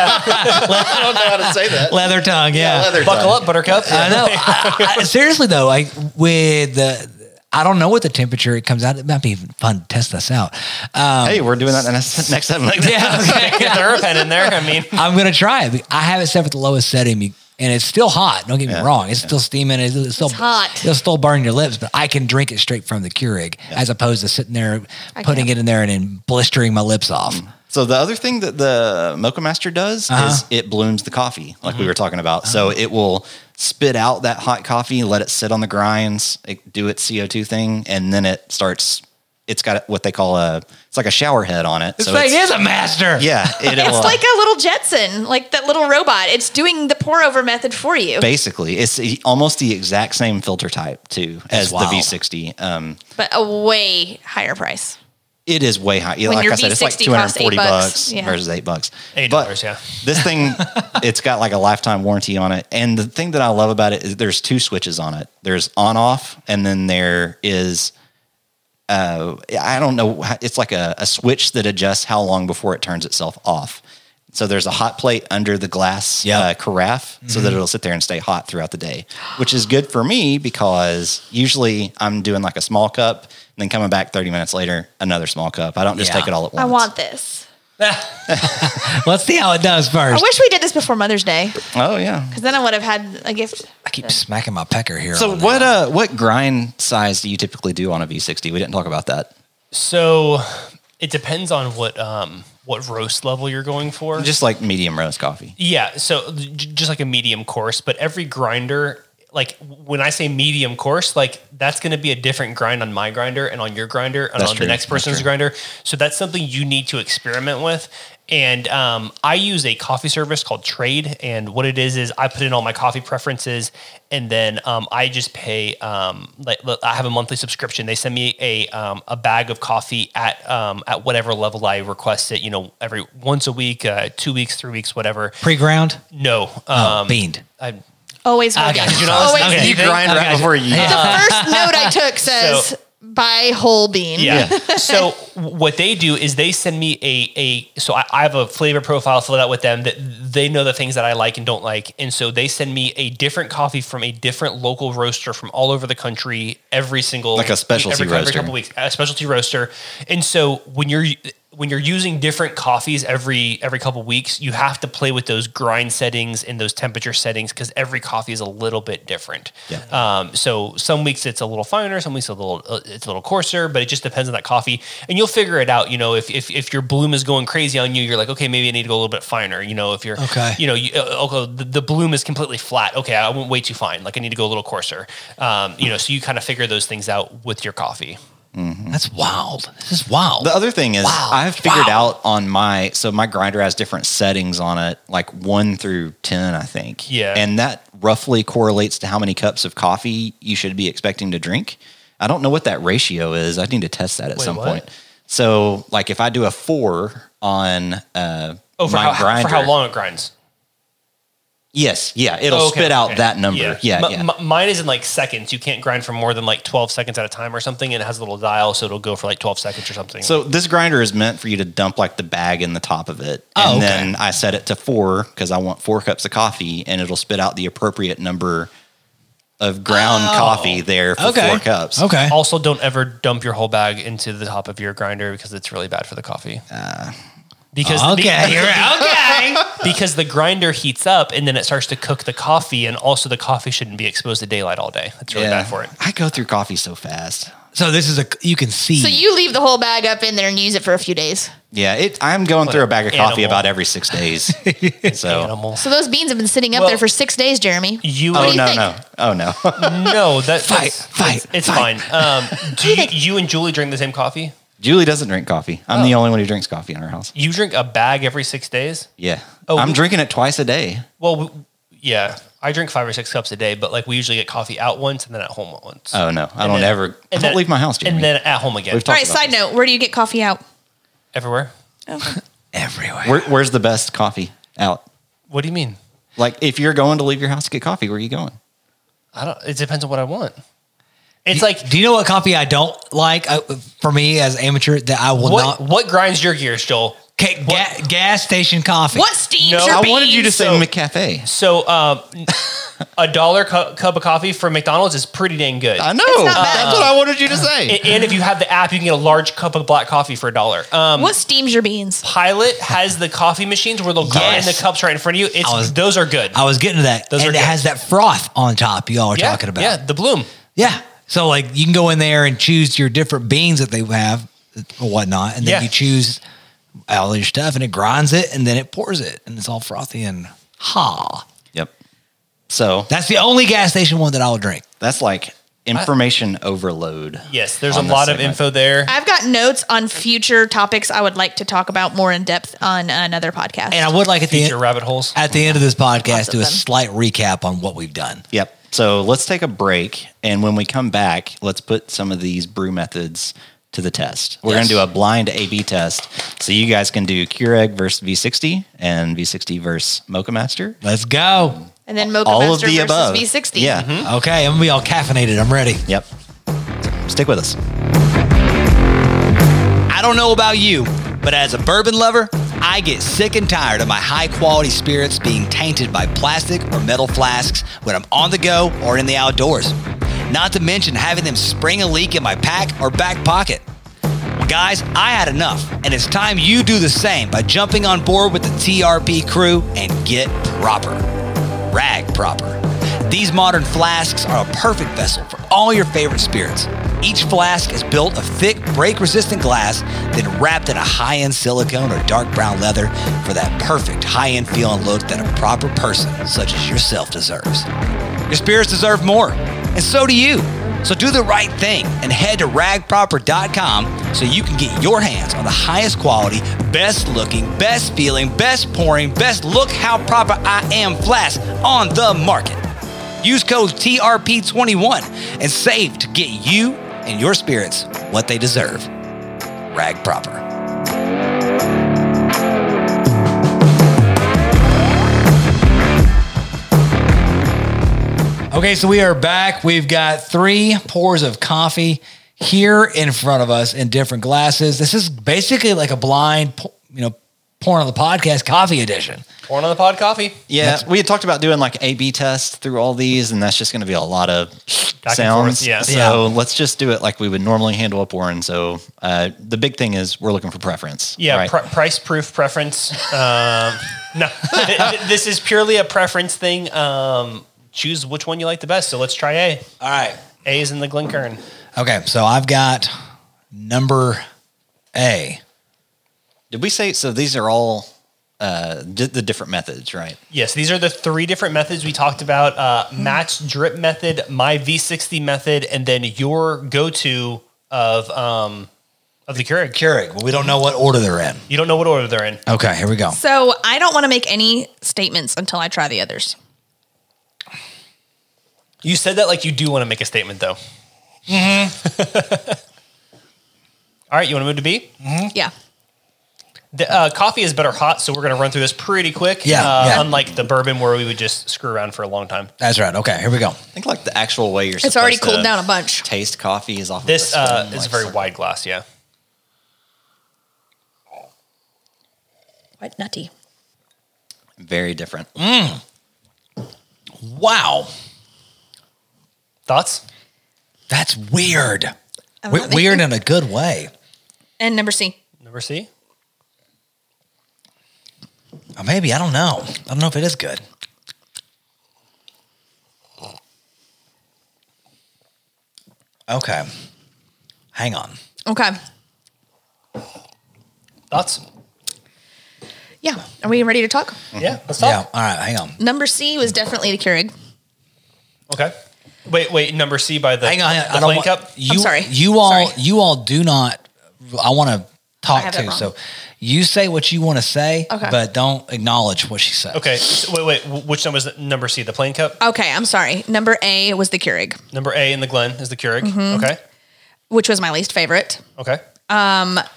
Speaker 2: I don't know how to say that.
Speaker 1: leather tongue? uh, Yeah,
Speaker 2: leather
Speaker 4: Buckle
Speaker 2: tongue.
Speaker 4: up, Buttercup.
Speaker 1: I know. I, I, seriously though, like with the, I don't know what the temperature it comes out. It might be fun to test this out. Um,
Speaker 2: Hey, we're doing that next, next time. Like that.
Speaker 1: yeah, okay.
Speaker 4: Get the herb pen in there. I mean,
Speaker 1: I'm gonna try it. I have it set for the lowest setting, you- and it's still hot. Don't get me
Speaker 2: Yeah.
Speaker 1: wrong; it's still steaming. It's, it's still
Speaker 3: It's hot.
Speaker 1: It'll still burn your lips, but I can drink it straight from the Keurig as opposed to sitting there
Speaker 3: I
Speaker 1: putting
Speaker 3: can't.
Speaker 1: it in there and then blistering my lips off.
Speaker 2: So the other thing that the Mocha Master does is it blooms the coffee, like we were talking about. So it will spit out that hot coffee, let it sit on the grinds, it, do its CO two thing, and then it starts. It's got what they call a. It's like a shower head on it.
Speaker 1: This
Speaker 2: so
Speaker 1: thing
Speaker 2: it's-
Speaker 1: is a master.
Speaker 2: Yeah, it
Speaker 3: It's
Speaker 2: will-
Speaker 3: like a little Jetson, like that little robot. It's doing the pour over method for you.
Speaker 2: basically it's the- almost the exact same filter type too as the
Speaker 1: wild.
Speaker 2: V60. Um,
Speaker 3: but a way higher price.
Speaker 2: it is way high. Yeah,
Speaker 3: When
Speaker 2: like
Speaker 3: your
Speaker 2: I said, it's like
Speaker 3: V60
Speaker 2: two hundred
Speaker 3: costs
Speaker 2: forty
Speaker 3: eight
Speaker 2: bucks,
Speaker 3: bucks. Yeah.
Speaker 2: versus eight bucks.
Speaker 4: Eight
Speaker 2: But
Speaker 4: dollars, yeah.
Speaker 2: this thing, it's got like a lifetime warranty on it. And the thing that I love about it is there's two switches on it. There's on off, and then there is. Uh, I don't know. how- It's like a, a switch that adjusts how long before it turns itself off. So there's a hot plate under the glass
Speaker 1: Yeah.
Speaker 2: uh, carafe so that it'll sit there and stay hot throughout the day, which is good for me because usually I'm doing like a small cup and then coming back 30 minutes later, another small cup. I don't just
Speaker 1: Yeah.
Speaker 2: take it all at once.
Speaker 3: I want this.
Speaker 1: Let's see how it does
Speaker 3: I
Speaker 1: first.
Speaker 3: wish we did this before Mother's Day, because
Speaker 2: Oh yeah.
Speaker 3: then I would have had a gift.
Speaker 1: I keep smacking my pecker here.
Speaker 2: So
Speaker 1: on
Speaker 2: what
Speaker 1: that.
Speaker 2: uh what grind size do you typically do on a V60? We didn't talk about that.
Speaker 4: so it depends on what um what roast level you're going for.
Speaker 2: Just like medium roast coffee.
Speaker 4: Yeah, so j- just like a medium course, but every grinder, like when I say medium course, like that's going to be a different grind on my grinder and on your grinder and
Speaker 2: That's
Speaker 4: on
Speaker 2: true,
Speaker 4: the next
Speaker 2: that's
Speaker 4: person's
Speaker 2: true.
Speaker 4: grinder. So that's something you need to experiment with. And um, I use a coffee service called Trade, and what it is is I put in all my coffee preferences, and then um, I just pay. Um, like look, I have a monthly subscription. They send me a um, a bag of coffee at um, at whatever level I request it. You know, every once a week, uh, two weeks, three weeks, whatever.
Speaker 1: pre-ground?
Speaker 4: No.
Speaker 1: Oh,
Speaker 4: Um,
Speaker 1: beamed.
Speaker 4: I,
Speaker 3: Always will be.
Speaker 1: got you.
Speaker 3: Always
Speaker 1: Okay.
Speaker 3: will be.
Speaker 1: You grind right before
Speaker 2: you
Speaker 3: The first note I took says
Speaker 4: So-
Speaker 3: buy whole bean.
Speaker 4: yeah. so what they do is they send me a a so I, I have a flavor profile filled out with them that they know the things that I like and don't like, and so they send me a different coffee from a different local roaster from all over the country every single
Speaker 2: Like a specialty
Speaker 4: every, every
Speaker 2: roaster.
Speaker 4: couple weeks a specialty roaster, and so when you're when you're using different coffees every every couple weeks, you have to play with those grind settings and those temperature settings because every coffee is a little bit different.
Speaker 2: Yeah.
Speaker 4: Um, so some weeks it's a little finer, some weeks a little uh, it's a little coarser, but it just depends on that coffee, and you'll figure it out. You know, if if, if your bloom is going crazy on you, you're like, okay, maybe I need to go a little bit finer. You know, if you're
Speaker 1: Okay.
Speaker 4: you know, you, uh, okay, the, the bloom is completely flat. Okay, I went way too fine. Like I need to go a little coarser. Um, you know, so you kind of figure those things out with your coffee.
Speaker 1: That's wild. This is wild.
Speaker 2: mm. The other thing is,
Speaker 1: Wow.
Speaker 2: I've figured
Speaker 1: Wow.
Speaker 2: out on my so my grinder has different settings on it, like one through ten, I think.
Speaker 4: Yeah.
Speaker 2: and that roughly correlates to how many cups of coffee you should be expecting to drink. I don't know what that ratio is. I need to test that at
Speaker 4: Wait,
Speaker 2: some
Speaker 4: what?
Speaker 2: point. So, like, if I do a four on uh,
Speaker 4: Oh, for
Speaker 2: my
Speaker 4: how,
Speaker 2: grinder,
Speaker 4: for how long it grinds?
Speaker 2: Yes, yeah, it'll
Speaker 4: Oh, okay,
Speaker 2: spit out
Speaker 4: okay.
Speaker 2: that number. Yeah, yeah.
Speaker 4: Mi- mi- mine is in like seconds. You can't grind for more than like 12 seconds at a time or something. And it has a little dial, so it'll go for like 12 seconds or something.
Speaker 2: So this grinder is meant for you to dump like the bag in the top of it, and
Speaker 1: Oh, okay.
Speaker 2: then I set it to four because I want four cups of coffee, and it'll spit out the appropriate number of ground coffee there for
Speaker 1: okay.
Speaker 2: four cups.
Speaker 1: Okay.
Speaker 4: also, don't ever dump your whole bag into the top of your grinder because it's really bad for the coffee.
Speaker 2: Uh,
Speaker 4: because the-
Speaker 1: Okay. You're okay.
Speaker 4: because the grinder heats up and then it starts to cook the coffee, and also the coffee shouldn't be exposed to daylight all day. That's really
Speaker 2: Yeah.
Speaker 4: bad for it.
Speaker 2: I go through coffee so fast.
Speaker 1: So this is a you can see.
Speaker 3: So you leave the whole bag up in there and use it for a few days.
Speaker 2: Yeah, it. I'm going through a bag of coffee
Speaker 4: animal.
Speaker 2: about every six days. so.
Speaker 4: Animal.
Speaker 3: So those beans have been sitting up
Speaker 4: Well-
Speaker 3: there for six days, Jeremy.
Speaker 4: You
Speaker 3: What
Speaker 2: Oh
Speaker 3: do you
Speaker 2: no
Speaker 3: think?
Speaker 2: no oh no!
Speaker 4: no that fight
Speaker 1: fight,
Speaker 4: It's, it's fine. Um, do you, you and Julie drink the same coffee?
Speaker 2: Julie doesn't drink coffee. I'm
Speaker 4: Oh.
Speaker 2: the only one who drinks coffee in our house.
Speaker 4: You drink a bag every six days.
Speaker 2: Yeah,
Speaker 4: Oh,
Speaker 2: I'm
Speaker 4: we-
Speaker 2: drinking it twice a day.
Speaker 4: Well, w- yeah, I drink five or six cups a day, but like we usually get coffee out once and then at home once.
Speaker 2: Oh no, I
Speaker 4: And
Speaker 2: don't
Speaker 4: then-
Speaker 2: ever. I
Speaker 4: and
Speaker 2: don't
Speaker 4: then-
Speaker 2: leave my house, Jeremy.
Speaker 4: And then at home again.
Speaker 2: We've
Speaker 3: All
Speaker 2: talked
Speaker 3: right.
Speaker 2: about
Speaker 3: Side note: Where do you get coffee out?
Speaker 4: Everywhere.
Speaker 1: everywhere.
Speaker 2: Where, where's the best coffee out?
Speaker 4: What do you mean?
Speaker 2: Like, if you're going to leave your house to get coffee, where are you going?
Speaker 4: I don't. It depends on what I want. It's
Speaker 1: Do-
Speaker 4: like
Speaker 1: do you know what coffee I don't like? Uh, for me as an amateur, that I will
Speaker 4: what
Speaker 1: not.
Speaker 4: what grinds your gears, Joel?
Speaker 1: Ca- ga- gas station coffee.
Speaker 3: What steams
Speaker 4: No,
Speaker 3: your
Speaker 4: I
Speaker 2: I wanted you to
Speaker 3: beans?
Speaker 2: say
Speaker 4: So-
Speaker 2: McCafe.
Speaker 4: So um, a dollar cu- cup of coffee from McDonald's is pretty dang good.
Speaker 2: I know. Uh,
Speaker 3: It's not bad.
Speaker 2: That's what I wanted you to say.
Speaker 4: A- and if you have the app, you can get a large cup of black coffee for a dollar. Um,
Speaker 3: What steams your beans?
Speaker 4: Pilot has the coffee machines where they'll grind
Speaker 1: Yes.
Speaker 4: the cups right in front of you. It's
Speaker 1: I was-
Speaker 4: those are good.
Speaker 1: I was getting to that,
Speaker 4: Those
Speaker 1: and
Speaker 4: are
Speaker 1: it
Speaker 4: good.
Speaker 1: has that froth on top. You all were
Speaker 4: yeah,
Speaker 1: talking about.
Speaker 4: yeah, the bloom.
Speaker 1: Yeah. So like you can go in there and choose your different beans that they have or whatnot, and then
Speaker 4: Yeah.
Speaker 1: you choose all your stuff, and it grinds it, and then it pours it, and it's all frothy and ha.
Speaker 2: Yep. So
Speaker 1: That's the only gas station one that I will drink.
Speaker 2: that's like information overload.
Speaker 4: Yes, there's
Speaker 2: on
Speaker 4: a
Speaker 2: this
Speaker 4: lot of
Speaker 2: segment. Uh,
Speaker 4: info there.
Speaker 3: I've got notes on future topics I would like to talk about more in depth on another podcast.
Speaker 1: And I would like at the
Speaker 4: Future
Speaker 1: end,
Speaker 4: rabbit holes.
Speaker 2: Uh,
Speaker 1: at the end of this
Speaker 3: Lots
Speaker 1: podcast
Speaker 3: of
Speaker 1: do a
Speaker 3: them.
Speaker 1: slight recap on what we've done.
Speaker 2: Yep. So let's take a break, and when we come back, let's put some of these brew methods to the test. We're
Speaker 1: Yes.
Speaker 2: going to do a blind A/B test, so you guys can do Keurig versus V60 and V60 versus Mocha Master.
Speaker 1: Let's go.
Speaker 3: And then Mocha
Speaker 2: All of
Speaker 3: Master
Speaker 2: the
Speaker 3: versus
Speaker 2: above.
Speaker 3: V60.
Speaker 2: Yeah.
Speaker 4: Mm-hmm.
Speaker 1: Okay, I'm gonna be all caffeinated. I'm ready.
Speaker 2: Yep. Stick with us.
Speaker 5: I don't know about you, but as a bourbon lover, I get sick and tired of my high quality spirits being tainted by plastic or metal flasks when I'm on the go or in the outdoors. Not to mention having them spring a leak in my pack or back pocket. Guys, I had enough, and it's time you do the same by jumping on board with the TRP crew and get proper rag proper. These modern flasks are a perfect vessel for all your favorite spirits. Each flask is built of thick, break resistant glass, then wrapped in a high end silicone or dark brown leather for that perfect high end feel and look that a proper person such as yourself deserves. Your spirits deserve more, and so do you. So do the right thing and head to ragproper.com so you can get your hands on the highest quality, best looking, best feeling, best pouring, best look how proper I am flask on the market. Use code TRP21 and save to get you and your spirits what they deserve. Rag Proper.
Speaker 1: Okay, so we are back. We've got three pours of coffee here in front of us in different glasses. This is basically like a blind, po- you know, pouring on the podcast coffee edition.
Speaker 4: Corn on the pod coffee.
Speaker 2: Yeah, we had talked about doing like A/B tests through all these, and that's just going to be a lot of
Speaker 4: and
Speaker 2: sounds.
Speaker 4: forth, yeah.
Speaker 2: So
Speaker 1: Yeah.
Speaker 2: let's just do it like we would normally handle a pouring. So uh, the big thing is we're looking for preference.
Speaker 4: Yeah,
Speaker 2: right?
Speaker 4: pri- price proof preference. Um, no, this is purely a preference thing. Um, choose which one you like the best. So let's try A.
Speaker 1: All right.
Speaker 4: A is in the Glencairn.
Speaker 1: Okay, so I've got number A.
Speaker 2: Did we say so? These are all uh, di- the different methods, right?
Speaker 4: Yes, these are the three different methods we talked about: uh, match drip method, my V60 method, and then your go-to of um, of the Keurig.
Speaker 1: Keurig. Well, we don't know what order they're in.
Speaker 4: You don't know what order they're in.
Speaker 1: Okay, here we go.
Speaker 3: So I don't want to make any statements until I try the others.
Speaker 4: You said that like you do want to make a statement, though. Mm-hmm.
Speaker 1: Mm-hmm.
Speaker 4: All right, you want to move to B?
Speaker 3: Yeah.
Speaker 4: The, uh, coffee is better hot, so we're going to run through this pretty quick.
Speaker 1: Yeah,
Speaker 4: uh,
Speaker 1: yeah.
Speaker 4: Unlike the bourbon, where we would just screw around for a long time.
Speaker 1: That's right. Okay, here we go.
Speaker 2: I think like the actual way you're.
Speaker 3: It's already
Speaker 2: supposed
Speaker 3: cooled
Speaker 2: to
Speaker 3: down a bunch.
Speaker 2: Taste coffee is off. of
Speaker 4: This
Speaker 2: a
Speaker 4: uh,
Speaker 2: spoon,
Speaker 4: is
Speaker 2: like,
Speaker 4: a very
Speaker 2: so-
Speaker 4: wide glass. Yeah.
Speaker 3: Quite nutty.
Speaker 2: very different.
Speaker 4: Mm.
Speaker 1: Wow,
Speaker 4: Thoughts?
Speaker 1: that's weird.
Speaker 3: I'm
Speaker 1: We-
Speaker 3: not
Speaker 1: weird
Speaker 3: making-
Speaker 1: in a good way.
Speaker 3: And number C.
Speaker 4: Number C.
Speaker 1: Or Oh, maybe I don't know. I don't know if it is good. Okay. Hang on.
Speaker 3: Okay.
Speaker 4: Thoughts?
Speaker 3: Yeah. Are we ready to talk?
Speaker 1: Mm-hmm.
Speaker 4: Yeah. Let's
Speaker 1: Yeah.
Speaker 4: talk.
Speaker 1: All right. Hang on.
Speaker 3: Number C was definitely the Keurig.
Speaker 4: Okay. Wait, wait. Number C by the
Speaker 1: Hang on. Hang on.
Speaker 4: the
Speaker 1: I don't
Speaker 4: plain
Speaker 1: want,
Speaker 4: cup.
Speaker 1: You,
Speaker 3: sorry.
Speaker 1: You all.
Speaker 3: Sorry.
Speaker 1: You all do not. I want to
Speaker 3: I
Speaker 1: talk
Speaker 3: have it
Speaker 1: to.
Speaker 3: wrong.
Speaker 1: So, You say what you want to say,
Speaker 3: Okay.
Speaker 1: but don't acknowledge what she says.
Speaker 4: Okay, so wait, wait. wh- Which number is that? number C? The plain cup.
Speaker 3: Okay, I'm sorry. Number A was the Keurig,
Speaker 4: Number A in the Glen is the Keurig.
Speaker 1: Mm-hmm.
Speaker 4: Okay,
Speaker 3: which was my least favorite.
Speaker 4: okay.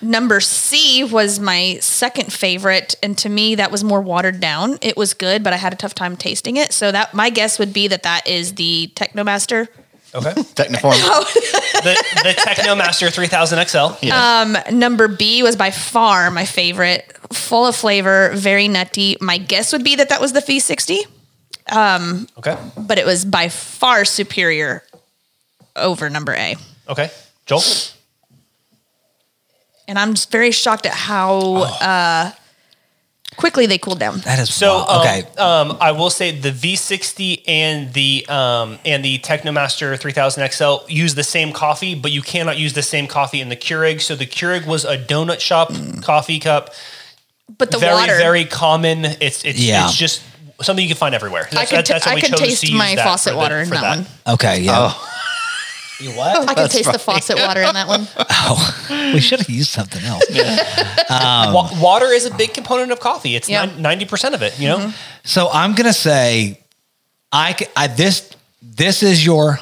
Speaker 3: Number C was my second favorite, and to me that was more watered down. It was good, but I had a tough time tasting it. So that my guess would be that that is the Technomaster.
Speaker 4: Okay.
Speaker 2: Techniform.
Speaker 4: The, the Technomaster 3000 XL.
Speaker 2: Yeah.
Speaker 3: Number B was by far my favorite, full of flavor, very nutty. My guess would be that that was the Fee 60,
Speaker 4: Okay.
Speaker 3: but it was by far superior over number A.
Speaker 4: Okay. Joel.
Speaker 3: And I'm just very shocked at how
Speaker 4: Oh.
Speaker 3: uh, quickly they cooled down.
Speaker 1: That is
Speaker 4: So
Speaker 1: wild. okay.
Speaker 4: Um, um, I will say the V60 and the um, and the Technomaster 3000 XL use the same coffee, but you cannot use the same coffee in the Keurig. So the Keurig was a donut shop
Speaker 1: Mm.
Speaker 4: coffee cup,
Speaker 3: But the
Speaker 4: very
Speaker 3: water,
Speaker 4: very common. It's it's,
Speaker 1: Yeah.
Speaker 4: it's just something you can find everywhere.
Speaker 3: I
Speaker 4: That's-
Speaker 3: could,
Speaker 4: that's
Speaker 3: t-
Speaker 4: why
Speaker 3: I
Speaker 4: we
Speaker 3: could
Speaker 4: chose to
Speaker 3: taste
Speaker 4: use
Speaker 3: my
Speaker 4: that
Speaker 3: faucet
Speaker 4: for the-
Speaker 3: water in
Speaker 4: for
Speaker 3: that, one.
Speaker 1: okay. Yeah. You what?
Speaker 3: Oh, I could taste the faucet water in that one.
Speaker 1: we should have used something else. Um,
Speaker 4: Wa- water is a big component of coffee. It's
Speaker 3: Yeah. Mm-hmm.
Speaker 4: ninety percent of it. You know,
Speaker 1: So I'm gonna say, I, c- I- this this is your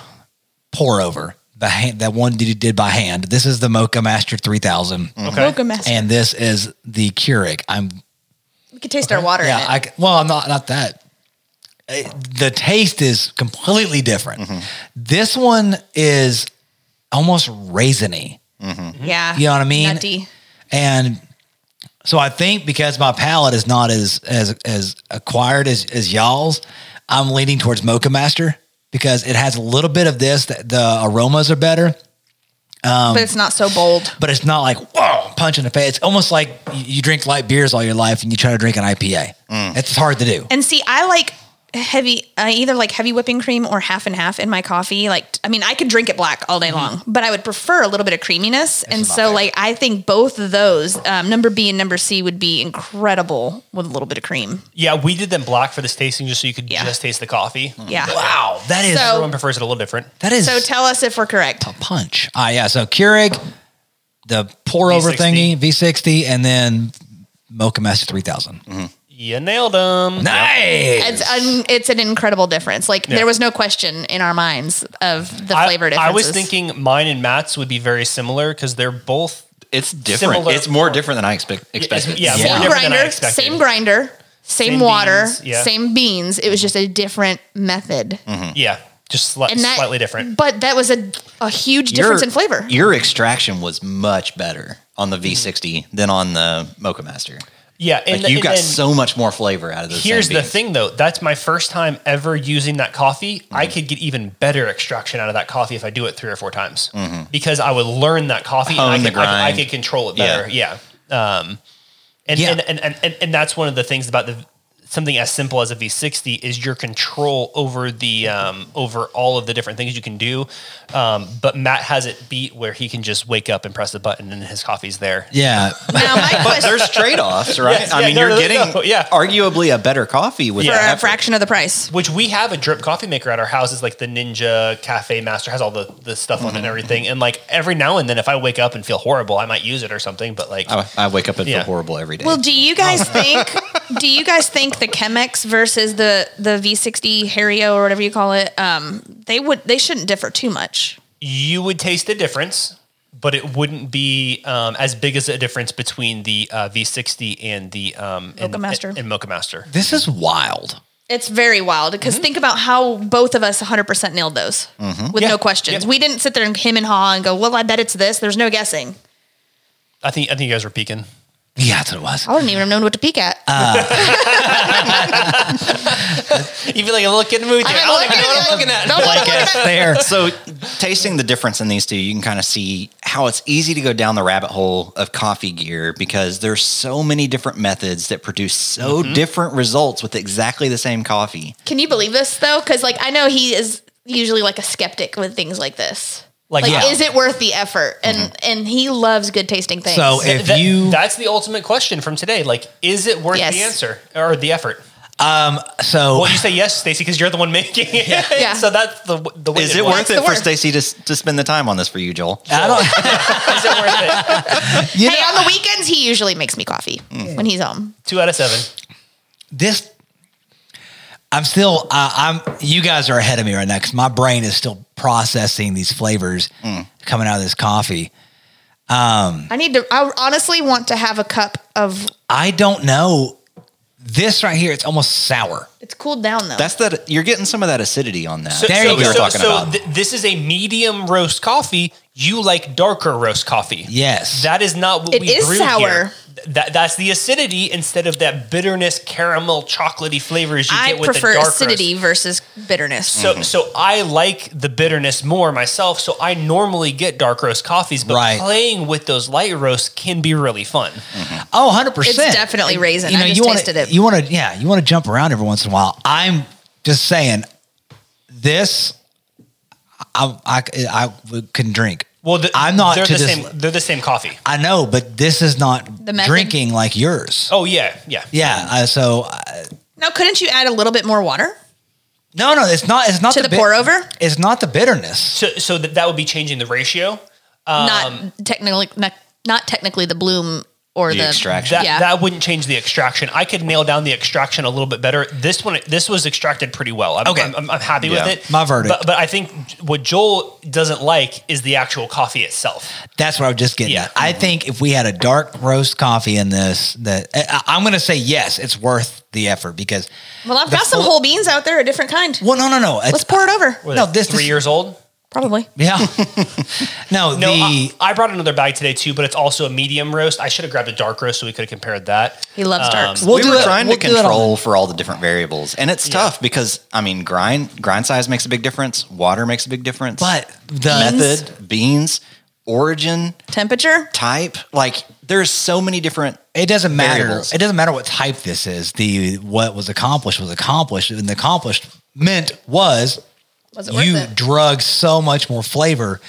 Speaker 1: pour over the hand, that one that you did by hand. This is the Mocha Master 3000,
Speaker 4: Okay.
Speaker 3: Mocha Master.
Speaker 1: and this is the Keurig. I'm
Speaker 3: we could taste our water
Speaker 1: yeah.
Speaker 3: in it.
Speaker 1: I c- well, I'm not not that. Uh, The taste is completely different. This one is almost raisiny.
Speaker 3: yeah.
Speaker 1: You know what I mean?
Speaker 3: Nutty.
Speaker 1: And so I think because my palate is not as as as acquired as as y'all's, I'm leaning towards Mocha Master because it has a little bit of this. The, the aromas are better, Um,
Speaker 3: but it's not so bold.
Speaker 1: but it's not like whoa punch in the face. It's almost like you you drink light beers all your life and you try to drink an IPA. It's hard to do.
Speaker 3: And see, I like heavy. I either like heavy whipping cream or half and half in my coffee. Like, I mean, I could drink it black all day long, but I would prefer a little bit of creaminess. and
Speaker 1: Mm-hmm. my
Speaker 3: so, like, I think both of those, um, number B and number C, would be incredible with a little bit of cream.
Speaker 4: yeah, we did them black for this tasting just so you could
Speaker 3: Yeah.
Speaker 4: just taste the coffee.
Speaker 3: Yeah.
Speaker 1: Wow, that is
Speaker 3: So-
Speaker 4: Everyone prefers it a little different.
Speaker 1: that Mm-hmm. is
Speaker 3: So tell us if we're correct.
Speaker 1: punch. Ah, yeah. So Keurig, the pour over
Speaker 4: V60.
Speaker 1: thingy V60, and then Mocha Master 3000.
Speaker 4: You nailed them.
Speaker 1: Nice.
Speaker 3: It's an, it's an incredible difference. Like
Speaker 4: Yeah.
Speaker 3: there was no question in our minds of the flavor differences.
Speaker 4: I, I was thinking mine and Matt's would be very similar because they're both.
Speaker 2: it's different.
Speaker 4: Similar-
Speaker 2: It's more different than I expect, expected.
Speaker 4: Yeah,
Speaker 1: Yeah.
Speaker 4: more
Speaker 3: same
Speaker 4: different than I
Speaker 3: grinder,
Speaker 4: expected.
Speaker 3: same grinder, same,
Speaker 4: Same
Speaker 3: water,
Speaker 4: beans, yeah.
Speaker 3: same beans. It was just a different method.
Speaker 4: Yeah, just sli-
Speaker 3: Mm. and that Mm.
Speaker 4: slightly different.
Speaker 3: But that was a a huge
Speaker 2: Your-
Speaker 3: difference in flavor.
Speaker 2: Your extraction was much better on the V60 than on the Mocha Master.
Speaker 4: Yeah, and,
Speaker 2: Like you
Speaker 4: and
Speaker 2: got
Speaker 4: then
Speaker 2: so much more flavor out of this.
Speaker 4: Here's the thing, though. That's my first time ever using that coffee. I could get even better extraction out of that coffee if I do it three or four times because I would learn that coffee
Speaker 2: Hone
Speaker 4: and I
Speaker 2: the
Speaker 4: could, I, could- I
Speaker 2: grind.
Speaker 4: could control it
Speaker 2: Yeah.
Speaker 4: better. Yeah. Um, and,
Speaker 1: Yeah.
Speaker 4: And, and, and, and, and that's one of the things about the something as simple as a V60 is your control over the um, over all of the different things you can do. Um, but Matt has it beat where he can just wake up and press the button and his coffee's there.
Speaker 1: yeah.
Speaker 3: now my
Speaker 2: But
Speaker 3: question
Speaker 2: there's trade offs, right?
Speaker 4: Yes,
Speaker 2: I
Speaker 4: yeah,
Speaker 2: mean,
Speaker 4: no,
Speaker 2: you're
Speaker 4: no,
Speaker 2: getting
Speaker 4: no, yeah.
Speaker 2: arguably a better coffee with
Speaker 4: For
Speaker 3: for
Speaker 2: that
Speaker 3: a
Speaker 2: effort.
Speaker 3: fraction of the price.
Speaker 4: which we have a drip coffee maker at our house is like the ninja cafe master has all the, the stuff on it and everything and like every now and then if i wake up and feel horrible i might use it or something but like
Speaker 2: I, I wake up and
Speaker 4: Yeah.
Speaker 2: feel horrible every day.
Speaker 3: Well, do you
Speaker 4: Oh.
Speaker 3: guys think? Do you guys think the Chemex versus the the V60 Hario or whatever you call it? Um, they would they shouldn't differ too much.
Speaker 4: you would taste the difference but it wouldn't be um, as big as a difference between the uh, v60 and the um, and-
Speaker 3: Mocha Master.
Speaker 4: and, and mocha master
Speaker 1: This is wild.
Speaker 3: It's very wild because think about how both of us 100% nailed those with
Speaker 4: Mm-hmm. Yeah.
Speaker 3: no questions.
Speaker 4: Yeah.
Speaker 3: We didn't sit there and him and haw and go, well, I bet it's this. There's no guessing.
Speaker 4: i think i think you guys were peeking
Speaker 1: Yeah, that's what it was.
Speaker 3: I wouldn't even have known what to peek at.
Speaker 4: Uh, you feel like a little kid in the movie theater.
Speaker 3: I'm
Speaker 4: I don't even know what i'm looking at uh,
Speaker 3: Don't wanna look at it.
Speaker 1: There.
Speaker 2: so tasting the difference in these two, you can kind of see how it's easy to go down the rabbit hole of coffee gear because there's so many different methods that produce so
Speaker 4: Mm-hmm.
Speaker 2: different results with exactly the same coffee.
Speaker 3: Can you believe this though? Because like I know he is usually like a skeptic with things like this.
Speaker 4: Like,
Speaker 3: Like,
Speaker 4: yeah. Mm-hmm.
Speaker 3: is it worth the effort? And and he loves good tasting things.
Speaker 1: So if
Speaker 4: That-
Speaker 1: you,
Speaker 4: that's the ultimate question from today like is it worth
Speaker 3: Yes.
Speaker 4: the answer or the effort
Speaker 1: So
Speaker 4: Well, you say yes, Stacy, because you're the one making it.
Speaker 3: Yeah.
Speaker 4: so that's the the way
Speaker 2: Is it
Speaker 3: That's
Speaker 2: worth
Speaker 3: the
Speaker 2: it for
Speaker 3: word.
Speaker 2: Stacy to, s- to spend the time on this for you, Joel?
Speaker 1: I don't.
Speaker 4: Is it worth it?
Speaker 1: You
Speaker 3: hey,
Speaker 1: know-
Speaker 4: uh,
Speaker 3: on the weekends he usually makes me coffee
Speaker 4: Mm.
Speaker 3: when he's home.
Speaker 4: Two out of seven.
Speaker 1: this i'm still uh, i'm you guys are ahead of me right now because my brain is still processing these flavors coming out of this coffee
Speaker 3: I need to. I honestly want to have a cup of.
Speaker 1: i don't know this right here it's almost sour
Speaker 3: It's cooled down though.
Speaker 2: That's that you're getting some of that acidity on that.
Speaker 4: So,
Speaker 1: There
Speaker 4: so,
Speaker 1: you go.
Speaker 4: so-
Speaker 1: We were talking
Speaker 4: so
Speaker 1: about.
Speaker 4: th- this is a medium roast coffee. You like darker roast coffee.
Speaker 1: Yes.
Speaker 4: That is not what
Speaker 3: It
Speaker 4: we
Speaker 3: is
Speaker 4: brew
Speaker 3: sour.
Speaker 4: here. Th- That that's the acidity instead of that bitterness, caramel, chocolatey flavors you
Speaker 3: I
Speaker 4: get with the Mm.
Speaker 3: prefer
Speaker 4: dark
Speaker 3: acidity versus bitterness.
Speaker 4: So,
Speaker 1: Mm-hmm.
Speaker 4: so I like the bitterness more myself. So I normally get dark roast coffees, but
Speaker 1: Right.
Speaker 4: playing with those light roasts can be really fun.
Speaker 1: oh 100%
Speaker 3: It's definitely raisin. I just
Speaker 1: you wanna,
Speaker 3: tasted it.
Speaker 1: you want to yeah you want to jump around every once in a while i'm just saying this i i, I couldn't drink
Speaker 4: Well, the,
Speaker 1: i'm not
Speaker 4: They're
Speaker 1: to
Speaker 4: the
Speaker 1: this,
Speaker 4: same. They're the same coffee.
Speaker 1: i know but this is not
Speaker 3: The method?
Speaker 1: drinking like yours
Speaker 4: Oh yeah, yeah.
Speaker 1: yeah uh, so uh,
Speaker 3: now, couldn't you add a little bit more water?
Speaker 1: no no it's not it's not
Speaker 3: To the pour over?
Speaker 1: it's not the bitterness
Speaker 4: So, so that that would be changing the ratio. Um,
Speaker 3: not technically, not, not technically the bloom or the,
Speaker 2: The extraction.
Speaker 4: That
Speaker 3: Yeah.
Speaker 4: that wouldn't change the extraction. I could nail down the extraction a little bit better. This one, this was extracted pretty well. I'm,
Speaker 1: Okay.
Speaker 4: I'm, I'm, I'm happy
Speaker 2: Yeah.
Speaker 4: with it.
Speaker 1: My verdict.
Speaker 4: But, but I think what Joel doesn't like is the actual coffee itself.
Speaker 1: that's what i was just getting
Speaker 4: Yeah.
Speaker 1: at i think if we had a dark roast coffee in this that I, i'm going to say yes it's worth the effort because
Speaker 3: Well, I've
Speaker 1: The
Speaker 3: got some
Speaker 1: full-
Speaker 3: whole beans out there, a different kind.
Speaker 1: well no no no it's,
Speaker 3: Let's pour it over.
Speaker 4: Were
Speaker 1: No,
Speaker 4: they
Speaker 1: this-
Speaker 4: three
Speaker 1: this-
Speaker 4: years old.
Speaker 3: Probably.
Speaker 1: yeah no,
Speaker 4: No,
Speaker 1: the
Speaker 4: I, I brought another bag today too, but it's also a medium roast. I should have grabbed a dark roast so we could have compared that.
Speaker 3: He loves darks.
Speaker 4: Um,
Speaker 1: we'll
Speaker 2: we
Speaker 1: do
Speaker 2: were
Speaker 1: it-
Speaker 2: trying
Speaker 1: we'll
Speaker 2: to
Speaker 1: do it on-
Speaker 2: control for all the different variables, and it's tough because I mean, grind grind size makes a big difference. Water makes a big difference.
Speaker 1: but the
Speaker 2: method, beans, origin,
Speaker 3: Temperature.
Speaker 2: type, like there's so many different.
Speaker 1: It doesn't matter.
Speaker 2: variables.
Speaker 1: It doesn't matter what type this is. The what was accomplished was accomplished, and the accomplished meant was
Speaker 3: Was it worth
Speaker 1: you
Speaker 3: it?
Speaker 1: drug so much more flavor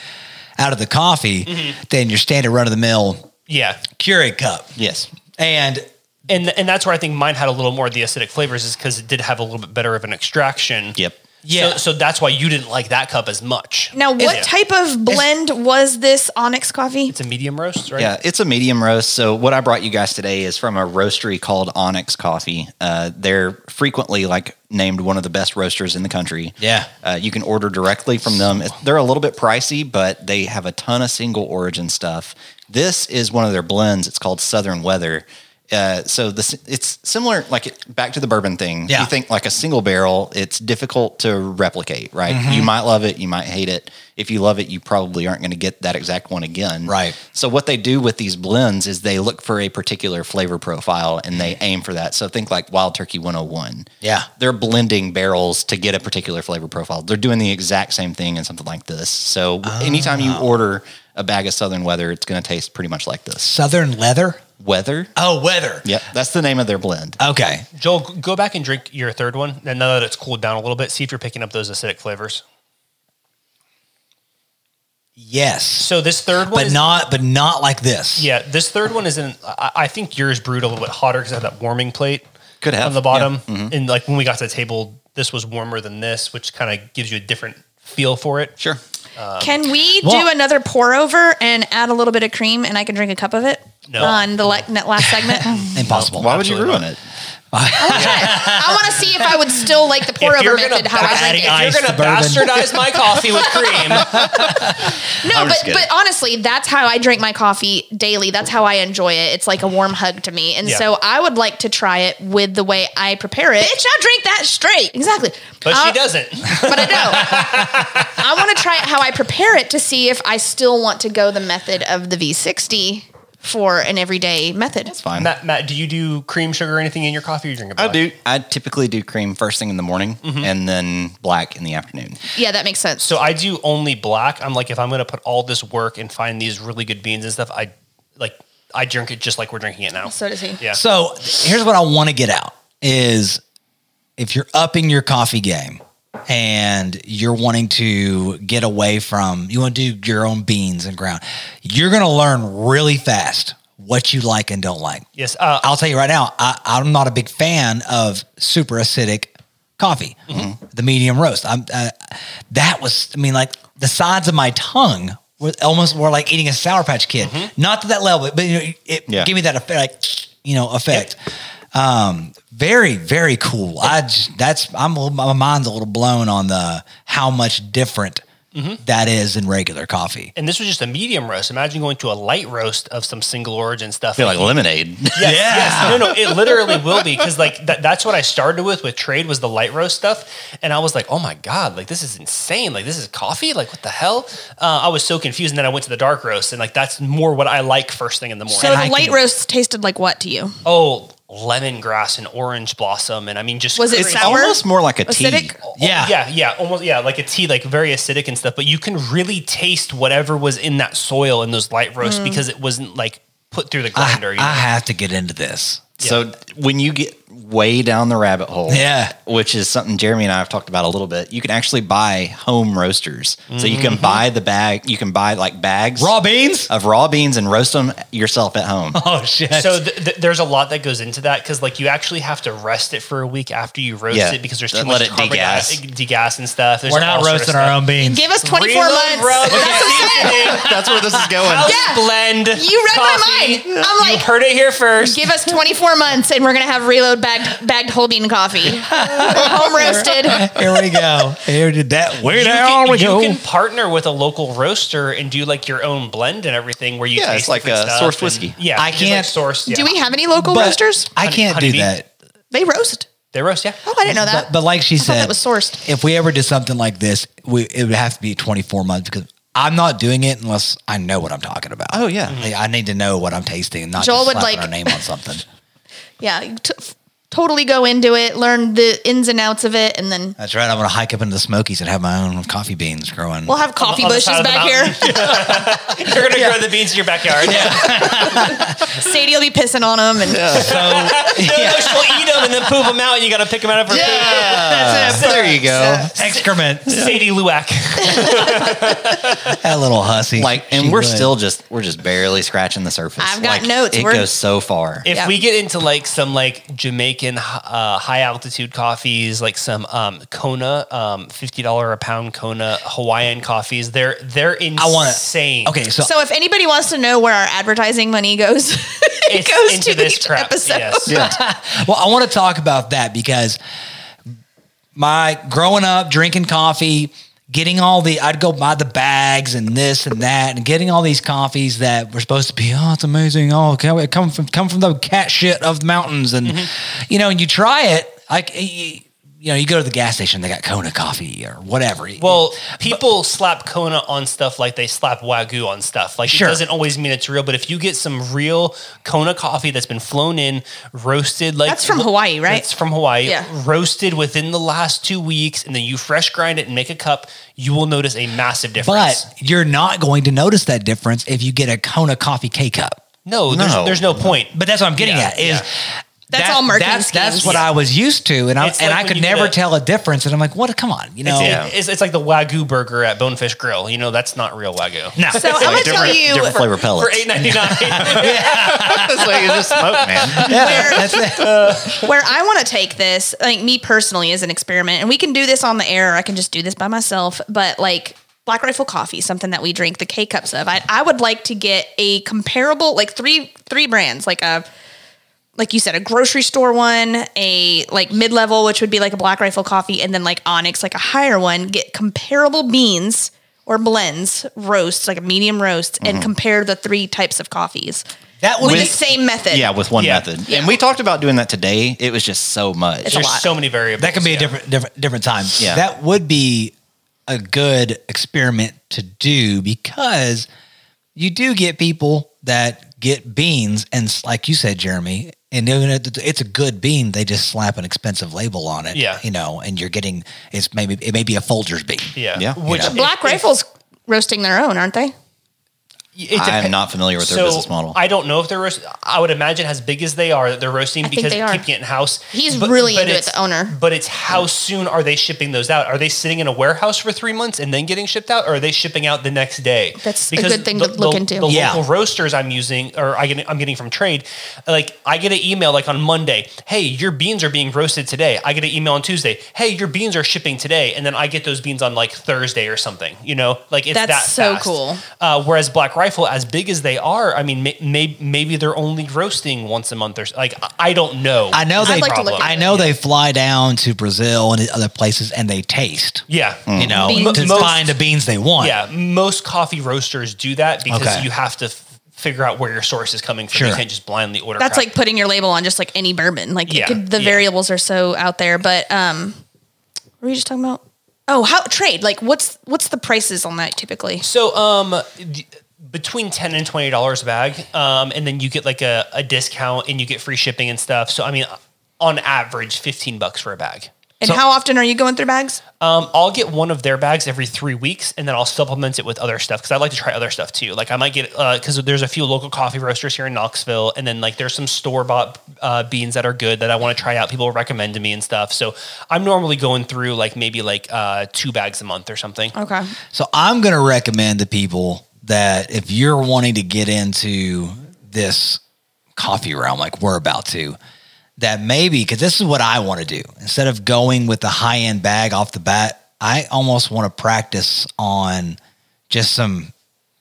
Speaker 1: out of the coffee
Speaker 4: Mm-hmm.
Speaker 1: than your standard run of the mill
Speaker 4: Yeah,
Speaker 1: Keurig cup.
Speaker 2: Yes,
Speaker 1: And
Speaker 4: and and that's where I think mine had a little more of the acidic flavors is because it did have a little bit better of an extraction.
Speaker 2: yep.
Speaker 1: Yeah.
Speaker 4: So, so that's why you didn't like that cup as much.
Speaker 3: Now, what
Speaker 4: It's-
Speaker 3: type of blend was this Onyx coffee?
Speaker 4: It's a medium roast, right?
Speaker 2: Yeah, it's a medium roast. So what I brought you guys today is from a roastery called Onyx Coffee. Uh, they're frequently like named one of the best roasters in the country.
Speaker 1: Yeah.
Speaker 2: uh, you can order directly from them. It- They're a little bit pricey, but they have a ton of single origin stuff. This is one of their blends. It's called Southern Weather. Uh, so this it's similar, like it, back to the bourbon thing.
Speaker 1: Yeah.
Speaker 2: You think like a single barrel, it's difficult to replicate, right?
Speaker 1: Mm-hmm.
Speaker 2: You might love it, you might hate it. If you love it, you probably aren't going to get that exact one again.
Speaker 1: Right.
Speaker 2: So what they do with these blends is they look for a particular flavor profile and they aim for that. So think like Wild Turkey 101.
Speaker 1: Yeah.
Speaker 2: They're blending barrels to get a particular flavor profile. They're doing the exact same thing in something like this. So anytime you order a bag of Southern Weather, it's going to taste pretty much like this.
Speaker 1: Southern leather.
Speaker 2: Weather?
Speaker 1: Oh, weather.
Speaker 2: Yep, that's the name of their blend.
Speaker 1: Okay.
Speaker 4: Joel, g- go back and drink your third one, and now that it's cooled down a little bit, see if you're picking up those acidic flavors.
Speaker 1: Yes,
Speaker 4: So this third one,
Speaker 1: but
Speaker 4: is-
Speaker 1: not but not like this.
Speaker 4: Yeah, this third one is in. I, I think yours brewed a little bit hotter because it had that warming plate.
Speaker 2: Could have,
Speaker 4: on the bottom, and like when we got to the table, this was warmer than this, which kind of gives you a different feel for it.
Speaker 2: Sure.
Speaker 4: um,
Speaker 3: Can we
Speaker 1: well-
Speaker 3: do another pour over and add a little bit of cream and I can drink a cup of it?
Speaker 4: No.
Speaker 3: On the le- net last segment?
Speaker 1: Impossible.
Speaker 2: Why would you
Speaker 4: Absolutely
Speaker 2: ruin
Speaker 4: not.
Speaker 2: it?
Speaker 3: I want to see if I would still like the pour
Speaker 4: If
Speaker 3: over
Speaker 4: you're gonna,
Speaker 3: method how I
Speaker 4: bas-
Speaker 3: like
Speaker 4: if
Speaker 3: it.
Speaker 1: ice
Speaker 4: you're gonna
Speaker 1: to bourbon.
Speaker 4: bastardize my coffee with cream,
Speaker 3: No,
Speaker 2: I'm
Speaker 3: but
Speaker 2: just kidding.
Speaker 3: but honestly, that's how I drink my coffee daily. That's how I enjoy it. It's like a warm hug to me, and
Speaker 4: Yeah.
Speaker 3: so I would like to try it with the way I prepare it. Bitch, I drink that straight. Exactly,
Speaker 4: but
Speaker 3: I,
Speaker 4: she doesn't.
Speaker 3: But I know. I want to try it how I prepare it to see if I still want to go the method of the V60 for an everyday method.
Speaker 2: It's fine.
Speaker 4: Matt, Matt, do you do cream, sugar, or anything in your coffee? Or you drink it? black?
Speaker 2: I typically do cream first thing in the morning and then black in the afternoon.
Speaker 3: Yeah, that makes sense.
Speaker 4: So I do only black. I'm like, if I'm gonna put all this work and find these really good beans and stuff, I like I drink it just like we're drinking it now.
Speaker 3: so does he?
Speaker 4: yeah.
Speaker 1: So here's what I want to get out is if you're upping your coffee game and you're wanting to get away from you want to do your own beans and ground, you're going to learn really fast what you like and don't like.
Speaker 4: Yes, uh,
Speaker 1: I'll tell you right now, I, I'm not a big fan of super acidic coffee, the medium roast. I'm, uh, that was, I mean, like the sides of my tongue were almost were like eating a Sour Patch Kid. Not to that level, but you know, it
Speaker 2: Yeah.
Speaker 1: gave me that effect, like, you know, effect. Um, very, very cool. I just, that's, I'm, a little- my mind's a little blown on the, how much different that is in regular coffee.
Speaker 4: and this was just a medium roast. Imagine going to a light roast of some single origin stuff.
Speaker 2: feel like lemonade.
Speaker 4: Yes, yes. No, no, it literally will be because like that, that's what I started with with trade was the light roast stuff, and I was like, oh my god, like this is insane. Like this is coffee. Like what the hell? Uh, I was so confused, and then I went to the dark roast, and like that's more what I like first thing in the morning.
Speaker 3: So
Speaker 1: I
Speaker 3: the
Speaker 1: can-
Speaker 3: light roast tasted like what to you?
Speaker 4: oh, lemongrass and orange blossom, and I mean just
Speaker 3: Was it
Speaker 4: crazy.
Speaker 3: sour?
Speaker 2: Almost more like a tea.
Speaker 3: Acidic?
Speaker 1: Yeah.
Speaker 4: yeah, yeah, almost yeah, like a tea, like very acidic and stuff. But you can really taste whatever was in that soil in those light roasts because it wasn't like put through the
Speaker 1: I,
Speaker 4: grinder. you
Speaker 1: I
Speaker 4: know?
Speaker 1: have to get into this.
Speaker 2: So when you get way down the rabbit hole,
Speaker 1: Yeah.
Speaker 2: which is something Jeremy and I have talked about a little bit, you can actually buy home roasters. So you can buy the bag, you can buy like bags
Speaker 1: Raw beans?
Speaker 2: of Mm-hmm. raw beans and roast them yourself at home.
Speaker 1: Oh, shit.
Speaker 4: So th- th- there's a lot that goes into that because like you actually have to rest it for a week after you roast
Speaker 2: Yeah.
Speaker 4: it because there's too
Speaker 2: Let
Speaker 4: much
Speaker 2: it
Speaker 4: carbon
Speaker 2: degas.
Speaker 4: di- degas and stuff. There's
Speaker 1: We're not
Speaker 4: all sort of
Speaker 1: roasting our
Speaker 4: stuff.
Speaker 1: own beans.
Speaker 3: Give us 24 months. That's
Speaker 2: That's where this is going.
Speaker 4: House
Speaker 3: Yeah.
Speaker 4: blend.
Speaker 3: You read my mind. I'm
Speaker 4: you
Speaker 3: like-
Speaker 4: heard it here first.
Speaker 3: Give us 24 months and we're going to have reload bagged, bagged whole bean coffee. Home roasted.
Speaker 1: Here we go. Here did that. Where
Speaker 4: you
Speaker 1: down
Speaker 4: can,
Speaker 1: we
Speaker 4: you
Speaker 1: go.
Speaker 4: can partner with a local roaster and do like your own blend and everything where you
Speaker 2: Yeah,
Speaker 4: taste
Speaker 2: it's like
Speaker 4: different
Speaker 2: a
Speaker 4: stuff
Speaker 2: sourced
Speaker 4: and-
Speaker 2: whiskey.
Speaker 4: yeah,
Speaker 1: I
Speaker 4: just, like,
Speaker 1: can't-
Speaker 4: sourced. Yeah.
Speaker 3: Do we have any local
Speaker 1: But
Speaker 3: roasters?
Speaker 1: I can't
Speaker 4: Honey-
Speaker 1: do
Speaker 4: honeybee.
Speaker 1: that.
Speaker 3: They roast.
Speaker 4: They roast. Yeah.
Speaker 3: Oh, I didn't know that.
Speaker 1: But, but like she
Speaker 3: I thought
Speaker 1: said,
Speaker 3: that was sourced.
Speaker 1: If we ever did something like this, we, it would have to be 24 months because I'm not doing it unless I know what I'm talking about.
Speaker 2: Oh, yeah.
Speaker 1: Like, I need to know what I'm tasting and not
Speaker 3: Joel
Speaker 1: just
Speaker 3: would,
Speaker 1: slapping
Speaker 3: like-
Speaker 1: our name on something.
Speaker 3: Yeah, you t- f- totally go into it, learn the ins and outs of it, and then
Speaker 1: That's right. I'm going to hike up into the Smokies and have my own coffee beans growing.
Speaker 3: we'll have coffee
Speaker 4: on the
Speaker 3: bushes
Speaker 4: side of the
Speaker 3: back here.
Speaker 4: You're gonna grow the beans in your backyard. Yeah.
Speaker 3: Sadie will be pissing on them, and
Speaker 4: no, no, she'll eat them and then poop them out. and You gotta pick them out of her
Speaker 2: Yeah. there you go.
Speaker 1: excrement.
Speaker 4: food. Sadie Luwak.
Speaker 1: that little hussy.
Speaker 2: Like, and
Speaker 1: She
Speaker 2: we're
Speaker 1: would.
Speaker 2: still just we're just barely scratching the surface.
Speaker 3: I've got
Speaker 2: Like,
Speaker 3: notes.
Speaker 2: It
Speaker 3: We're-
Speaker 2: goes so far.
Speaker 4: If
Speaker 3: Yeah.
Speaker 4: we get into like some like Jamaican uh, high altitude coffees, like some um, Kona, um, fifty dollar a pound Kona Hawaiian coffees, they're they're insane.
Speaker 1: I want to. Okay, so,
Speaker 3: so if anybody wants to know where our advertising money goes, it
Speaker 4: It's
Speaker 3: goes
Speaker 4: into
Speaker 3: to
Speaker 4: this
Speaker 3: each
Speaker 4: crap.
Speaker 3: episode.
Speaker 4: Yes.
Speaker 1: well, I want to talk about that because my growing up, drinking coffee, getting all the, I'd go buy the bags and this and that, and getting all these coffees that were supposed to be, oh, it's amazing, oh, can we come from come from the cat shit of the mountains, and you know, and you try it, like. You, you know, you go to the gas station, they got Kona coffee or whatever.
Speaker 4: Well, people slap Kona on stuff like they slap Wagyu on stuff. Like
Speaker 1: Sure.
Speaker 4: it doesn't always mean it's real, but if you get some real Kona coffee that's been flown in, roasted like
Speaker 3: That's from Hawaii, right?
Speaker 4: It's from Hawaii,
Speaker 3: Yeah.
Speaker 4: roasted within the last two weeks, and then you fresh grind it and make a cup, you will notice a massive difference.
Speaker 1: but you're not going to notice that difference if you get a Kona coffee K cup.
Speaker 4: no, there's,
Speaker 2: No.
Speaker 4: there's no point.
Speaker 1: But that's what I'm getting
Speaker 4: Yeah,
Speaker 1: at is
Speaker 4: yeah.
Speaker 3: That's all marketing
Speaker 1: That's, that's
Speaker 3: schemes.
Speaker 1: what I was used to, and I
Speaker 4: It's
Speaker 1: and I
Speaker 4: like when
Speaker 1: could
Speaker 4: you get
Speaker 1: never
Speaker 4: a-
Speaker 1: tell a difference. And I'm like, what? Come on, you know.
Speaker 4: It's, it's, it's like the Wagyu burger at Bonefish Grill. You know, that's not real Wagyu.
Speaker 1: No.
Speaker 3: So I'm gonna tell
Speaker 2: different,
Speaker 3: you
Speaker 2: different flavor pellets.
Speaker 4: For eight ninety nine,
Speaker 2: It's like, it's just smoke, man.
Speaker 3: where-
Speaker 1: That's it.
Speaker 3: where I want to take this, like me personally, is an experiment, and we can do this on the air. Or I can just do this by myself, but like Black Rifle Coffee, something that we drink the K cups of. I, I would like to get a comparable, like three three brands, like a like you said, a grocery store one, a like mid level, which would be like a Black Rifle Coffee, and then like Onyx, like a higher one. Get comparable beans or blends, roasts, like a medium roast, and compare the three types of coffees
Speaker 1: Mm-hmm. That would
Speaker 3: with
Speaker 1: be
Speaker 3: the same method.
Speaker 2: Yeah, with one
Speaker 4: Yeah.
Speaker 2: method. And we talked about doing that today. It was just so much.
Speaker 3: It's a
Speaker 4: there's
Speaker 3: lot.
Speaker 4: so many variables.
Speaker 1: that could be a
Speaker 4: yeah.
Speaker 1: different different different time.
Speaker 2: Yeah.
Speaker 1: That would be a good experiment to do because you do get people that get beans, and s- like you said, Jeremy, and even if it's it's a good bean, they just slap an expensive label on it.
Speaker 4: Yeah.
Speaker 1: you know, and you're getting it's maybe it may be a Folgers bean.
Speaker 4: Yeah,
Speaker 2: Yeah.
Speaker 4: Which
Speaker 1: Yeah.
Speaker 4: if-
Speaker 3: Black
Speaker 4: if-
Speaker 3: Rifle's roasting their own, aren't they?
Speaker 4: It
Speaker 2: I am
Speaker 4: dep-
Speaker 2: not familiar with their
Speaker 4: so
Speaker 2: business model.
Speaker 4: I don't know if they're roast. I would imagine as big as they are that they're roasting
Speaker 3: I think
Speaker 4: because
Speaker 3: they are.
Speaker 4: keeping it in house.
Speaker 3: He's really into it,
Speaker 4: it's-
Speaker 3: the owner.
Speaker 4: But it's how soon are they shipping those out? Are they sitting in a warehouse for three months and then getting shipped out, or are they shipping out the next day?
Speaker 3: That's a good thing to
Speaker 4: the-
Speaker 3: look
Speaker 4: the-
Speaker 3: into.
Speaker 4: The
Speaker 5: Yeah.
Speaker 4: local roasters I'm using, or I get, I'm getting from trade, like I get an email like on Monday, hey, your beans are being roasted today. I get an email on Tuesday, hey, your beans are shipping today, and then I get those beans on like Thursday or something. You know, like it's
Speaker 3: That's
Speaker 4: that
Speaker 3: so
Speaker 4: fast.
Speaker 3: cool.
Speaker 4: Uh, whereas Black Rifle, as big as they are, I mean, may, may, maybe they're only roasting once a month or s- like I- I don't know.
Speaker 1: I know
Speaker 4: Is
Speaker 1: they.
Speaker 4: the
Speaker 3: like to look
Speaker 4: problem.
Speaker 3: at
Speaker 1: I know they fly down to Brazil and other places, and they taste.
Speaker 4: Yeah,
Speaker 1: You know,
Speaker 3: Mm. Beans.
Speaker 1: to
Speaker 4: Most-
Speaker 1: find the beans they want.
Speaker 4: yeah. Most coffee roasters do that because
Speaker 1: Okay.
Speaker 4: you have to f- figure out where your source is coming from. You
Speaker 1: Sure.
Speaker 4: can't just blindly order.
Speaker 3: That's
Speaker 4: crap.
Speaker 3: like putting your label on just like any bourbon. Like it
Speaker 4: Yeah,
Speaker 3: could, the
Speaker 4: yeah.
Speaker 3: variables are so out there. But um, what were you just talking about? Oh, how trade? Like what's what's the prices on that typically?
Speaker 4: So, um, d- between ten and twenty dollars a bag, um, and then you get like a, a discount and you get free shipping and stuff. So, I mean, on average, fifteen bucks for a bag.
Speaker 3: And how often are you going through bags?
Speaker 4: Um, I'll get one of their bags every three weeks, and then I'll supplement it with other stuff because I like to try other stuff too. Like I might get because there's a few local coffee roasters here in Knoxville, and then like there's some store bought uh, beans that are good that I want to try out. People recommend to me and stuff. So I'm normally going through like maybe like uh, two bags a month or something.
Speaker 3: Okay.
Speaker 1: So I'm going to recommend to people that if you're wanting to get into this coffee realm, like we're about to, that maybe because this is what I want to do instead of going with the high end bag off the bat, I almost want to practice on just some,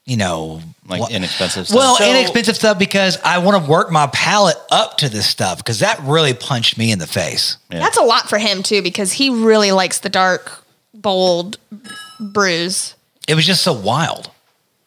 Speaker 1: you know,
Speaker 2: like
Speaker 1: wha-
Speaker 2: inexpensive stuff.
Speaker 1: well,
Speaker 4: So-
Speaker 1: inexpensive stuff because I want to work my palate up to this stuff because that really punched me in the face.
Speaker 2: Yeah.
Speaker 3: That's a lot for him too because he really likes the dark, bold brews.
Speaker 1: It was just so wild.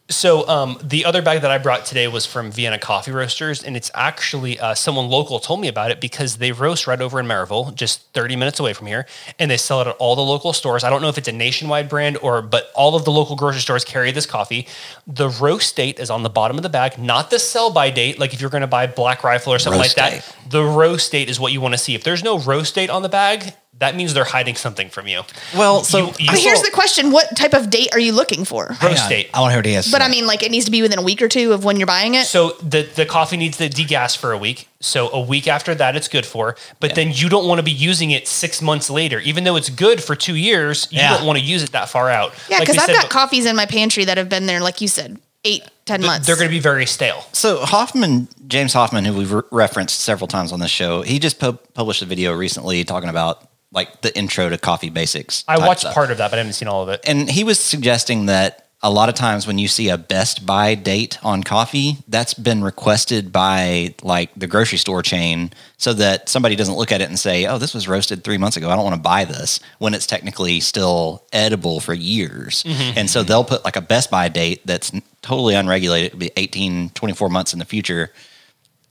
Speaker 4: So um, the other bag that I brought today was from Vienna Coffee Roasters, and it's actually uh, someone local told me about it because they roast right over in Maryville, just 30 minutes away from here, and they sell it at all the local stores. I don't know if it's a nationwide brand or, but all of the local grocery stores carry this coffee. The roast date is on the bottom of the bag, not the sell by date. Like if you're going to buy Black Rifle or something
Speaker 1: Roast
Speaker 4: like
Speaker 1: date.
Speaker 4: that, the roast date is what you want to see. If there's no roast date on the bag, that means they're hiding something from you.
Speaker 2: Well, so
Speaker 4: You- you-
Speaker 3: But here's
Speaker 4: saw-
Speaker 3: the question: What type of date are you looking for?
Speaker 1: Hang
Speaker 4: Roast
Speaker 1: on,
Speaker 4: date.
Speaker 1: I want to hear what he has. to
Speaker 3: But
Speaker 1: say.
Speaker 3: I mean, like it needs to be within a week or two of when you're buying it.
Speaker 4: So the the coffee needs to degas for a week. So a week after that, it's good for. But then you don't want to be using it six months later, even though it's good for two years. You
Speaker 1: Yeah.
Speaker 4: don't want to use it that far out.
Speaker 3: yeah,
Speaker 4: Like
Speaker 3: because
Speaker 4: we
Speaker 3: I've
Speaker 4: said,
Speaker 3: got
Speaker 4: but
Speaker 3: coffees in my pantry that have been there, like you said, eight, ten months.
Speaker 4: They're going to be very stale.
Speaker 2: So Hoffman, James Hoffman, who we've re- referenced several times on this show, he just pu- published a video recently talking about like the intro to coffee basics.
Speaker 4: I
Speaker 2: type
Speaker 4: watched
Speaker 2: stuff.
Speaker 4: part of that, but I haven't seen all of it.
Speaker 2: and he was suggesting that a lot of times when you see a best buy date on coffee, that's been requested by like the grocery store chain so that somebody doesn't look at it and say, "Oh, this was roasted 3 months ago. I don't want to buy this," when it's technically still edible for years.
Speaker 1: Mm-hmm.
Speaker 2: And so they'll put like a best buy date that's n- totally unregulated, it'll be 18, 24 months in the future.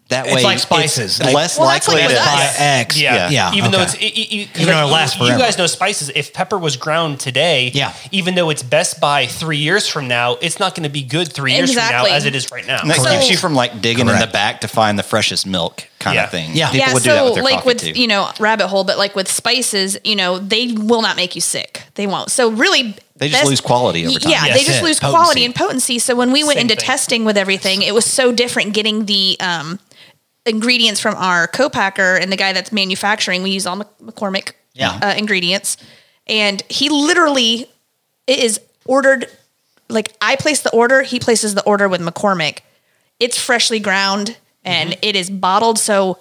Speaker 2: That
Speaker 1: It's
Speaker 2: way
Speaker 1: like spices.
Speaker 2: it's
Speaker 1: Like-
Speaker 2: less
Speaker 3: Well, that's
Speaker 2: likely
Speaker 3: like
Speaker 2: that
Speaker 3: with
Speaker 1: by
Speaker 3: us.
Speaker 1: X.
Speaker 4: Yeah,
Speaker 1: yeah.
Speaker 4: Even though
Speaker 1: okay.
Speaker 4: it's it, it, you- 'cause
Speaker 1: Even though
Speaker 4: like,
Speaker 1: it lasts
Speaker 4: you-
Speaker 1: forever.
Speaker 4: You guys know spices. If pepper was ground today,
Speaker 1: Yeah.
Speaker 4: Even though it's Best Buy three years from now, it's not going to be good three years from
Speaker 3: Exactly.
Speaker 4: now as it is right now.
Speaker 2: And that
Speaker 3: Correct.
Speaker 2: keeps you from like digging in
Speaker 1: Correct.
Speaker 2: the back to find the freshest milk kind
Speaker 4: Yeah.
Speaker 2: of thing.
Speaker 1: Yeah.
Speaker 2: People
Speaker 3: yeah,
Speaker 2: would
Speaker 3: so
Speaker 2: do that with their
Speaker 3: like
Speaker 2: coffee
Speaker 3: with
Speaker 2: too.
Speaker 3: you know rabbit hole, but like with spices, you know they will not make you sick. They won't. So really,
Speaker 2: They just lose quality over time.
Speaker 3: Yeah,
Speaker 4: Yes,
Speaker 3: they just
Speaker 1: yeah.
Speaker 3: lose
Speaker 1: Potency.
Speaker 3: quality and potency. So when we went
Speaker 4: Same
Speaker 3: into
Speaker 4: thing.
Speaker 3: testing with everything, it was so different getting the um, ingredients from our co-packer and the guy that's manufacturing. We use all Mc- McCormick
Speaker 1: Yeah.
Speaker 3: uh, ingredients, and he literally it is ordered. Like I place the order, he places the order with McCormick. It's freshly ground and it is bottled. So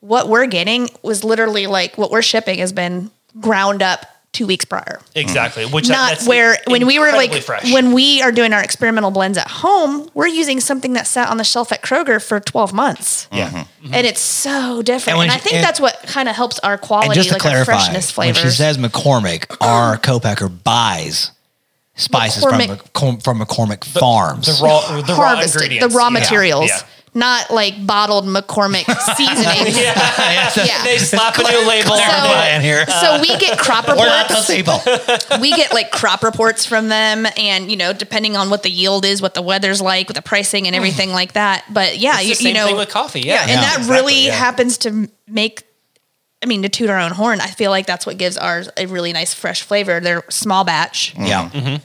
Speaker 3: what we're getting was literally like what we're shipping has been ground up two weeks prior
Speaker 4: Exactly.
Speaker 1: Mm.
Speaker 4: Which that-
Speaker 3: not
Speaker 4: that's
Speaker 3: where when we were like
Speaker 4: incredibly fresh.
Speaker 3: when we are doing our experimental blends at home, we're using something that sat on the shelf at Kroger for 12 months.
Speaker 4: yeah.
Speaker 3: And it's so
Speaker 1: And
Speaker 3: different. And,
Speaker 1: when
Speaker 3: I
Speaker 1: she-
Speaker 3: think
Speaker 1: and-
Speaker 3: that's what kind of helps our quality,
Speaker 1: and just to
Speaker 3: like our
Speaker 1: clarify,
Speaker 3: freshness
Speaker 1: when
Speaker 3: flavors.
Speaker 1: she says McCormick, our co-packer buys spices
Speaker 3: McCormick-
Speaker 1: from McCorm- from McCormick Farms.
Speaker 4: the raw, the raw
Speaker 3: harvested the
Speaker 4: ingredients,
Speaker 3: raw
Speaker 4: Yeah.
Speaker 3: materials,
Speaker 4: Yeah.
Speaker 3: not like bottled McCormick seasonings. Yeah.
Speaker 4: They slap a new label
Speaker 3: So,
Speaker 4: on it.
Speaker 3: so we get crop
Speaker 1: We're not those
Speaker 3: reports.
Speaker 1: people.
Speaker 3: We get like crop reports from them, and you know, depending on what the yield is, what the weather's like, the pricing, and everything like that. But yeah,
Speaker 4: It's
Speaker 3: you,
Speaker 4: the same
Speaker 3: you know,
Speaker 4: thing with coffee. Yeah,
Speaker 3: and that
Speaker 4: Exactly,
Speaker 3: really
Speaker 4: yeah.
Speaker 3: happens to m- make i mean to toot our own horn i feel like that's what gives ours a really nice
Speaker 1: Mm.
Speaker 3: fresh flavor they're small batch
Speaker 1: yeah.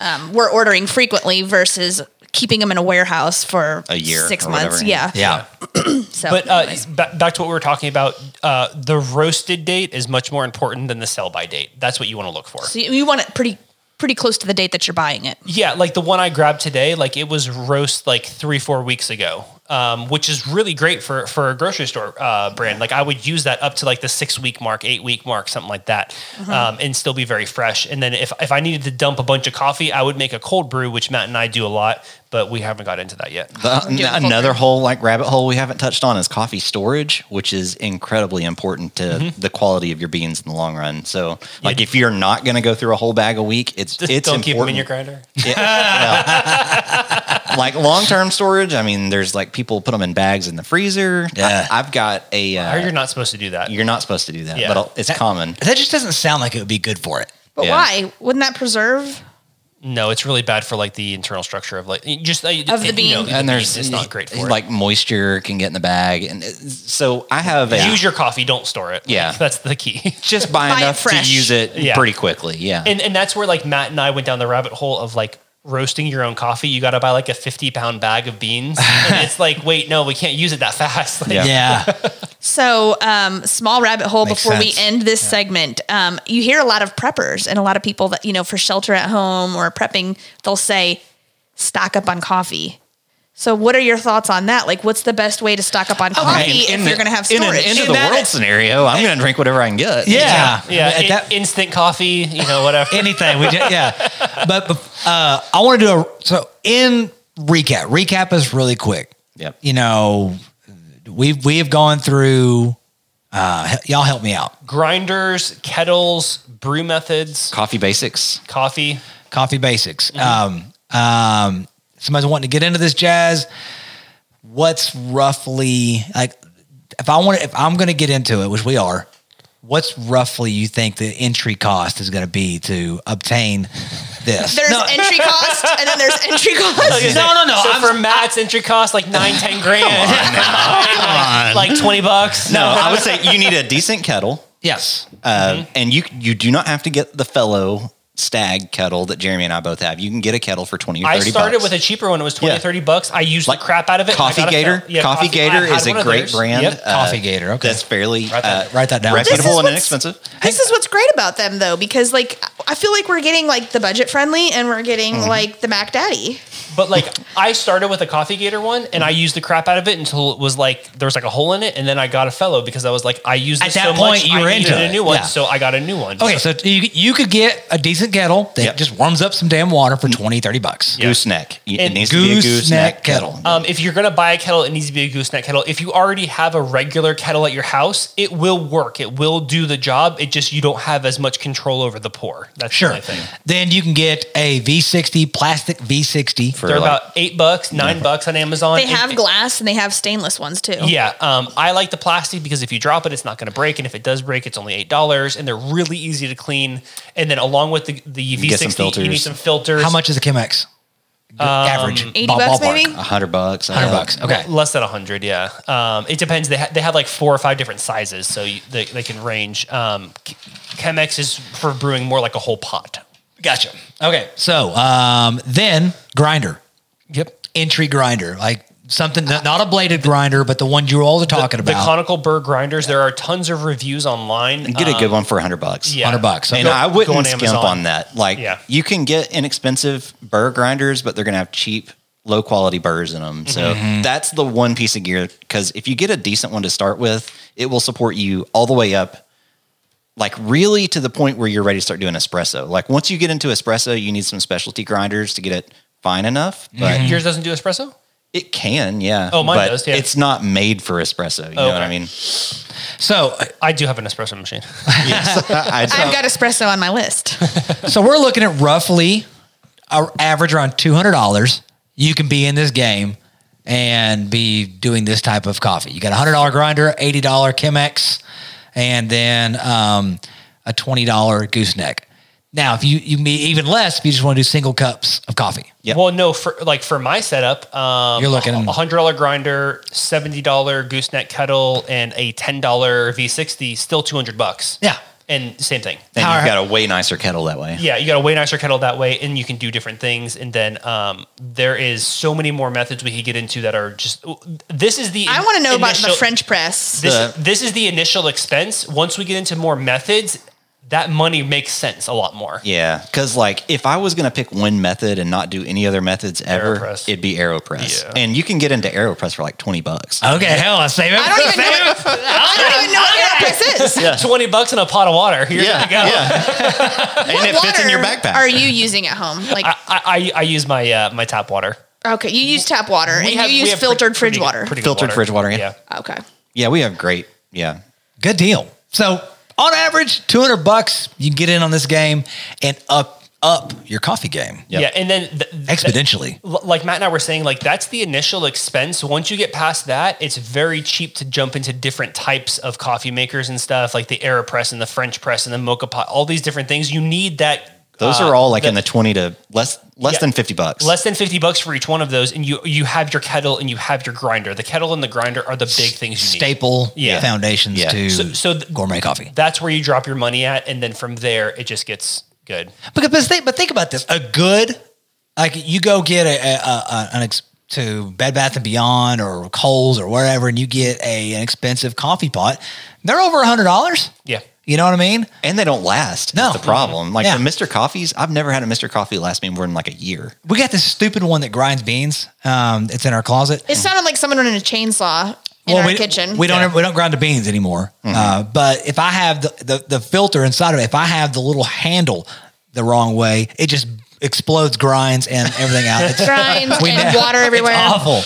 Speaker 3: um, we're ordering frequently versus keeping them in a warehouse for
Speaker 2: A year
Speaker 3: six
Speaker 2: or whatever.
Speaker 3: months. Yeah.
Speaker 1: Yeah.
Speaker 3: So,
Speaker 4: But uh,
Speaker 3: anyways.
Speaker 4: ba- back to what we were talking about, uh, the roasted date is much more important than the sell by date. That's what you want to look for.
Speaker 3: so you, you want it pretty pretty close to the date that you're buying it.
Speaker 4: Yeah, like the one I grabbed today, like it was roast like three, four weeks ago, um, which is really great for for a grocery store uh, brand. Like I would use that up to like the six week mark, eight week mark, something like that,
Speaker 3: Uh-huh.
Speaker 4: um, and still be very fresh. And then if if I needed to dump a bunch of coffee, I would make a cold brew, which Matt and I do a lot, but we haven't got into that yet.
Speaker 2: The-
Speaker 3: doing full
Speaker 2: Uh, another
Speaker 3: cream.
Speaker 2: whole like rabbit hole we haven't touched on is coffee storage, which is incredibly important to
Speaker 4: Mm-hmm.
Speaker 2: the quality of your beans in the long run. So, like, if you're not going to go through a whole bag a week, it's
Speaker 4: Just
Speaker 2: it's important.
Speaker 4: don't keep them in your grinder.
Speaker 2: Yeah, well, like long term storage, I mean, there's like people put them in bags in the freezer.
Speaker 1: Yeah.
Speaker 2: I, have got a. Uh,
Speaker 4: Or you're not supposed to do that.
Speaker 2: you're not supposed to do that,
Speaker 4: Yeah.
Speaker 2: but it's
Speaker 1: That-
Speaker 2: common.
Speaker 1: That just doesn't sound like it would be good for it.
Speaker 3: But
Speaker 2: Yeah.
Speaker 3: why wouldn't that preserve?
Speaker 4: No, it's really bad for like the internal structure of like just uh,
Speaker 3: Of the bean.
Speaker 4: You know,
Speaker 2: And there's
Speaker 4: it's not great for
Speaker 2: like
Speaker 4: it.
Speaker 2: moisture can get in the bag, and it- so I have a
Speaker 4: Use your coffee, don't store it.
Speaker 2: Yeah.
Speaker 4: that's the key.
Speaker 2: just buy,
Speaker 3: Buy it
Speaker 2: enough to
Speaker 3: fresh.
Speaker 2: use it
Speaker 4: Yeah.
Speaker 2: pretty quickly. Yeah,
Speaker 4: and and that's where like Matt and I went down the rabbit hole of like roasting your own coffee. You got to buy like a fifty pound bag of beans, and it's like, wait, no, we can't use it that fast. Like,
Speaker 2: Yeah.
Speaker 3: So, um, small rabbit hole
Speaker 1: Makes
Speaker 3: before
Speaker 1: sense.
Speaker 3: we end this segment. Um, you hear a lot of preppers and a lot of people that, you know, for shelter at home or prepping, they'll say, stock up on coffee. So, what are your thoughts on that? Like, what's the best way to stock up on coffee if you're going to have
Speaker 2: in an
Speaker 3: storage?
Speaker 2: end of the
Speaker 1: that-
Speaker 2: world scenario, I'm going to drink whatever I can get.
Speaker 1: Yeah.
Speaker 4: yeah,
Speaker 1: At
Speaker 4: in-
Speaker 1: that-
Speaker 4: instant coffee, you know, whatever.
Speaker 1: anything. We just, yeah. But uh, I want to do a so in recap. Recap is really quick.
Speaker 2: Yep.
Speaker 1: You know, we've we have gone through. Uh, y'all help me out.
Speaker 4: Grinders, kettles, brew methods,
Speaker 2: Coffee basics.
Speaker 4: coffee.
Speaker 1: Coffee basics. Um, um, somebody's wanting to get into this jazz. What's roughly like? If I want, to, if I'm going to get into it, which we are, what's roughly you think the entry cost is going to be to obtain this?
Speaker 3: there's entry cost and then there's entry cost.
Speaker 1: No, no, no,
Speaker 4: So
Speaker 1: I'm-
Speaker 4: for Matt's entry cost, like nine, ten grand, like twenty bucks.
Speaker 2: No, I would say you need a decent kettle,
Speaker 1: yes.
Speaker 2: uh, and you you do not have to get the fellow stag kettle that Jeremy and I both have. You can get a kettle for twenty or
Speaker 4: I
Speaker 2: thirty.
Speaker 4: started
Speaker 2: bucks.
Speaker 4: with a cheaper one. It was 20,
Speaker 2: Yeah.
Speaker 4: 30 bucks. I used
Speaker 2: Like
Speaker 4: the crap out of it. and I
Speaker 2: Coffee
Speaker 4: got a
Speaker 2: Gator.
Speaker 4: fel- Yeah,
Speaker 2: coffee,
Speaker 4: I
Speaker 2: Gator
Speaker 4: had
Speaker 2: is a
Speaker 4: one of
Speaker 2: great
Speaker 4: those.
Speaker 2: brand. uh,
Speaker 4: Yep.
Speaker 1: Coffee Gator, okay.
Speaker 2: That's fairly
Speaker 4: Write that-
Speaker 2: uh,
Speaker 1: write that down. This is
Speaker 2: reputable and
Speaker 3: what's-
Speaker 2: inexpensive.
Speaker 3: This is what's great about them though, because like I feel like we're getting like the budget friendly and we're getting
Speaker 2: Mm-hmm.
Speaker 3: like the Mac Daddy.
Speaker 4: But like I started with a coffee gator one and I used the crap out of it until it was like there was like a hole in it and then I got a fellow because I was like I used
Speaker 1: At
Speaker 4: this
Speaker 1: that
Speaker 4: so
Speaker 1: point,
Speaker 4: much,
Speaker 1: you were
Speaker 4: I needed
Speaker 1: into
Speaker 4: a
Speaker 1: it,
Speaker 4: new one
Speaker 1: yeah.
Speaker 4: so I got a new one.
Speaker 1: Okay, so you, you could get a decent kettle that
Speaker 2: Yep.
Speaker 1: just warms up some damn water for 20, 30 bucks.
Speaker 4: Yeah.
Speaker 2: Gooseneck. It
Speaker 4: And
Speaker 2: needs to be a gooseneck kettle.
Speaker 4: um, if you're gonna buy a kettle, it needs to be a gooseneck kettle. If you already have a regular kettle at your house, it will work. It will do the job. It just you don't have as much control over the pour. That's
Speaker 1: Sure.
Speaker 4: my thing.
Speaker 1: Then you can get a V60, plastic V60.
Speaker 2: For
Speaker 4: They're
Speaker 2: like-
Speaker 4: about eight bucks, nine bucks on Amazon.
Speaker 3: They
Speaker 4: And-
Speaker 3: have glass and they have stainless ones too.
Speaker 4: Yeah, um, I like the plastic because if you drop it, it's not going to break, and if it does break, it's only eight dollars, and they're really easy to clean. And then along with the the
Speaker 2: get some
Speaker 4: V60, you need
Speaker 2: filters.
Speaker 4: some filters.
Speaker 1: How much is a Chemex?
Speaker 4: Um,
Speaker 1: Average.
Speaker 3: 80
Speaker 1: ball-
Speaker 3: bucks
Speaker 1: ballpark.
Speaker 3: maybe?
Speaker 2: a hundred bucks. Uh,
Speaker 1: 100 bucks. Okay.
Speaker 4: Less than a hundred, yeah. Um, it depends. They ha- they have like four or five different sizes, so you, they they can range. Um, K- Chemex is for brewing more like a whole pot.
Speaker 1: Gotcha. Okay. So um, then grinder,
Speaker 4: Yep.
Speaker 1: entry grinder, like something, not, not a bladed grinder, but the one you all are talking
Speaker 4: The
Speaker 1: about.
Speaker 4: conical burr grinders. There are tons of reviews online. Uh,
Speaker 2: Get a good one for a hundred bucks.
Speaker 4: yeah.
Speaker 1: 100 bucks.
Speaker 2: And
Speaker 1: Okay.
Speaker 2: I
Speaker 4: go on
Speaker 2: wouldn't skimp
Speaker 4: Amazon.
Speaker 2: on that. Like
Speaker 4: Yeah.
Speaker 2: you can get inexpensive burr grinders, but they're gonna have cheap, low quality burrs in them. So
Speaker 4: Mm-hmm.
Speaker 2: that's the one piece of gear because if you get a decent one to start with, it will support you all the way up. Like really to the point where you're ready to start doing espresso. Like once you get into espresso, you need some specialty grinders to get it fine enough. But
Speaker 4: Yours doesn't do espresso.
Speaker 2: it can, yeah.
Speaker 4: Mm-hmm. Oh, mine
Speaker 2: but
Speaker 4: does, yeah.
Speaker 2: It's not made for espresso. You know what I
Speaker 4: Okay.
Speaker 2: mean?
Speaker 1: so,
Speaker 4: I do have an espresso machine.
Speaker 2: I,
Speaker 3: I've got espresso on my list.
Speaker 1: so we're looking at roughly our average around $200. You can be in this game and be doing this type of coffee. You got a $100 grinder, $80 Chemex, and then um, a $20 gooseneck. Now, if you, you can be even less if you just want to do single cups of coffee.
Speaker 2: Yep.
Speaker 4: Well, no, for like for my setup, um,
Speaker 1: You're looking-
Speaker 4: a hundred dollar grinder, seventy dollar gooseneck kettle, and a ten dollar V sixty, still two hundred bucks.
Speaker 1: Yeah.
Speaker 4: and same thing.
Speaker 2: And
Speaker 1: Power-
Speaker 2: you've got a way nicer kettle that way.
Speaker 4: Yeah, you got a way nicer kettle that way, and you can do different things. And then um, there is so many more methods we could get into that are just. This is the.
Speaker 3: I want to know about the
Speaker 4: initial-
Speaker 3: French press.
Speaker 4: This,
Speaker 2: The-
Speaker 4: this is the initial expense. Once we get into more methods, that money makes sense a lot more.
Speaker 2: Yeah, because like if I was gonna pick one method and not do any other methods ever,
Speaker 4: AeroPress.
Speaker 2: it'd be Aeropress,
Speaker 4: Yeah.
Speaker 2: and you can get into Aeropress for like twenty bucks.
Speaker 1: Okay, hell, I'll save it.
Speaker 3: I don't even know. What, I don't even know what AeroPress is.
Speaker 4: Twenty bucks in a pot of water. Here you go.
Speaker 2: and it
Speaker 3: What
Speaker 2: fits in your
Speaker 3: water
Speaker 2: backpack.
Speaker 3: Are you using at home? Like,
Speaker 4: I, I, I use my uh, my tap water.
Speaker 3: okay, you use tap water and
Speaker 4: have-
Speaker 3: you use
Speaker 4: have pre-
Speaker 3: filtered fridge
Speaker 4: pretty good-
Speaker 3: water.
Speaker 4: pretty good
Speaker 2: Filtered fridge water, yeah.
Speaker 3: okay.
Speaker 2: yeah, we have great. Yeah,
Speaker 1: Good deal. So on average, two hundred bucks you can get in on this game and up up your coffee game
Speaker 2: Yep.
Speaker 4: Yeah, and then th- th-
Speaker 1: exponentially.
Speaker 4: l- like Matt and I were saying, like that's the initial expense. Once you get past that, it's very cheap to jump into different types of coffee makers and stuff, like the Aeropress and the French press and the mocha pot, all these different things. You need that.
Speaker 2: those
Speaker 4: uh,
Speaker 2: are all like in the twenty to less less
Speaker 4: Yeah.
Speaker 2: than fifty bucks.
Speaker 4: less than fifty bucks for each one of those, and you you have your kettle and you have your grinder. The kettle and the grinder are the big things you need.
Speaker 1: Staple
Speaker 4: Yeah.
Speaker 1: foundations
Speaker 2: Yeah.
Speaker 1: to
Speaker 4: So- so th-
Speaker 1: gourmet coffee.
Speaker 4: That's where you drop your money at, and then from there it just gets good.
Speaker 1: Because but think, but think about this: a good, like you go get a, a, a an ex, to Bed Bath and Beyond or Coles or wherever, and you get a an expensive coffee pot. They're over a hundred dollars.
Speaker 4: Yeah.
Speaker 1: You know what I mean?
Speaker 2: and they don't last.
Speaker 1: No.
Speaker 2: That's the problem. Like
Speaker 1: Yeah.
Speaker 2: the Mister Coffees, I've never had a Mister Coffee last me more than like a year.
Speaker 1: We got this stupid one that grinds beans. Um, it's in our closet.
Speaker 3: It sounded like someone running a chainsaw in our
Speaker 1: we,
Speaker 3: kitchen.
Speaker 1: We don't we don't grind the beans anymore.
Speaker 4: Mm-hmm.
Speaker 1: Uh, but if I have the, the the filter inside of it, if I have the little handle the wrong way, it just explodes, grinds, and everything out. It's
Speaker 3: grinds
Speaker 1: we
Speaker 3: and
Speaker 1: know.
Speaker 3: water everywhere.
Speaker 1: awful.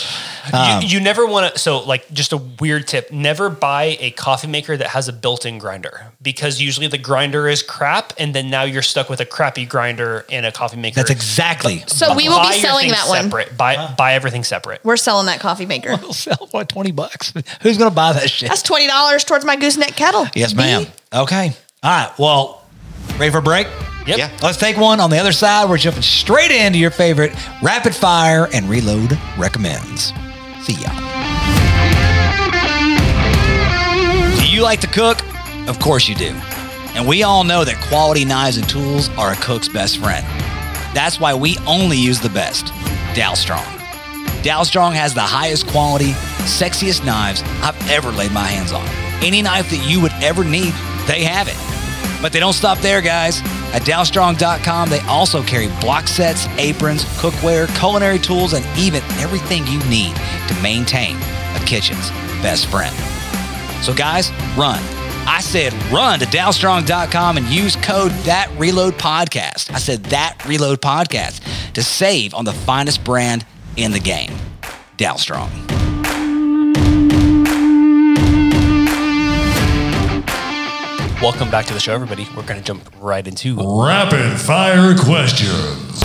Speaker 4: you, you never want to. So, like, just a weird tip: never buy a coffee maker that has a built-in grinder because usually the grinder is crap, and then now you're stuck with a crappy grinder and a coffee maker.
Speaker 1: That's exactly.
Speaker 3: So we will
Speaker 4: Buy
Speaker 3: be
Speaker 4: your
Speaker 3: selling
Speaker 4: things
Speaker 3: that one.
Speaker 4: Separate. Buy buy everything separate.
Speaker 3: We're selling that coffee maker.
Speaker 1: We'll sell for twenty bucks. Who's gonna buy that shit?
Speaker 3: That's twenty dollars towards my gooseneck kettle.
Speaker 1: yes, ma'am.
Speaker 3: Me?
Speaker 1: Okay. All right. Well, ready for a break?
Speaker 4: Yep.
Speaker 2: Yeah.
Speaker 1: Let's take one on the other side. We're jumping straight into your favorite rapid fire and reload recommends. See ya.
Speaker 5: Do you like to cook? Of course you do. And we all know that quality knives and tools are a cook's best friend. That's why we only use the best Dow Strong. Dow Strong has the highest quality, sexiest knives I've ever laid my hands on. Any knife that you would ever need, they have it. But they don't stop there, guys. At DowStrong.com, they also carry block sets, aprons, cookware, culinary tools, and even everything you need to maintain a kitchen's best friend. So guys, run. I said run to dowstrong.com and use code that reload podcast. I said that reload podcast to save on the finest brand in the game. Dowstrong.
Speaker 4: Welcome back to the show, everybody. We're gonna jump right into.
Speaker 6: Rapid fire questions.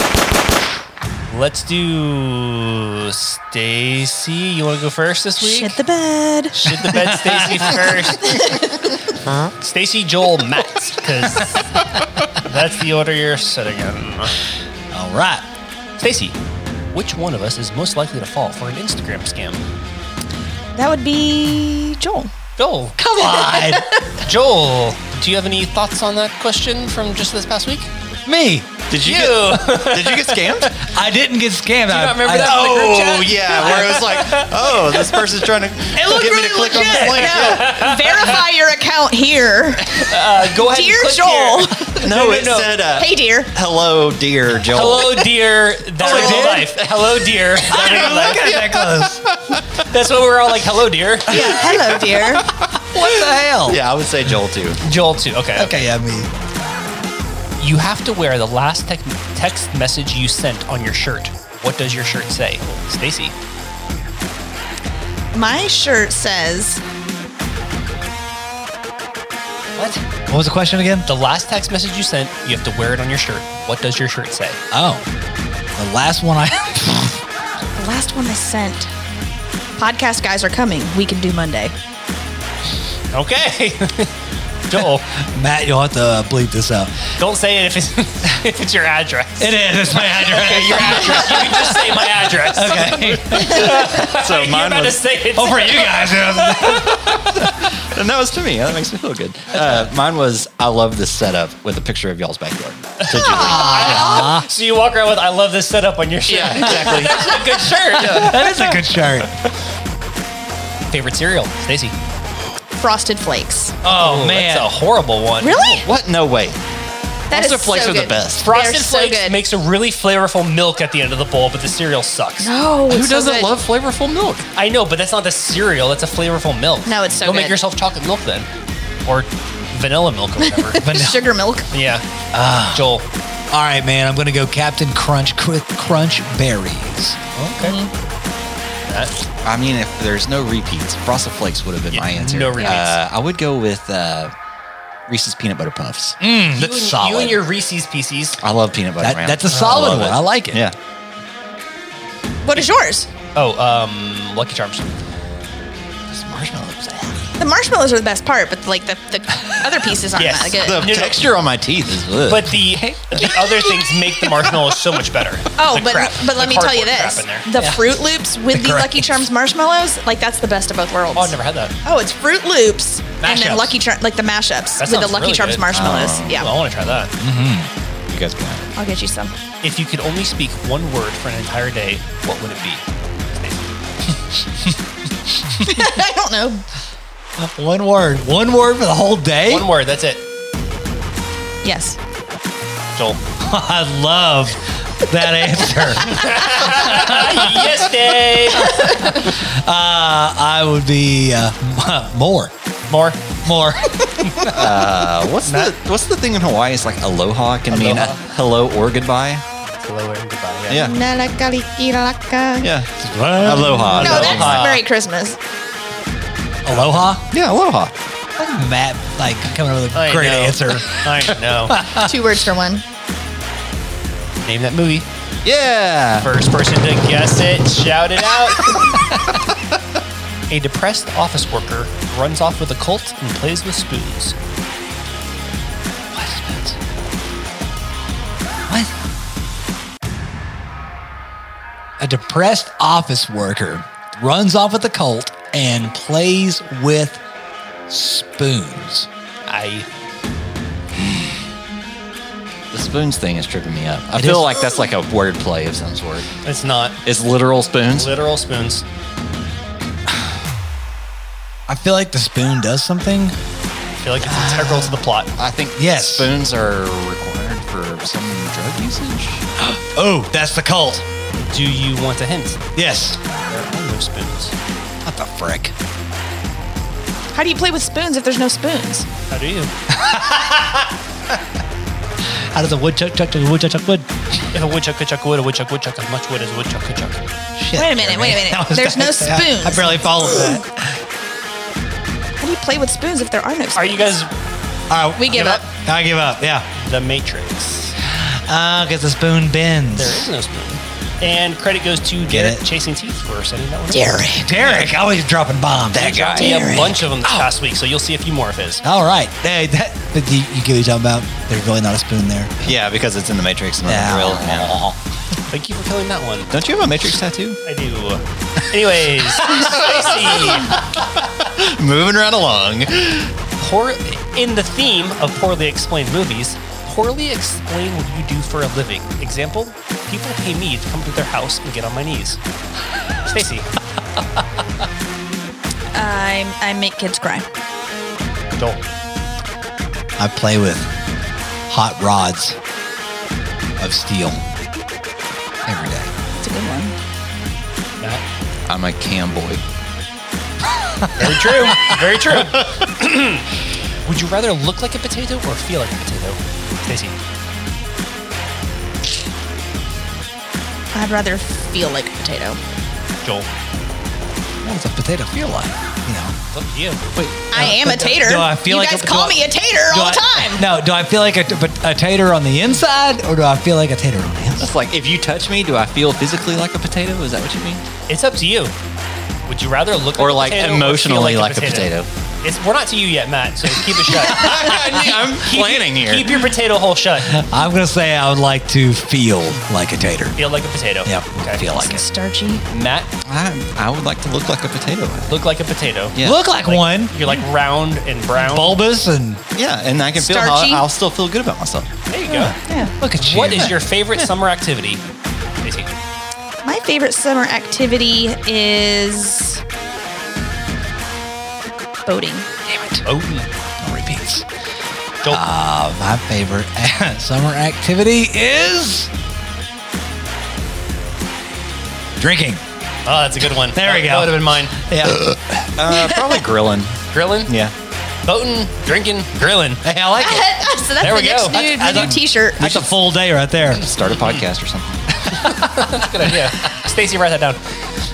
Speaker 4: Let's do Stacy. You want to go first this week?
Speaker 3: Shit the bed.
Speaker 4: Shit the bed, Stacy first. Stacy, Joel, Matt, because that's the order you're sitting in.
Speaker 1: All right.
Speaker 4: Stacy, which one of us is most likely to fall for an Instagram scam?
Speaker 3: That would be Joel.
Speaker 4: Joel, come on. Joel, do you have any thoughts on that question from just this past week?
Speaker 1: Me.
Speaker 2: Did you?
Speaker 4: You.
Speaker 2: Get,
Speaker 4: do
Speaker 2: did you get scammed?
Speaker 1: I didn't get scammed.
Speaker 4: you
Speaker 1: I
Speaker 4: not remember
Speaker 1: I-
Speaker 4: that from the group
Speaker 2: Oh
Speaker 4: chat?
Speaker 2: yeah, where it was like, oh, this person's trying to get me to click on this link. Yeah.
Speaker 3: Verify your account here.
Speaker 4: Uh, go ahead. and
Speaker 3: Dear
Speaker 4: click
Speaker 3: Joel.
Speaker 4: here.
Speaker 2: No,
Speaker 4: No,
Speaker 2: it
Speaker 4: no.
Speaker 2: said, uh,
Speaker 3: Hey dear.
Speaker 2: "Hello, dear Joel."
Speaker 4: Hello, dear. That
Speaker 1: it
Speaker 4: real
Speaker 1: did?
Speaker 4: life. Hello, dear. That real
Speaker 1: Look
Speaker 4: life.
Speaker 1: at that close.
Speaker 4: That's what we're all like. Hello, dear.
Speaker 3: Yeah, hello dear.
Speaker 1: What the hell?
Speaker 2: Yeah, I would say Joel too.
Speaker 4: Joel, too. Okay.
Speaker 1: oh, Okay, yeah, me.
Speaker 4: You have to wear the last tec- text message you sent on your shirt. What does your shirt say? Stacy.
Speaker 3: My shirt says
Speaker 4: What?
Speaker 1: What was the question again?
Speaker 4: The last text message you sent, you have to wear it on your shirt. What does your shirt say?
Speaker 1: Oh, the last one I.
Speaker 3: the last one I sent. Podcast guys are coming. We can do Monday.
Speaker 4: Okay. Joel,
Speaker 1: Matt, you'll have to bleep this out.
Speaker 4: don't say it if it's if it's your address.
Speaker 1: It is. It's my address.
Speaker 4: your address. You can just say my address.
Speaker 1: okay.
Speaker 2: So
Speaker 4: You're
Speaker 2: mine
Speaker 4: about to
Speaker 2: was
Speaker 4: say it.
Speaker 1: Oh, for you guys. it was-
Speaker 2: and that was to me. That makes me feel good. Uh, mine was I love this setup with a picture of y'all's backyard. So just like,
Speaker 4: So you walk around with "I love this setup" on your shirt. Yeah, exactly. That's a good shirt.
Speaker 1: That is a good shirt.
Speaker 4: Favorite cereal, Stacy.
Speaker 3: Frosted Flakes.
Speaker 4: Oh man, that's a horrible one.
Speaker 3: Really?
Speaker 2: what? No way.
Speaker 3: That is
Speaker 2: Frosted Flakes
Speaker 3: so
Speaker 2: are the
Speaker 3: good.
Speaker 2: best.
Speaker 4: Frosted
Speaker 3: They're so
Speaker 4: Flakes
Speaker 3: good.
Speaker 4: makes a really flavorful milk at the end of the bowl, but the cereal sucks.
Speaker 3: no,
Speaker 2: Who
Speaker 3: Oh, it's so
Speaker 2: doesn't
Speaker 3: good.
Speaker 2: love flavorful milk?
Speaker 4: I know, but that's not the cereal. That's a flavorful milk.
Speaker 3: No, it's so
Speaker 4: Go make
Speaker 3: good.
Speaker 4: yourself chocolate milk then, or vanilla milk or whatever. vanilla.
Speaker 3: sugar milk?
Speaker 4: Yeah. Joel.
Speaker 1: All right, man. I'm gonna go Captain Crunch with Crunch Berries.
Speaker 4: Okay. That,
Speaker 2: I mean, if there's no repeats, Frosted Flakes would have been
Speaker 4: Yeah,
Speaker 2: my answer.
Speaker 4: no repeats.
Speaker 2: Uh, I would go with uh, Reese's Peanut Butter Puffs.
Speaker 4: you,
Speaker 1: that's
Speaker 4: and,
Speaker 1: solid.
Speaker 4: you and your Reese's Pieces.
Speaker 2: I love peanut butter.
Speaker 1: That-
Speaker 2: man.
Speaker 1: that's a
Speaker 2: I
Speaker 1: solid
Speaker 2: love
Speaker 1: one.
Speaker 2: it.
Speaker 1: I like it.
Speaker 2: Yeah.
Speaker 3: What is yours?
Speaker 4: Oh, um, Lucky Charms.
Speaker 2: marshmallows.
Speaker 3: The marshmallows are the best part, but like the, the other pieces aren't
Speaker 4: Yes.
Speaker 3: that good.
Speaker 2: The
Speaker 4: no.
Speaker 2: texture on my teeth is good.
Speaker 4: But the the other things make the marshmallows so much better.
Speaker 3: Oh,
Speaker 4: The
Speaker 3: but
Speaker 4: crap-
Speaker 3: but let
Speaker 4: the
Speaker 3: me tell you
Speaker 4: cardboard crap
Speaker 3: this:
Speaker 4: in there.
Speaker 3: the Fruit Loops with the, Lucky Charms marshmallows, like that's the best of both worlds.
Speaker 4: Oh, I've never had that.
Speaker 3: Oh, it's Fruit Loops and
Speaker 4: Mashups.
Speaker 3: then Lucky Charms, like the mashups
Speaker 4: That
Speaker 3: with the
Speaker 4: sounds
Speaker 3: Lucky
Speaker 4: really
Speaker 3: Charms
Speaker 4: good.
Speaker 3: marshmallows.
Speaker 1: Uh,
Speaker 3: yeah,
Speaker 4: Well, I want to try that.
Speaker 2: you guys can have it.
Speaker 3: I'll get you some.
Speaker 4: If you could only speak one word for an entire day, what would it be?
Speaker 3: I don't know.
Speaker 1: One word. One word for the whole day.
Speaker 4: One word. That's it.
Speaker 3: Yes,
Speaker 4: Joel.
Speaker 1: I love that answer.
Speaker 4: yes, Dave.
Speaker 1: I would be uh, more,
Speaker 4: More.
Speaker 1: more.
Speaker 2: Uh, what's the what's the thing in Hawaii? It's like aloha can mean
Speaker 4: Aloha.
Speaker 2: hello or goodbye.
Speaker 4: Hello and goodbye.
Speaker 2: Yeah.
Speaker 3: Nalakalikilaka.
Speaker 2: Yeah. Aloha.
Speaker 3: No,
Speaker 2: aloha.
Speaker 3: that's Merry Christmas.
Speaker 1: Aloha.
Speaker 2: yeah, aloha.
Speaker 1: Fucking Matt, like coming up with a
Speaker 4: I
Speaker 1: great
Speaker 4: know.
Speaker 1: answer.
Speaker 4: I know.
Speaker 3: Two words for one.
Speaker 4: Name that movie.
Speaker 2: Yeah.
Speaker 4: First person to guess it, shout it out. a depressed office worker runs off with a cult and plays with spoons.
Speaker 1: What? A depressed office worker runs off with a cult and plays with spoons.
Speaker 4: I
Speaker 2: The spoons thing is tripping me up. I
Speaker 1: It
Speaker 2: feel
Speaker 1: is-
Speaker 2: like that's like a word play of some sort.
Speaker 4: it's not
Speaker 2: It's literal spoons.
Speaker 4: literal spoons.
Speaker 1: I feel like the spoon does something.
Speaker 4: I feel like it's integral to the plot.
Speaker 2: I think
Speaker 1: Yes.
Speaker 2: spoons are required for some drug usage.
Speaker 1: Oh, that's the cult.
Speaker 4: Do you want a hint?
Speaker 1: Yes.
Speaker 4: There are no spoons.
Speaker 1: What the frick?
Speaker 3: How do you play with spoons if there's no spoons?
Speaker 4: How do you?
Speaker 1: How does a woodchuck chuck to a woodchuck chuck wood?
Speaker 4: If a woodchuck could chuck wood, a woodchuck would chuck as much wood as a woodchuck could chuck.
Speaker 1: Shit,
Speaker 3: Wait a minute, wait a minute.
Speaker 1: That was-
Speaker 3: There's no
Speaker 1: I- I,
Speaker 3: spoons.
Speaker 1: barely followed that.
Speaker 3: How do you play with spoons if there are no spoons?
Speaker 4: Are you guys
Speaker 1: All right,
Speaker 3: We give up.
Speaker 1: I give up. Yeah.
Speaker 4: the Matrix?
Speaker 1: Uh, because the spoon bends.
Speaker 4: There is no spoon. And credit goes to Get
Speaker 1: it?
Speaker 4: It Chasing Teeth for sending that one. up.
Speaker 1: Derek. Derek, always dropping bombs. That guy.
Speaker 4: He had a bunch of them
Speaker 1: Oh.
Speaker 4: this past week, so you'll see a few more of his.
Speaker 1: All right. Hey, that, but you, you get what you're talking about? There's really not a spoon there.
Speaker 2: Yeah, because it's in the Matrix. And yeah.
Speaker 1: Yeah.
Speaker 2: Real, yeah.
Speaker 4: Thank you for killing that one.
Speaker 2: Don't you have a Matrix tattoo?
Speaker 4: I do. Anyways, Stacy,
Speaker 2: Moving right along.
Speaker 4: poor, in the theme of poorly explained movies, poorly explain what you do for a living. Example: People pay me to come to their house and get on my knees. Stacy,
Speaker 3: I, I make kids cry.
Speaker 4: Joel,
Speaker 1: I play with hot rods of steel every day.
Speaker 3: It's a good one.
Speaker 4: Matt.
Speaker 2: I'm a cam boy.
Speaker 4: Very true. Very true. Would you rather look like a potato or feel like a potato? Stacy,
Speaker 3: I'd rather feel like a potato.
Speaker 4: Joel,
Speaker 1: What does a potato feel like? You know.
Speaker 4: it's up to you.
Speaker 3: I am a tater.
Speaker 1: do I feel
Speaker 3: you
Speaker 1: like
Speaker 3: guys
Speaker 1: a-
Speaker 3: call
Speaker 1: do I-
Speaker 3: me a tater all the
Speaker 1: I-
Speaker 3: time.
Speaker 1: No, do I feel like a, but a tater on the inside or do I feel like a tater on the outside?
Speaker 2: It's like if you touch me, do I feel physically like a potato? Is that what you mean?
Speaker 4: It's up to you. Would you rather look
Speaker 2: Or
Speaker 4: like,
Speaker 2: like
Speaker 4: a potato or feel
Speaker 2: emotionally like, a,
Speaker 4: potato?
Speaker 2: potato.
Speaker 4: It's, we're not to you yet, Matt. So keep it shut.
Speaker 2: I'm planning here.
Speaker 4: keep your potato hole shut.
Speaker 1: I'm gonna say I would like to feel like a tater.
Speaker 4: Feel like a potato.
Speaker 1: Yep,
Speaker 4: Okay.
Speaker 1: feel like it.
Speaker 3: Starchy.
Speaker 4: Matt,
Speaker 2: I, I would like to look like a potato.
Speaker 4: look like a potato.
Speaker 2: Yeah.
Speaker 1: Look like,
Speaker 4: Like,
Speaker 1: one,
Speaker 4: You're like round and brown.
Speaker 1: bulbous, and
Speaker 2: Yeah, and I can feel how
Speaker 3: Starchy.
Speaker 2: I'll still feel good about myself.
Speaker 4: There you go.
Speaker 1: look at you.
Speaker 4: What is your favorite summer activity? Casey?
Speaker 3: My favorite summer activity is boating.
Speaker 1: Damn it.
Speaker 4: Oh,
Speaker 1: No repeats.
Speaker 4: Joel.
Speaker 1: Uh, my favorite summer activity is drinking.
Speaker 4: oh, that's a good one.
Speaker 1: There we
Speaker 4: That-
Speaker 1: go.
Speaker 4: That would have been mine.
Speaker 1: Yeah,
Speaker 2: Uh, probably grilling.
Speaker 4: Grilling,
Speaker 2: Yeah.
Speaker 4: boating, drinking, grilling.
Speaker 1: hey, I like it.
Speaker 3: so that's
Speaker 4: There we
Speaker 3: the next
Speaker 4: go.
Speaker 3: new,
Speaker 4: That's-
Speaker 3: the new T-shirt.
Speaker 1: That's a full day right there.
Speaker 2: Start a podcast or something.
Speaker 4: Good idea. Stacy, write that down.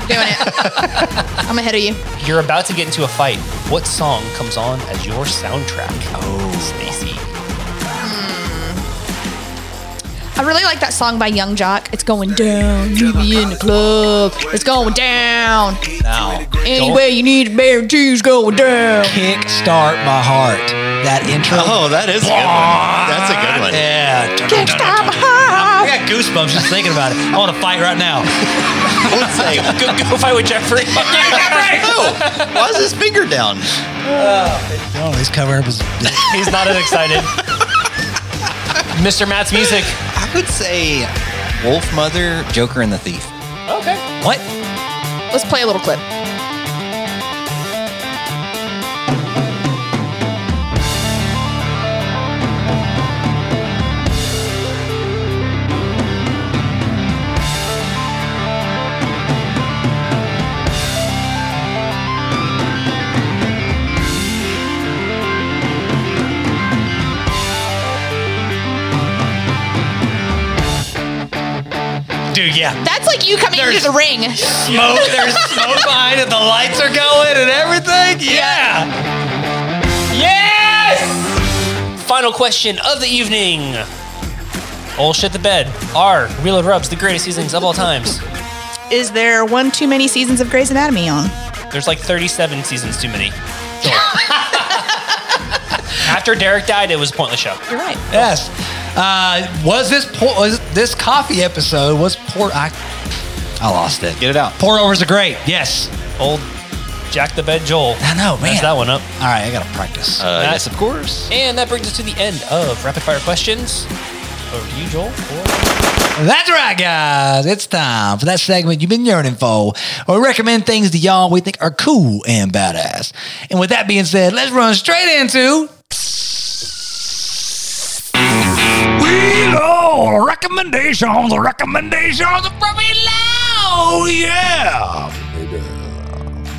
Speaker 3: doing it. I'm ahead of you.
Speaker 4: You're about to get into a fight. What song comes on as your soundtrack? Oh, Stacy.
Speaker 3: I really like that song by Young Jock. It's going down. You be in the club. It's going down.
Speaker 1: Now,
Speaker 3: Anywhere you need a bear, two's going down.
Speaker 1: kickstart my heart. That intro.
Speaker 2: Oh, that is a good one. That's a good one.
Speaker 1: Yeah.
Speaker 3: Kickstart my
Speaker 1: I
Speaker 3: heart.
Speaker 1: got goosebumps just thinking about it. I want to fight right now.
Speaker 4: Go, go fight with Jeffrey.
Speaker 2: Oh, why is his finger down?
Speaker 1: Oh, he's covering up his.
Speaker 4: He's not as excited. Mr. Matt's music.
Speaker 2: I would say Wolf Mother, Joker, and the Thief.
Speaker 4: Okay.
Speaker 1: What?
Speaker 3: Let's play a little clip.
Speaker 1: Dude, yeah.
Speaker 3: That's like you coming into the ring.
Speaker 1: Smoke. There's smoke behind it. The lights are going and everything. Yeah.
Speaker 4: Final question of the evening. Old shit the bed. Are Reload Rubs the greatest seasonings of all times?
Speaker 3: Is there one too many seasons of Grey's Anatomy on?
Speaker 4: There's like 37 seasons too many. Joel. After Derek died, it was a pointless show.
Speaker 3: You're right.
Speaker 1: Yes. Uh, was this po- was this coffee episode was pour? I I lost it.
Speaker 2: Get it out.
Speaker 1: Pour overs are great. Yes.
Speaker 4: Old Jack the Bed Joel.
Speaker 1: I know, man.
Speaker 4: Messed that one up.
Speaker 1: All right, I gotta practice.
Speaker 2: Uh,
Speaker 4: Matt.
Speaker 2: yes, of course.
Speaker 4: And that brings us to the end of Rapid Fire Questions. Over to you, Joel. Or-
Speaker 1: That's right, guys. It's time for that segment you've been yearning for. Where we recommend things to y'all we think are cool and badass. And with that being said, let's run straight into. Reload recommendations, recommendations from Reload. Yeah.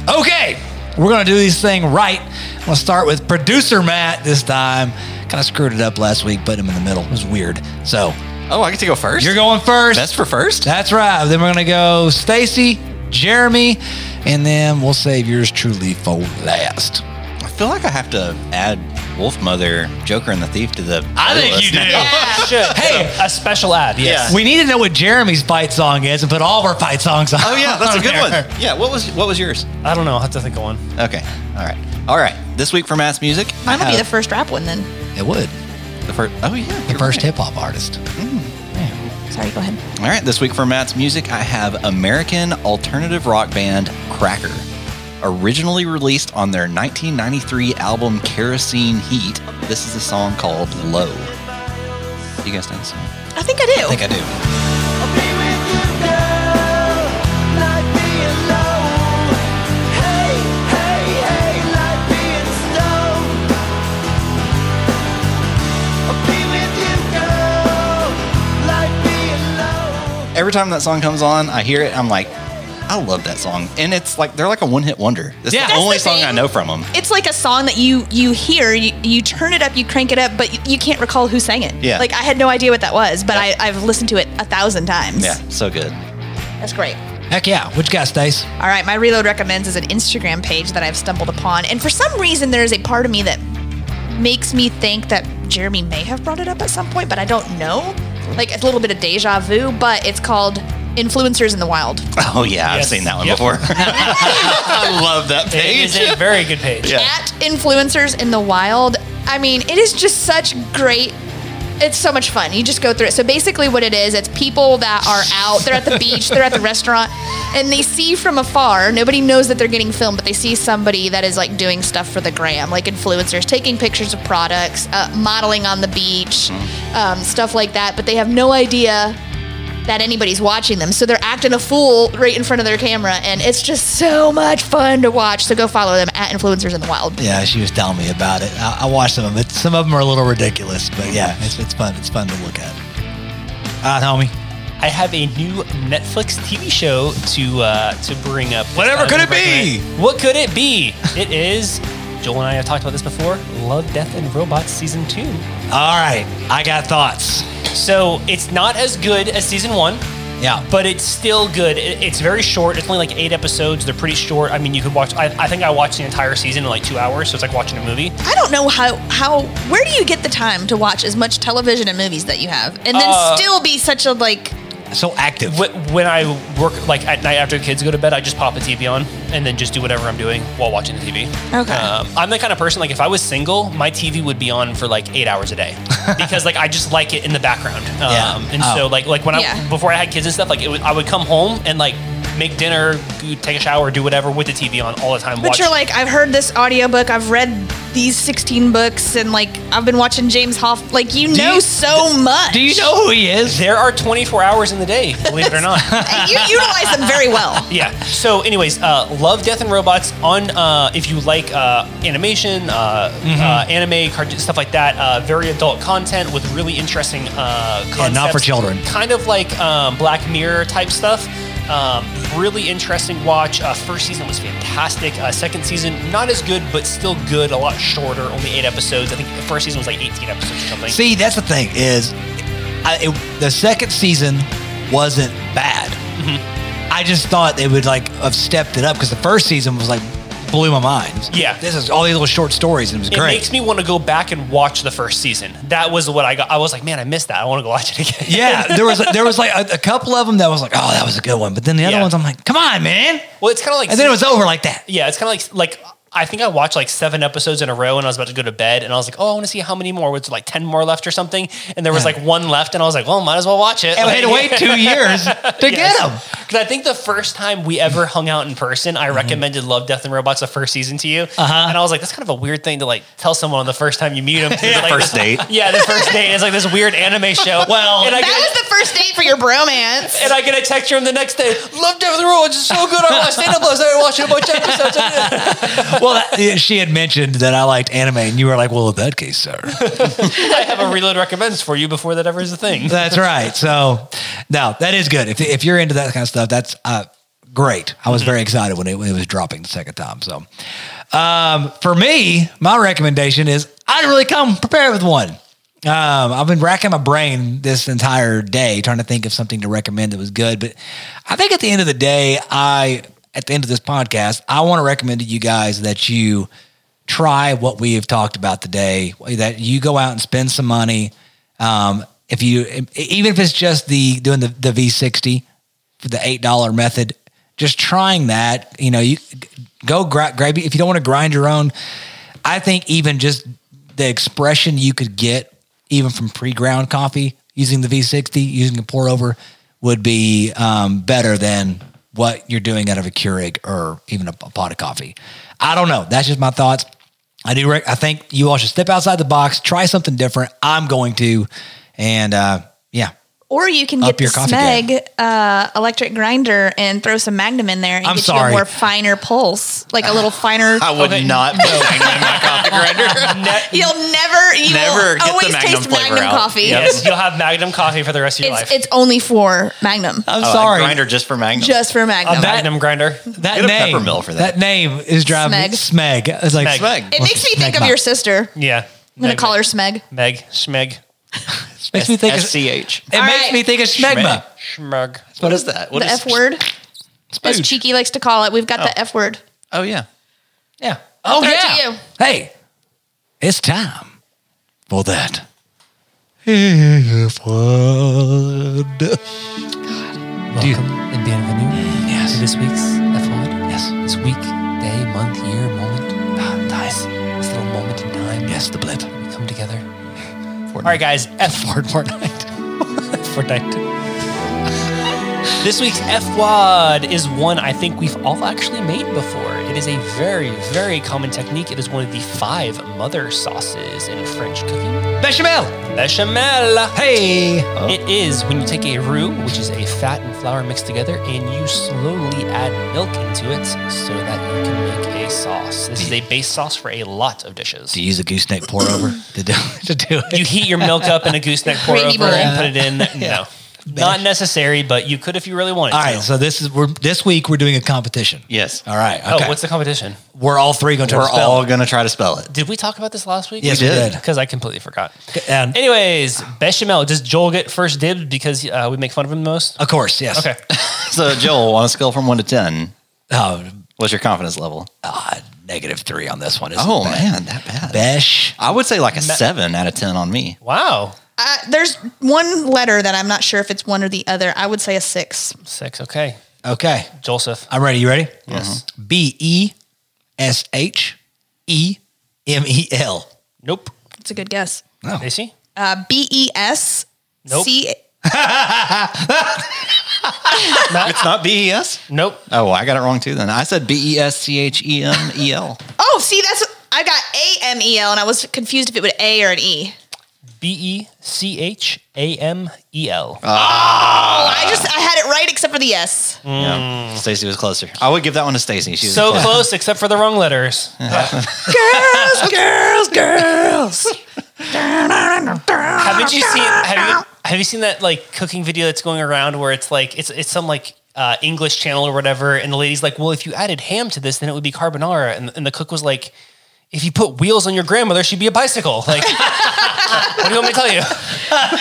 Speaker 1: Okay, we're gonna do this thing right. I'm gonna start with producer Matt this time. Kind of screwed it up last week, put him in the middle. It was weird. So
Speaker 2: Oh, I get to go first?
Speaker 1: you're going first.
Speaker 2: That's for first?
Speaker 1: That's right. Then we're gonna go Stacy, Jeremy, and then we'll save yours truly for last.
Speaker 2: I feel like I have to add Wolf Mother, Joker, and the Thief to the. I think you do.
Speaker 3: Yeah.
Speaker 4: Should. Hey, a special ad.
Speaker 2: Uh,
Speaker 4: Yes.
Speaker 1: We need to know what Jeremy's fight song is and put all of our fight songs on.
Speaker 2: Oh yeah, that's a good
Speaker 1: there.
Speaker 2: one. Yeah, what was what was yours?
Speaker 4: I don't know. I'll have to think of one.
Speaker 2: Okay, all right, all right. This week for Mass Music, I
Speaker 3: Mine will be the
Speaker 2: have
Speaker 3: first rap one then.
Speaker 1: It would.
Speaker 2: the first. Oh yeah,
Speaker 1: The first hip hop artist.
Speaker 3: Sorry, go ahead.
Speaker 2: All right, this week for Matt's music, I have American alternative rock band Cracker. Originally released on their 1993 album Kerosene Heat, this is a song called Low. You guys know this? song?
Speaker 3: I think I do.
Speaker 2: I think I do. Every time that song comes on, I hear it, I'm like, I love that song. And it's like, they're like a one hit wonder. It's
Speaker 1: Yeah.
Speaker 2: the
Speaker 1: That's
Speaker 2: only
Speaker 3: the
Speaker 2: song I
Speaker 3: thing.
Speaker 2: know from them.
Speaker 3: it's like a song that you you hear, you, you turn it up, you crank it up, but you, you can't recall who sang it.
Speaker 2: Yeah.
Speaker 3: Like I had no idea what that was, but I, I've listened to it a thousand times.
Speaker 2: Yeah, so good.
Speaker 3: That's great.
Speaker 1: Heck yeah. What you got, Stace?
Speaker 3: All right, my Reload Recommends is an Instagram page that I've stumbled upon. And for some reason, there is a part of me that makes me think that Jeremy may have brought it up at some point, but I don't know. Like it's a little bit of deja vu, but it's called Influencers in the Wild.
Speaker 2: Oh yeah, I've
Speaker 4: Yes.
Speaker 2: seen that one
Speaker 4: Yep.
Speaker 2: before. I love that
Speaker 4: It
Speaker 2: page.
Speaker 4: is a very good page.
Speaker 2: Yeah.
Speaker 3: At Influencers in the Wild. I mean, it is just such great. It's so much fun. You just go through it. So basically, what it is, it's people that are out. They're at the beach. They're at the restaurant, and they see from afar. Nobody knows that they're getting filmed, but they see somebody that is like doing stuff for the gram, like influencers taking pictures of products, uh, modeling on the beach, um, stuff like that. But they have no idea that anybody's watching them. So they're acting a fool right in front of their camera, and it's just so much fun to watch. So go follow them at Influencers in the Wild.
Speaker 1: Yeah, she was telling me about it. I, I watched some of them. Some of them are a little ridiculous, but yeah, it's, it's fun. It's fun to look at. Ah, homie.
Speaker 4: I have a new Netflix TV show to uh, to bring up. this
Speaker 1: Whatever
Speaker 4: time
Speaker 1: could
Speaker 4: to
Speaker 1: it be?
Speaker 4: recommend. What could it be? It is. Joel and I have talked about this before. Love, Death, and Robots season two.
Speaker 1: All right, I got thoughts.
Speaker 4: So it's not as good as season one,
Speaker 1: Yeah,
Speaker 4: but it's still good. It, it's very short. It's only like eight episodes. They're pretty short. I mean, you could watch. I, I think I watched the entire season in like two hours. So it's like watching a movie.
Speaker 3: I don't know how how where do you get the time to watch as much television and movies that you have, and then
Speaker 4: Uh,
Speaker 3: still be such a like.
Speaker 1: so active.
Speaker 4: Wh- When I work like at night after the kids go to bed, I just pop the TV on and then just do whatever I'm doing while watching the TV.
Speaker 3: Okay.
Speaker 4: Um, I'm the kind of person like if I was single, my TV would be on for like eight hours a day because like I just like it in the background. Um,
Speaker 1: Yeah.
Speaker 4: And
Speaker 1: Oh.
Speaker 4: so like like when
Speaker 3: Yeah.
Speaker 4: I before I had kids and stuff, like it would, I would come home and like make dinner, go- take a shower, do whatever with the TV on all the time.
Speaker 3: But you're like, I've heard this audiobook, I've read these 16 books, and like I've been watching James Hoff. Like you know
Speaker 1: you-
Speaker 3: so much.
Speaker 1: Do you know who he is?
Speaker 4: there are 24 hours in the day, believe it or not.
Speaker 3: you utilize them very well.
Speaker 4: yeah. So, anyways, uh, Love, Death, and Robots on uh, if you like uh, animation, uh,
Speaker 1: Mm-hmm.
Speaker 4: uh, anime, cartoon, stuff like that. Uh, very adult content with really interesting uh, concepts.
Speaker 1: not for children.
Speaker 4: Kind of like um, Black Mirror type stuff. Um, really interesting watch. Uh, first season was fantastic. Uh, second season not as good, but still good. A lot shorter, only eight episodes. I think the first season was like 18 episodes or something.
Speaker 1: See, that's the thing is, I, it, the second season wasn't bad.
Speaker 4: Mm-hmm.
Speaker 1: I just thought they would like have stepped it up because the first season was like blew my mind.
Speaker 4: Yeah.
Speaker 1: this is all these little short stories and it was
Speaker 4: It
Speaker 1: great.
Speaker 4: makes me want to go back and watch the first season. That was what I got. I was like, man, I missed that. I want to go watch it again.
Speaker 1: yeah, there was there was like a, a couple of them that was like, oh, that was a good one, but then the other
Speaker 4: Yeah.
Speaker 1: ones I'm like, come on, man,
Speaker 4: Well, it's kind of like,
Speaker 1: and then it was over like that.
Speaker 4: yeah, it's kind of like like I think I watched like seven episodes in a row, and I was about to go to bed, and I was like, oh, I want to see how many more. Was there, like ten more left or something? And there was like one left, and I was like, well, might as well watch it.
Speaker 1: And we
Speaker 4: Like-
Speaker 1: had to wait two years to get them.
Speaker 4: Because I think the first time we ever hung out in person,
Speaker 1: Mm-hmm.
Speaker 4: I recommended Love, Death, and Robots the first season to you, uh-huh. and I was like, "That's kind of a weird thing to like tell someone on the first time you meet them." yeah,
Speaker 2: first date.
Speaker 4: Yeah, the first date is like this weird anime show. Well, and I
Speaker 3: That
Speaker 4: get-
Speaker 3: was the first date for your bromance.
Speaker 4: and I get a text from the next day. Love Death and Robots is so good. I watched stand up last night. I watched a bunch of episodes.
Speaker 1: Well, that, she had mentioned that I liked anime, and you were like, well, in that case, sir.
Speaker 4: I have a reload recommends for you before that ever is a thing.
Speaker 1: That's right. So, no, that is good. If, if you're into that kind of stuff, that's uh, great. I was very excited when it, when it was dropping the second time. So, um, for me, my recommendation is I didn't really come prepared with one. Um, I've been racking my brain this entire day trying to think of something to recommend that was good. But I think at the end of the day, I, at the end of this podcast, I want to recommend to you guys that you try what we have talked about today, that you go out and spend some money. Um, if you, even if it's just the doing the, the V60 for the $8 method, just trying that, you know, you go gra- grab, if you don't want to grind your own, I think even just the expression you could get even from pre-ground coffee using the V60, using a pour over would be um, better than what you're doing out of a Keurig or even a, a pot of coffee. I don't know. That's just my thoughts. I do. Rec- I think you all should step outside the box, try something different. I'm going to, and uh, yeah,
Speaker 3: Or you can
Speaker 1: Up
Speaker 3: get the
Speaker 1: your coffee game.
Speaker 3: Smeg uh, electric grinder and throw some Magnum in there and
Speaker 1: I'm
Speaker 3: get
Speaker 1: sorry.
Speaker 3: you a more finer pulse, like a little finer.
Speaker 2: I would not put Magnum in my coffee grinder.
Speaker 3: You'll never, you
Speaker 2: Never
Speaker 3: never
Speaker 2: get the
Speaker 3: always
Speaker 2: Magnum
Speaker 3: taste
Speaker 2: flavor
Speaker 3: Magnum
Speaker 2: out.
Speaker 3: coffee.
Speaker 4: Yes, you'll have Magnum coffee for the rest of your
Speaker 3: It's,
Speaker 4: life.
Speaker 3: it's only for Magnum,
Speaker 1: I'm
Speaker 2: Oh, a
Speaker 1: sorry.
Speaker 2: grinder just for Magnum.
Speaker 3: just for
Speaker 1: Uh,
Speaker 3: Magnum.
Speaker 4: a Magnum grinder.
Speaker 1: That
Speaker 2: Get a
Speaker 1: name,
Speaker 2: pepper mill for that.
Speaker 1: name is driving Smeg.
Speaker 3: Smeg.
Speaker 1: It's like
Speaker 4: Smeg.
Speaker 2: Smeg.
Speaker 3: it makes me think of
Speaker 1: Smegma.
Speaker 3: your sister. I'm
Speaker 4: Yeah.
Speaker 3: gonna call her Smeg.
Speaker 4: Meg. Schmeg.
Speaker 1: Makes me think. Of, it
Speaker 2: SCH.
Speaker 1: makes
Speaker 3: Alright.
Speaker 1: me think of Smegma.
Speaker 4: Schmeg.
Speaker 2: E What is that? What
Speaker 3: The
Speaker 2: is
Speaker 3: F word, as Cheeky likes to call it. We've got the F word.
Speaker 2: Oh yeah.
Speaker 1: Yeah. Oh
Speaker 3: Throw it
Speaker 1: yeah.
Speaker 3: to you.
Speaker 1: Hey, it's time for that. F word.
Speaker 7: Welcome and bienvenue
Speaker 1: Yes.
Speaker 7: to this week's F1.
Speaker 1: Yes.
Speaker 7: This week, day, month, year, moment. Ah, nice. This little moment in time.
Speaker 1: Yes, the blip.
Speaker 7: We come together.
Speaker 4: All right, guys. F
Speaker 7: Ford Fortnite. Fortnite.
Speaker 4: This week's FWAD is one I think we've all actually made before. It is a very, very common technique. It is one of the five mother sauces in French cooking.
Speaker 1: Bechamel.
Speaker 4: Bechamel.
Speaker 1: Hey.
Speaker 4: It is when you take a roux, which is a fat and flour mixed together, and you slowly add milk into it so that you can make a sauce. This is a base sauce for a lot of dishes.
Speaker 1: Do you use a gooseneck pour over to do, to do it?
Speaker 4: You heat your milk up in a gooseneck pour
Speaker 3: Gravy
Speaker 4: over
Speaker 3: bowl.
Speaker 4: and put it in. No. Not necessary, but you could if you really wanted
Speaker 1: all
Speaker 4: to.
Speaker 1: right. So this is we're this week we're doing a competition.
Speaker 2: Yes.
Speaker 1: All right.
Speaker 4: Oh,
Speaker 1: Okay.
Speaker 4: what's the competition?
Speaker 1: we're all three going to
Speaker 2: We're
Speaker 1: spell
Speaker 2: all
Speaker 1: it.
Speaker 2: going to try to spell it.
Speaker 4: Did we talk about this last week?
Speaker 1: Yes, we did.
Speaker 4: Because I completely forgot.
Speaker 1: And
Speaker 4: Anyways, bechamel. Does Joel get first dibs because uh, we make fun of him the most?
Speaker 1: of course, yes.
Speaker 4: Okay.
Speaker 2: So, Joel, on a scale from one to 10,
Speaker 1: Oh,
Speaker 2: what's your confidence level?
Speaker 1: ah, negative three on this one. Isn't
Speaker 2: Oh,
Speaker 1: bad.
Speaker 2: man, that bad.
Speaker 1: Besh.
Speaker 2: I would say like a seven out of 10 on me.
Speaker 4: Wow.
Speaker 3: Uh, there's one letter that I'm not sure if it's one or the other. I would say a six.
Speaker 4: Six. Okay.
Speaker 1: Okay.
Speaker 4: Joseph.
Speaker 1: I'm ready. You ready?
Speaker 4: Yes.
Speaker 1: B E S H E M E L.
Speaker 4: Nope.
Speaker 3: It's a good guess.
Speaker 4: Macy.
Speaker 3: Uh, B E S
Speaker 4: Nope.
Speaker 3: C.
Speaker 2: It's not BES?
Speaker 4: Nope.
Speaker 2: Oh, I got it wrong too then. I said B E S C H E M E L.
Speaker 3: Oh, see, that's I got A M E L, and I was confused if it was A or an E.
Speaker 4: B E C H A M E L.
Speaker 3: Oh, I just I had it right except for the S.
Speaker 2: Hmm. Yeah. Stacy was closer. I would give that one to Stacy. She was
Speaker 4: So
Speaker 2: close.
Speaker 4: close, except for the wrong letters.
Speaker 3: girls, girls, girls.
Speaker 4: Haven't you seen? Have you, have you seen that like cooking video that's going around where it's like it's it's some like uh, English channel or whatever, and the lady's like, "Well, if you added ham to this, then it would be carbonara," and, and the cook was like. If you put wheels on your grandmother, she'd be a bicycle. Like, what do you want me to tell you?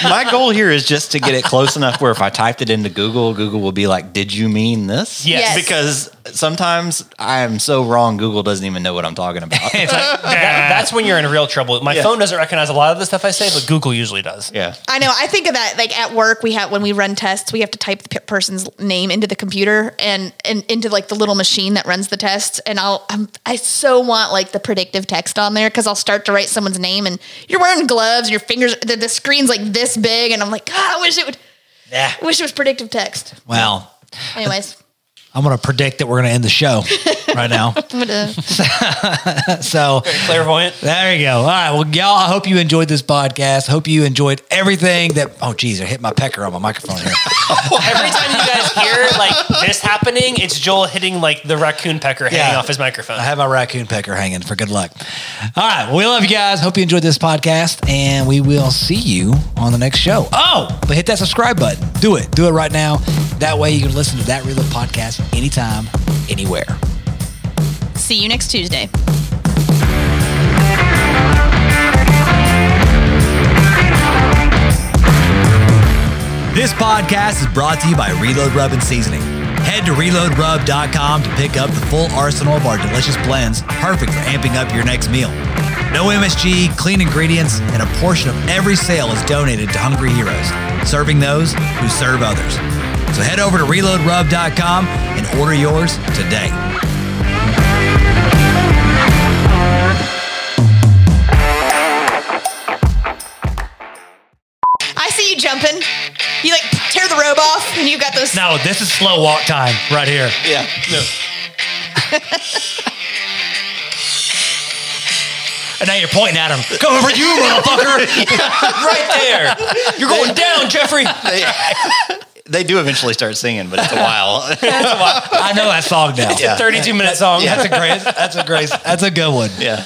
Speaker 2: My goal here is just to get it close enough where if I typed it into Google, Google will be like, "Did you mean this?"
Speaker 4: Yes.
Speaker 3: Yes.
Speaker 2: Because sometimes I am so wrong, Google doesn't even know what I'm talking about.
Speaker 4: That- that's when you're in real trouble. My phone doesn't recognize a lot of the stuff I say, but Google usually does.
Speaker 2: yeah.
Speaker 3: I know. I think of that like at work. We have when we run tests, we have to type the p- person's name into the computer and and into like the little machine that runs the test. And I'll I'm, I so want like the predictive text on there because I'll start to write someone's name and you're wearing gloves and your fingers the, the screen's like this big and I'm like God, I wish it would.
Speaker 1: Yeah.
Speaker 3: I wish it was predictive text.
Speaker 1: Well,
Speaker 3: Anyways,
Speaker 1: I'm going to predict that we're going to end the show right now.
Speaker 3: I'm gonna.
Speaker 1: So
Speaker 4: Clairvoyant.
Speaker 1: there you go. All right. Well, y'all, I hope you enjoyed this podcast. Hope you enjoyed everything that. Oh, geez, I hit my pecker on my microphone here.
Speaker 4: Every time you guys hear like this happening, it's Joel hitting like the raccoon pecker hanging
Speaker 1: Yeah. Uh-huh.
Speaker 4: off his microphone.
Speaker 1: I have my raccoon pecker hanging for good luck. All right. Well, we love you guys. Hope you enjoyed this podcast, and we will see you on the next show. Oh, but hit that subscribe button. Do it. Do it right now. That way you can listen to that real podcast anytime, anywhere.
Speaker 3: See you next Tuesday.
Speaker 1: This podcast is brought to you by Reload Rub and Seasoning. Head to reloadrub.com to pick up the full arsenal of our delicious blends, perfect for amping up your next meal. No MSG, clean ingredients, and a portion of every sale is donated to Hungry Heroes, serving those who serve others. So head over to reloadrub.com and order yours today.
Speaker 3: I see you jumping. You like tear the robe off and you got those.
Speaker 1: No, this is slow walk time right here.
Speaker 2: Yeah.
Speaker 1: And now you're pointing at him. Come over you, motherfucker.
Speaker 4: right there. You're going down, Jeffrey.
Speaker 2: They, they do eventually start singing, but it's a while.
Speaker 1: I know that song now.
Speaker 2: Yeah.
Speaker 4: 32 minute song.
Speaker 1: That's a great. That's a great. That's a good one.
Speaker 2: yeah.